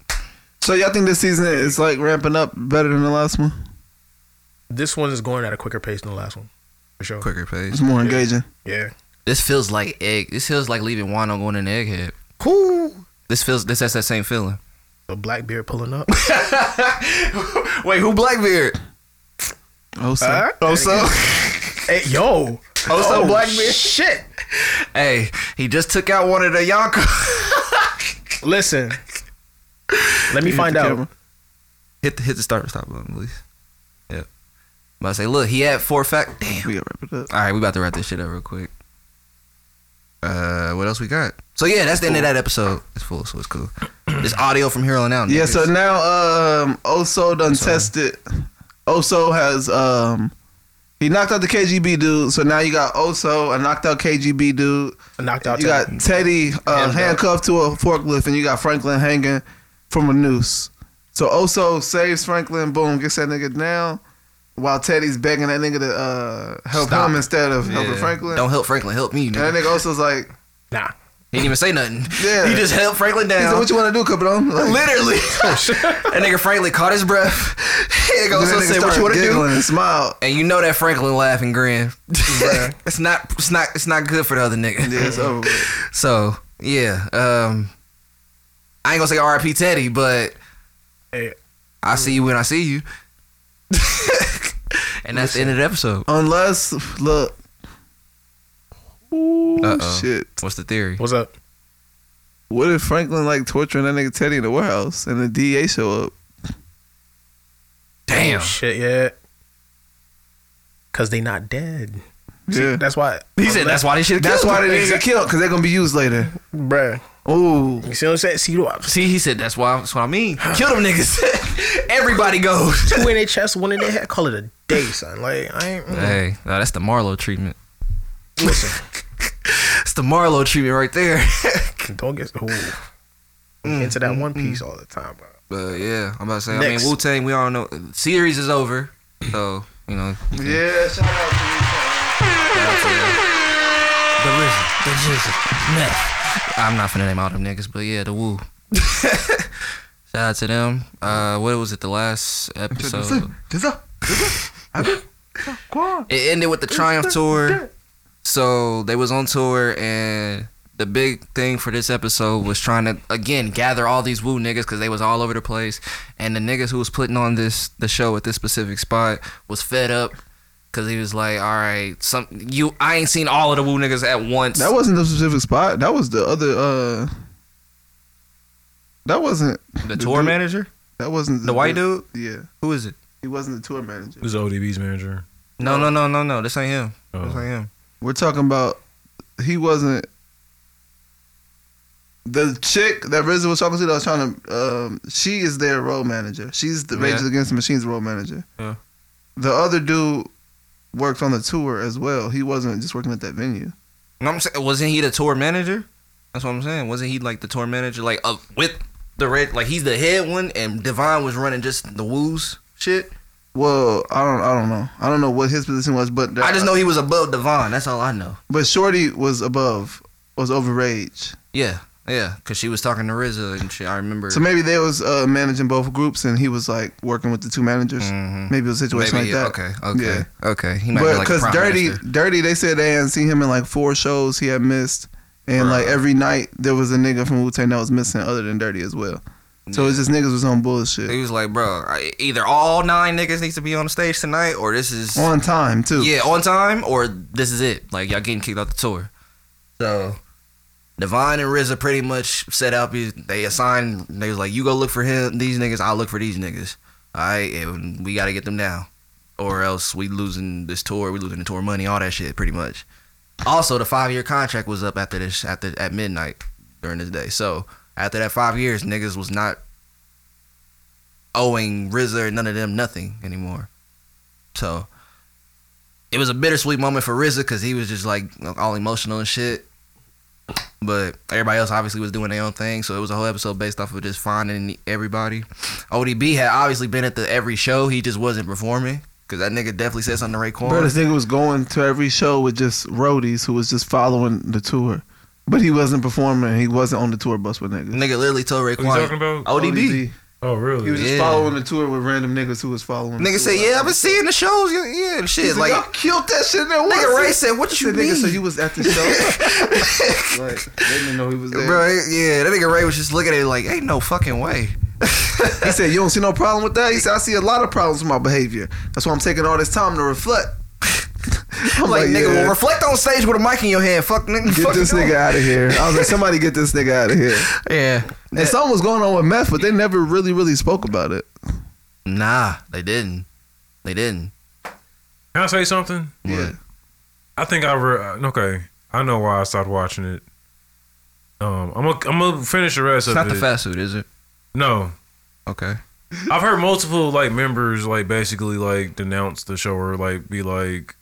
So y'all think this season is like ramping up better than the last one? This one is going at a quicker pace than the last one, for sure. Quicker pace. It's more engaging. Yeah. This feels like egg. This feels like leaving Wano going in egghead. Cool. This feels. This has that same feeling. A Blackbeard pulling up. Wait, who Blackbeard? Oh, so. Huh? Oso. Hey, yo. Oh, Oh, Oso Blackbeard. Shit. Oh. Hey, he just took out one of the Yonko. Listen. Let me Hit find the out. camera. hit the hit the start stop button, please. Yep. But I say, look, he had four fact. Damn. We gotta wrap it up. All right, we about to wrap this shit up real quick. Uh, what else we got? So yeah, that's the end of that episode. It's full, so it's cool. It's audio from here on out. Yeah, so niggas. now um Oso done tested. Oso has um he knocked out the KGB dude, so now you got Oso, a knocked out KGB dude. Knocked out. you Ted. got Teddy uh, Handcuffed. handcuffed to a forklift, and you got Franklin hanging from a noose. So Oso saves Franklin, boom, gets that nigga down, while Teddy's begging that nigga to uh, help Stop. him instead of helping Yeah. Franklin. Don't help Franklin, help me. and that Nigga. nigga Oso's like, Nah. He didn't even say nothing. Yeah. He just helped Franklin he down. said, "What you want to do, Capron?" Like, Literally. that nigga Franklin caught his breath. He then goes, that so nigga said, what started you want to do? giggling and smiled. And you know that Franklin laugh and grin. it's not it's not it's not good for the other nigga. Yeah, it's over. with. So yeah, um, I ain't gonna say R.I.P. Teddy, but Hey. I see you when I see you. and that's the end of the episode. Unless look. Ooh, Uh-oh. shit. What's the theory? What's up? What if Franklin like torturing that nigga Teddy in the warehouse and the DA show up? Damn. Oh, shit, yeah. Cause they not dead. See, Yeah. that's why. He said that's why they should have That's killed why they him. didn't get killed, because they're gonna be used later. bruh. Ooh. You see what I'm saying? See what? See, he said that's why. That's what I mean. Kill them niggas. Everybody goes. Two in their chest, one in their head. Call it a day, son. Like I ain't. mm. Hey, nah, that's the Marlowe treatment. Listen, That's the Marlowe treatment right there. mm, don't get ooh. Mm, into that one piece all the time, bro. But yeah, I'm about to say. I Next. mean, Wu Tang. We all know series is over. So you know. Yeah, shout out to The Rizzo, the Jizzy, Meth. I'm not finna name all them niggas, but yeah, the Woo. Shout out to them. Uh, what was it? The last episode. It ended with the Triumph tour. So they was on tour, and the big thing for this episode was trying to again gather all these Woo niggas because they was all over the place, and the niggas who was putting on this the show at this specific spot was fed up. Cause he was like, "All right, some you, I ain't seen all of the Woo niggas at once." That wasn't the specific spot. That was the other uh That wasn't The tour dude- manager? That wasn't The white dude? Yeah. Who is it? He wasn't the tour manager. Who's ODB's manager? No, no, no, no, no. This ain't him. This Oh. ain't him. We're talking about he wasn't the chick that RZA was talking to that was trying to um, she is their role manager. She's the Rage Yeah. Against the Machine's role manager. Yeah. The other dude worked on the tour as well. He wasn't just working at that venue. No, I'm saying, wasn't he the tour manager? That's what I'm saying. Wasn't he like the tour manager, like uh, with the red, like he's the head one, and Divine was running just the woos shit. Well, I don't I don't know. I don't know what his position was, but I just know he was above Divine. That's all I know. but Shorty was above was over Rage. Yeah, yeah, because she was talking to RZA and shit. I remember. So maybe they was uh, managing both groups and he was like working with the two managers. Mhm. Maybe it was a situation Maybe, like that. okay, okay, okay. He might be But like because because Dirty, Dirty, they said they hadn't seen him in like four shows he had missed, and like every night there was a nigga from Wu Tang that was missing other than Dirty as well. So it's just niggas was on bullshit he was like, bro, I, either all nine niggas needs to be on the stage tonight, or this is on time too. Yeah, on time or this is it. Like y'all getting kicked out the tour. So Divine and RZA pretty much set out. these- They assigned. They was like, you go look for him. These niggas. I'll look for these niggas. All right, and we got to get them now, or else we losing this tour. We losing the tour money. All that shit, pretty much. Also, the five year contract was up after this. After at midnight during this day. So after that five years, niggas was not owing RZA or none of them nothing anymore. So it was a bittersweet moment for RZA because he was just like all emotional and shit. But everybody else obviously was doing their own thing, so it was a whole episode based off of just finding everybody. ODB had obviously been at the every show; he just wasn't performing because that nigga definitely said something to Bro, this Raekwon. nigga was going to every show with just roadies who was just following the tour, but he wasn't performing. He wasn't on the tour bus with niggas. Nigga literally told What you talking Raekwon, about? ODB. Oh, He really? was just Yeah. following the tour with random niggas who was following. the Nigga said, tour. "Yeah, I've been seeing the shows, yeah, yeah, and He shit." said, Like, y'all killed that shit. in There nigga wasn't Ray it?" said, "What He you said, nigga, so mean?" you was at the show? like, they didn't know he was there. Bro, yeah, that nigga Ray was just looking at it like, ain't no fucking way. he said, "You don't see no problem with that." He said, "I see a lot of problems with my behavior. That's why I'm taking all this time to reflect." I'm like, nigga, yeah, well, reflect on stage with a mic in your hand. Fuck, nigga. get fuck this you doing? nigga out of here. I was like, "Somebody get this nigga out of here." Yeah. And something was going on with meth, but they never really, really spoke about it. Nah, they didn't. They didn't. Can I say something? Yeah, I think I re- uh, okay. I know why I stopped watching it. Um, I'm gonna I'm gonna finish the rest It's of not it. the fast food, is it? no, Okay. I've heard multiple like members like basically like denounce the show or like be like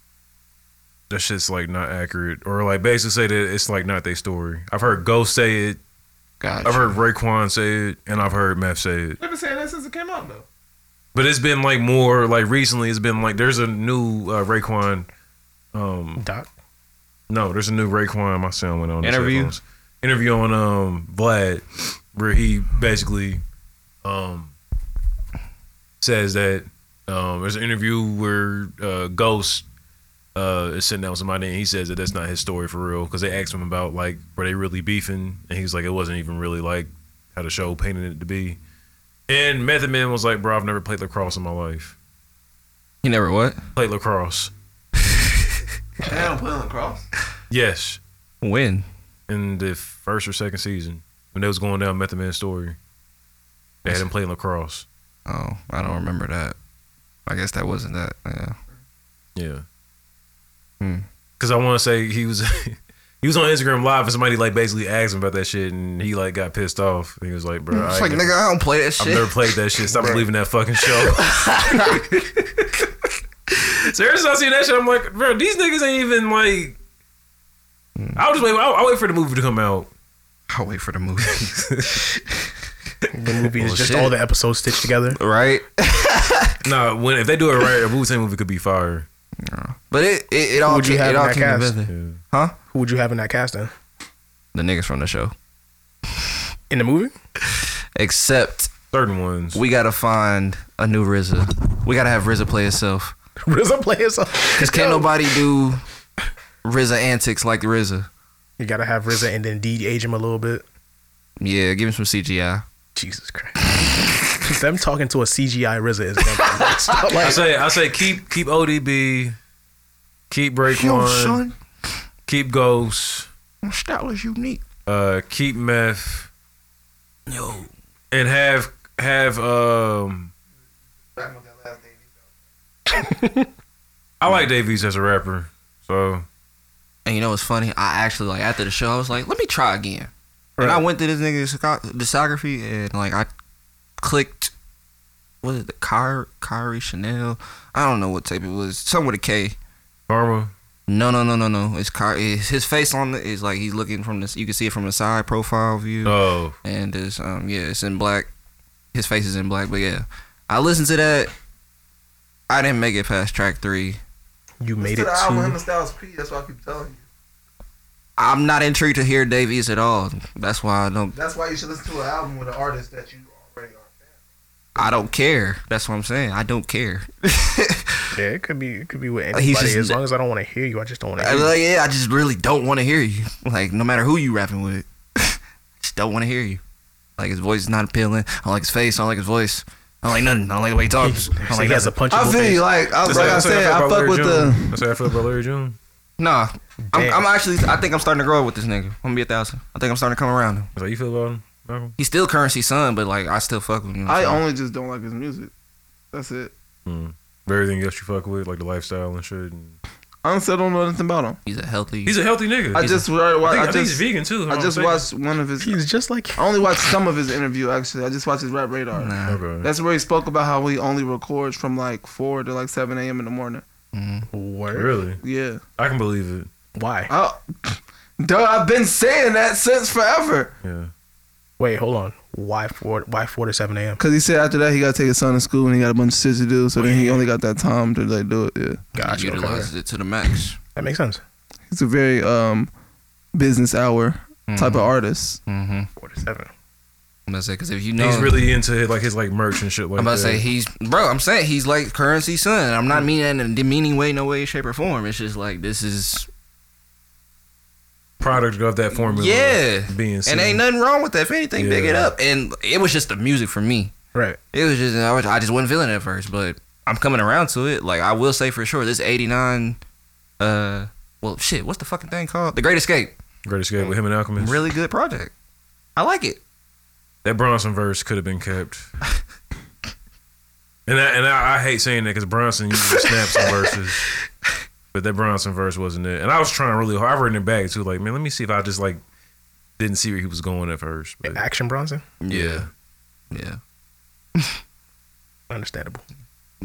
that shit's like not accurate or like basically say that it's like not their story. I've heard Ghost say it. Gotcha. I've heard Raekwon say it, and I've heard Meth say it. they've been saying that since it came out though. But it's been like more like recently. It's been like there's a new uh, Raekwon. Um, Doc. no, there's a new Raekwon. My sound went on his Interview? headphones. Interview on um Vlad, where he basically um says that um there's an interview where uh, Ghost uh is sitting down with somebody and he says that that's not his story for real because they asked him about like were they really beefing and he's like it wasn't even really like how the show painted it to be. And Method Man was like, bro, I've never played lacrosse in my life. You never what? Played lacrosse. They don't play lacrosse. Yes. When? in the first or second season when they was going down Method Man's story. They had him playing lacrosse. Oh, I don't remember that. I guess that wasn't that. Yeah. Yeah. Hmm. Cause I want to say he was he was on Instagram live and somebody like basically asked him about that shit and he like got pissed off. He was like, "Bro, I Hmm. It's ain't like, never- nigga, I don't play that I've shit. never played that shit. Stop believing that fucking show." Seriously, I see that shit. I'm like, bro, these niggas ain't even like. I'll just wait. I'll, I'll wait for the movie to come out. I'll wait for the movie. The movie is Well, just shit. all the episodes stitched together. right? Nah, when if they do it right, a Wu Tang movie could be fire. But it, it, it all, would you came, it have in all that came cast? together. Yeah. Who would you have in that cast then? The niggas from the show. In the movie? Except Certain ones. we gotta find a new RZA. We gotta have RZA play itself. RZA plays. Cause can't nobody do RZA antics like RZA. You gotta have RZA and then de-age him a little bit. Yeah, give him some CGI. Jesus Christ. Them talking to a CGI RZA is gonna be I like, say, I say, keep keep ODB, keep Break One, keep Ghost, my style is unique. uh, keep Meth, yo, and have have um. I like Davies as a rapper, so And you know what's funny? I actually like after the show, I was like, let me try again. And I Right. went to this nigga's disco- discography and like I clicked. What is it? The Ky- Kyrie Chanel? I don't know what tape it was. Some with a K. Karma. No, no, no, no, no. It's Kyrie. it's- His face on it is like he's looking from this. You can see it from the side profile view. Oh, and it's um yeah, it's in black. His face is in black, but yeah, I listened to that. I didn't make it past track three. you made it the album him to and Styles P. That's why I keep telling you. I'm not intrigued to hear Dave East at all. That's why I don't. That's why you should listen to an album with an artist that you already are. I don't care. That's what I'm saying. I don't care. yeah, it could be it could be with He's anybody. just- as long as I don't want to hear you, I just don't want to I hear you. like, yeah, I just really don't want to hear you. Like, no matter who you rapping with, just don't want to hear you. Like his voice is not appealing. I don't like his face. I don't like his voice. I don't like nothing. I don't like the way he talks. I don't So like he has a nothing. punchable I feel face. you. Like I, That's was like how- I that's how said, feel I about fuck Larry with the. June. That's how I feel about Larry June. Nah, I'm, Damn. I'm actually. I think I'm starting to grow up with this nigga. I'm gonna be a thousand. I think I'm starting to come around him. That's how you feel about him, Malcolm? He's still currency son, but like I still fuck with him. I only just don't like his music. That's it. Mm. But Everything else you fuck with, like the lifestyle and shit. and- Honestly, I don't know nothing about him. he's a healthy. He's a healthy nigga. I just started wa- I think, I I think he's just vegan too. if I I'm just mistaken. watched one of his. He's just like I only watched some of his interview actually. I just watched his rap radar. nah. Okay. That's where he spoke about how he only records from like four to like seven a.m. in the morning. word. Really? Yeah. I can believe it. Why? I, duh, I've been saying that since forever. Yeah. Wait, hold on. Why four why four to seven AM? Cause he said after that he got to take his son to school and he got a bunch of shit to do. So then he only got that time to like do it. Yeah. Gosh, he okay. utilizes it to the max. That makes sense. He's a very um business hour type of artist. Mm-hmm. Four to seven. I'm about to say because if you know, He's really into like his like merch and shit like I'm about to that. say uh, he's bro. I'm saying he's like currency son. I'm not meaning that in a demeaning way, no way, shape or form. It's just like this is product of that formula. Yeah. being And seen. ain't nothing wrong with that. If anything, pick it Yeah. up. And it was just the music for me. Right. It was just I, was, I just wasn't feeling it at first, but I'm coming around to it. Like I will say for sure, this '89. Uh, well, shit. What's the fucking thing called? The Great Escape. Great Escape with him and Alchemist. Really good project. I like it. That Bronson verse could have been kept. and I, and I, I hate saying that because Bronson usually snaps some verses, but that Bronson verse wasn't it. And I was trying really hard. I've written it back too. Like, man, let me see if I just like didn't see where he was going at first. But Action Bronson. yeah, Yeah. Understandable.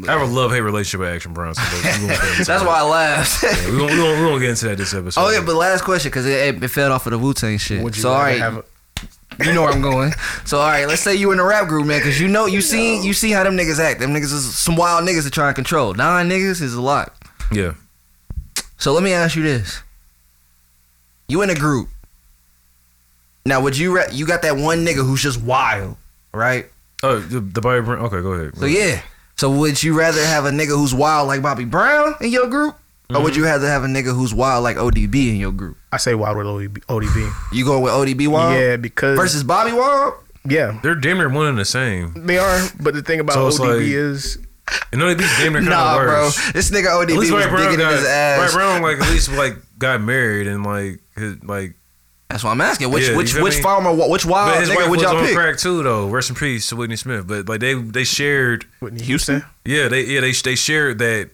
I have a love hate relationship with Action Bronson. But we won't get into That's that. why I laughed. Yeah, we won't, we won't, we won't get into that this episode. oh yeah, but last question because it, it fed off of the Wu Tang shit. Would you so all rather right, have a, you know where I'm going. So all right, let's say you in a rap group, man, because you know you see you see how them niggas act. Them niggas is some wild niggas to try and control. Nine niggas is a lot. yeah. So let me ask you this: You in a group. Now, would you ra- you got that one nigga who's just wild, right? Oh, the, the Bobby Brown. Okay, go ahead. So yeah. So would you rather have a nigga who's wild like Bobby Brown in your group, or Mm-hmm. would you rather have a nigga who's wild like ODB in your group? I say wild with ODB. ODB. You going with ODB wild Yeah, because versus Bobby Wild? yeah, They're damn near one and the same. they are. But the thing about So it's ODB like- is And no, they be damn near kind Nah, of bro. worse. This nigga ODB At was least Bobby Brown digging got in his ass. Bobby Brown like at least like got married and like his, like That's why I'm asking. Which Yeah, you which feel which me? farmer? Which wild But his Oh, nigga wife would was y'all on pick? crack too, though. Rest in peace to Whitney Smith. But like they they shared, Whitney Houston? yeah, they yeah they they shared that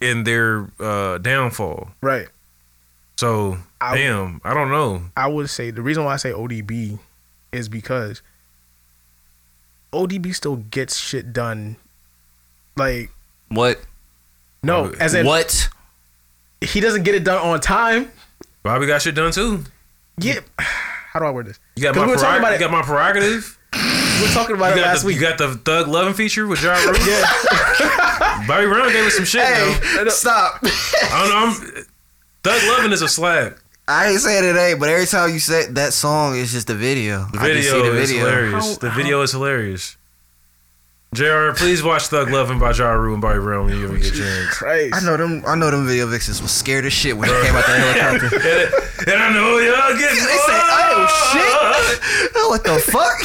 in their uh downfall. Right. So I- damn, I don't know. I would say the reason why I say ODB is because ODB still gets shit done. Like What? no, as in What? he doesn't get it done on time. Bobby got shit done too. Yeah. How do I word this? You got 'Cause my we were talking prerog- about you it. got my prerogative. We were talking You about it got, last the, week. you got the thug loving feature with Ja Rule. Bobby Brown gave us some shit though. Hey, stop. I don't know. I'm, thug loving is a slap. I ain't saying it ain't, but every time you say that song, it's just the video. The I video just see the is video. hilarious. the video is hilarious. JR, please watch Thug Loving by Ja Rule and Bobby Brown when you ever get a chance. Christ. I know them. I know them video vixens was scared as shit when they came out the helicopter. and, and I know y'all get They said, "Oh shit! what the fuck?"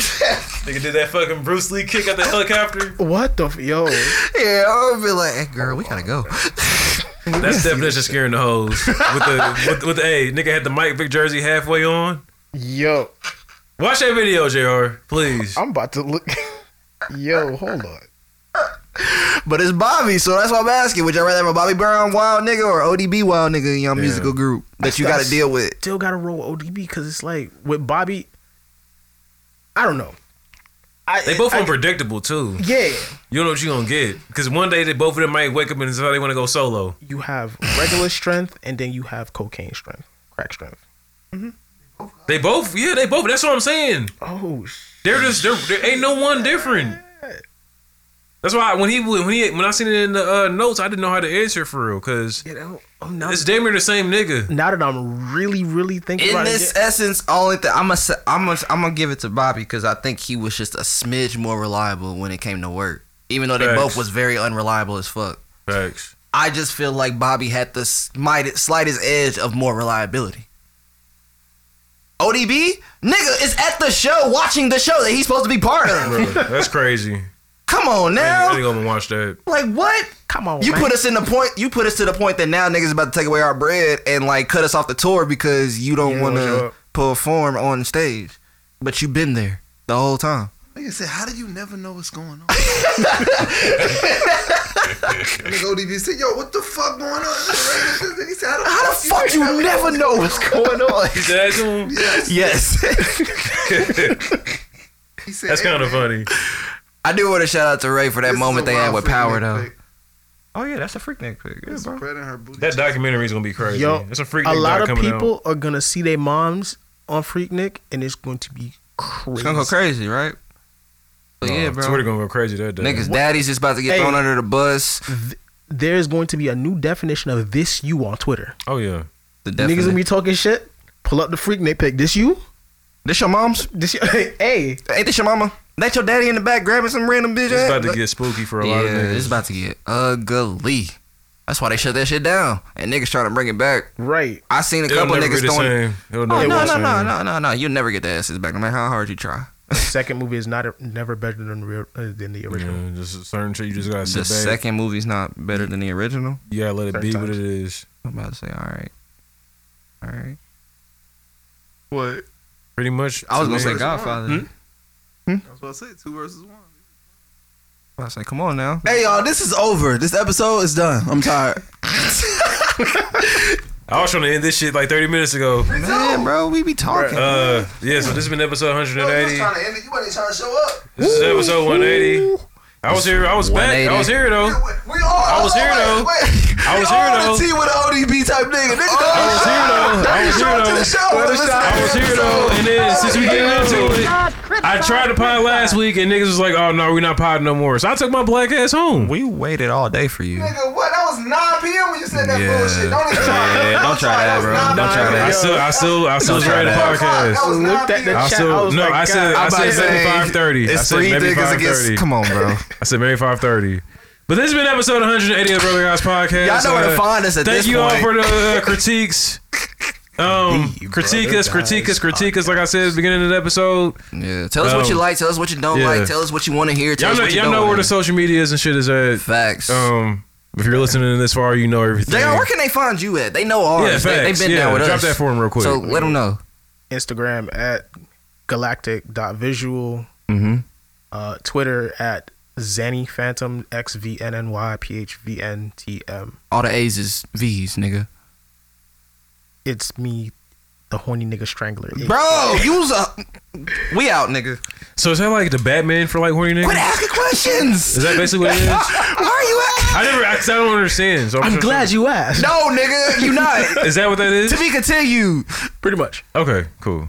Nigga did that fucking Bruce Lee kick out the helicopter. What the f- yo? yeah, I would be like, hey, "Girl, we gotta go." That's definition scaring the hoes. With the with, with the hey, nigga had the Mike Vick jersey halfway on. Yo, Watch that video, Jr. Please. I'm about to look. Yo, hold on. But it's Bobby, so that's why I'm asking. Would y'all rather have a Bobby Brown wild nigga or ODB wild nigga in your musical group that you got to That's- deal with? Still gotta roll ODB because it's like with Bobby. I don't know. I, They both I- unpredictable too. yeah. You don't know what you gonna get because one day they both of them might wake up and decide they want to go solo. You have regular strength and then you have cocaine strength, crack strength. They both, yeah, they both. That's what I'm saying. Oh They're just they're, there ain't no one different. That's why when he when he when I seen it in the uh, notes, I didn't know how to answer for real because shit! I'm- I'm not. it's damn near the same nigga. now that I'm really, really thinking In about this it, essence, only thing I'm gonna I'm gonna I'm gonna give it to Bobby because I think he was just a smidge more reliable when it came to work, even though they Facts. both was very unreliable as fuck. Facts. I just feel like Bobby had the smited, slightest edge of more reliability. ODB, nigga, is at the show watching the show that he's supposed to be part of. That's crazy. Come on I ain't now, gonna watch that. like what? come on, You man. put us in the point. You put us to the point that now niggas about to take away our bread and like cut us off the tour because you don't You want don't show to up. perform on stage, but you've been there the whole time. Like I said, how do you never know what's going on? Nigga ODB said, yo, what the fuck going on? He said, how the How the fuck you never know what's going on? Is that cool? yes, He said, That's "Hey, kind of man, funny. I do want to shout out to Ray for that this is a moment they had wild with freak Power nigga though. pic. Oh yeah, that's a freak neck pick. It's spreading her booty. That documentary is gonna be crazy. Yo, it's a freak. a Nick lot doc of coming out. people are gonna see their moms on Freaknik, and it's going to be crazy. It's gonna go crazy, right? But Oh, yeah, bro. Twitter gonna go crazy that day. Niggas, daddy's just about to get Hey. thrown under the bus. There is going to be a new definition of this you on Twitter. Oh yeah. The Niggas gonna definite- be talking shit. Pull up the Freaknik pic. This you? this your mom's? This you? hey, Ain't this your mama? That your daddy in the back grabbing some random bitch? It's ass? about to get spooky for a lot of yeah, niggas. it's about to get ugly. That's why they shut that shit down. And niggas trying to bring it back. Right. I seen a It'll couple never be niggas the throwing. same. It'll Oh, never no, be the no, no, same. no, no, no. You'll never get the asses back, no matter how hard you try. The second movie is not never better than real, uh, than the original. Yeah, just certain shit you just gotta The sit back. second movie's not better than the original. You gotta let it be Certain what times. it is. I'm about to say, all right, all right. What? Pretty much. I was gonna to say me, Godfather. Hmm? I was about to say two versus one. I say, come on now. Hey y'all, this is over. This episode is done. I'm tired. I was trying to end this shit like 30 minutes ago. Man, bro, we be talking. Uh, yeah, so this has been episode 180. to end it. You wasn't trying to show up. This is episode 180. I was here. I was back. I was 180. here though. We all. I was here, though. I was here, though. T with an ODB type nigga. Nigga, I was here though. I to the show. was here though. Listen to the I was here though. And then since we getting into it, I tried to pod last week and niggas was like, "Oh no, we not podding no more." So I took my black ass home. we waited all day for you. Nigga, what? That was 9 p.m. when you said that Yeah. bullshit. Don't even try. Yeah, don't try that, bro. Don't try I that. still, I still, I still was ready to That was podcast. not- that was Looked not at the the- I chat. still I was no. like, I said God. I said say, maybe five thirty. I It's said three maybe niggas five against. thirty. Come on, bro. I said maybe five thirty. But this has been episode 180 of Brother Guys Podcast. Y'all know where to Uh, find us at Thank this you all point. for the uh, critiques. Um, critique us, critique us, critique us. Like I said at the beginning of the episode, yeah, tell us what you Um, like. Tell us what you don't yeah. like. Tell us what you want to hear. Tell y'all us know, what you y'all don't know where wanna the social medias and shit is at. hear. facts. Um, if you're listening this far, you know everything. They are, where can they find you at? They know yeah, facts. ours. they, have been yeah, down with drop us. that for him real quick. So let them know. Instagram at galactic.visual, Mm-hmm. uh, Twitter at Zanny Phantom X V N N Y P H V N T M. All the A's is V's, nigga. It's me, the horny nigga strangler. Bro, you was a. We out, nigga. so is that like the Batman for like horny Quit niggas? asking questions. Is that basically what it is? Where are you at? I never, I, 'cause I don't understand. So I'm, I'm just- glad you asked. No, nigga, you not. Is that what that is? to be continued. Pretty much. Okay, cool.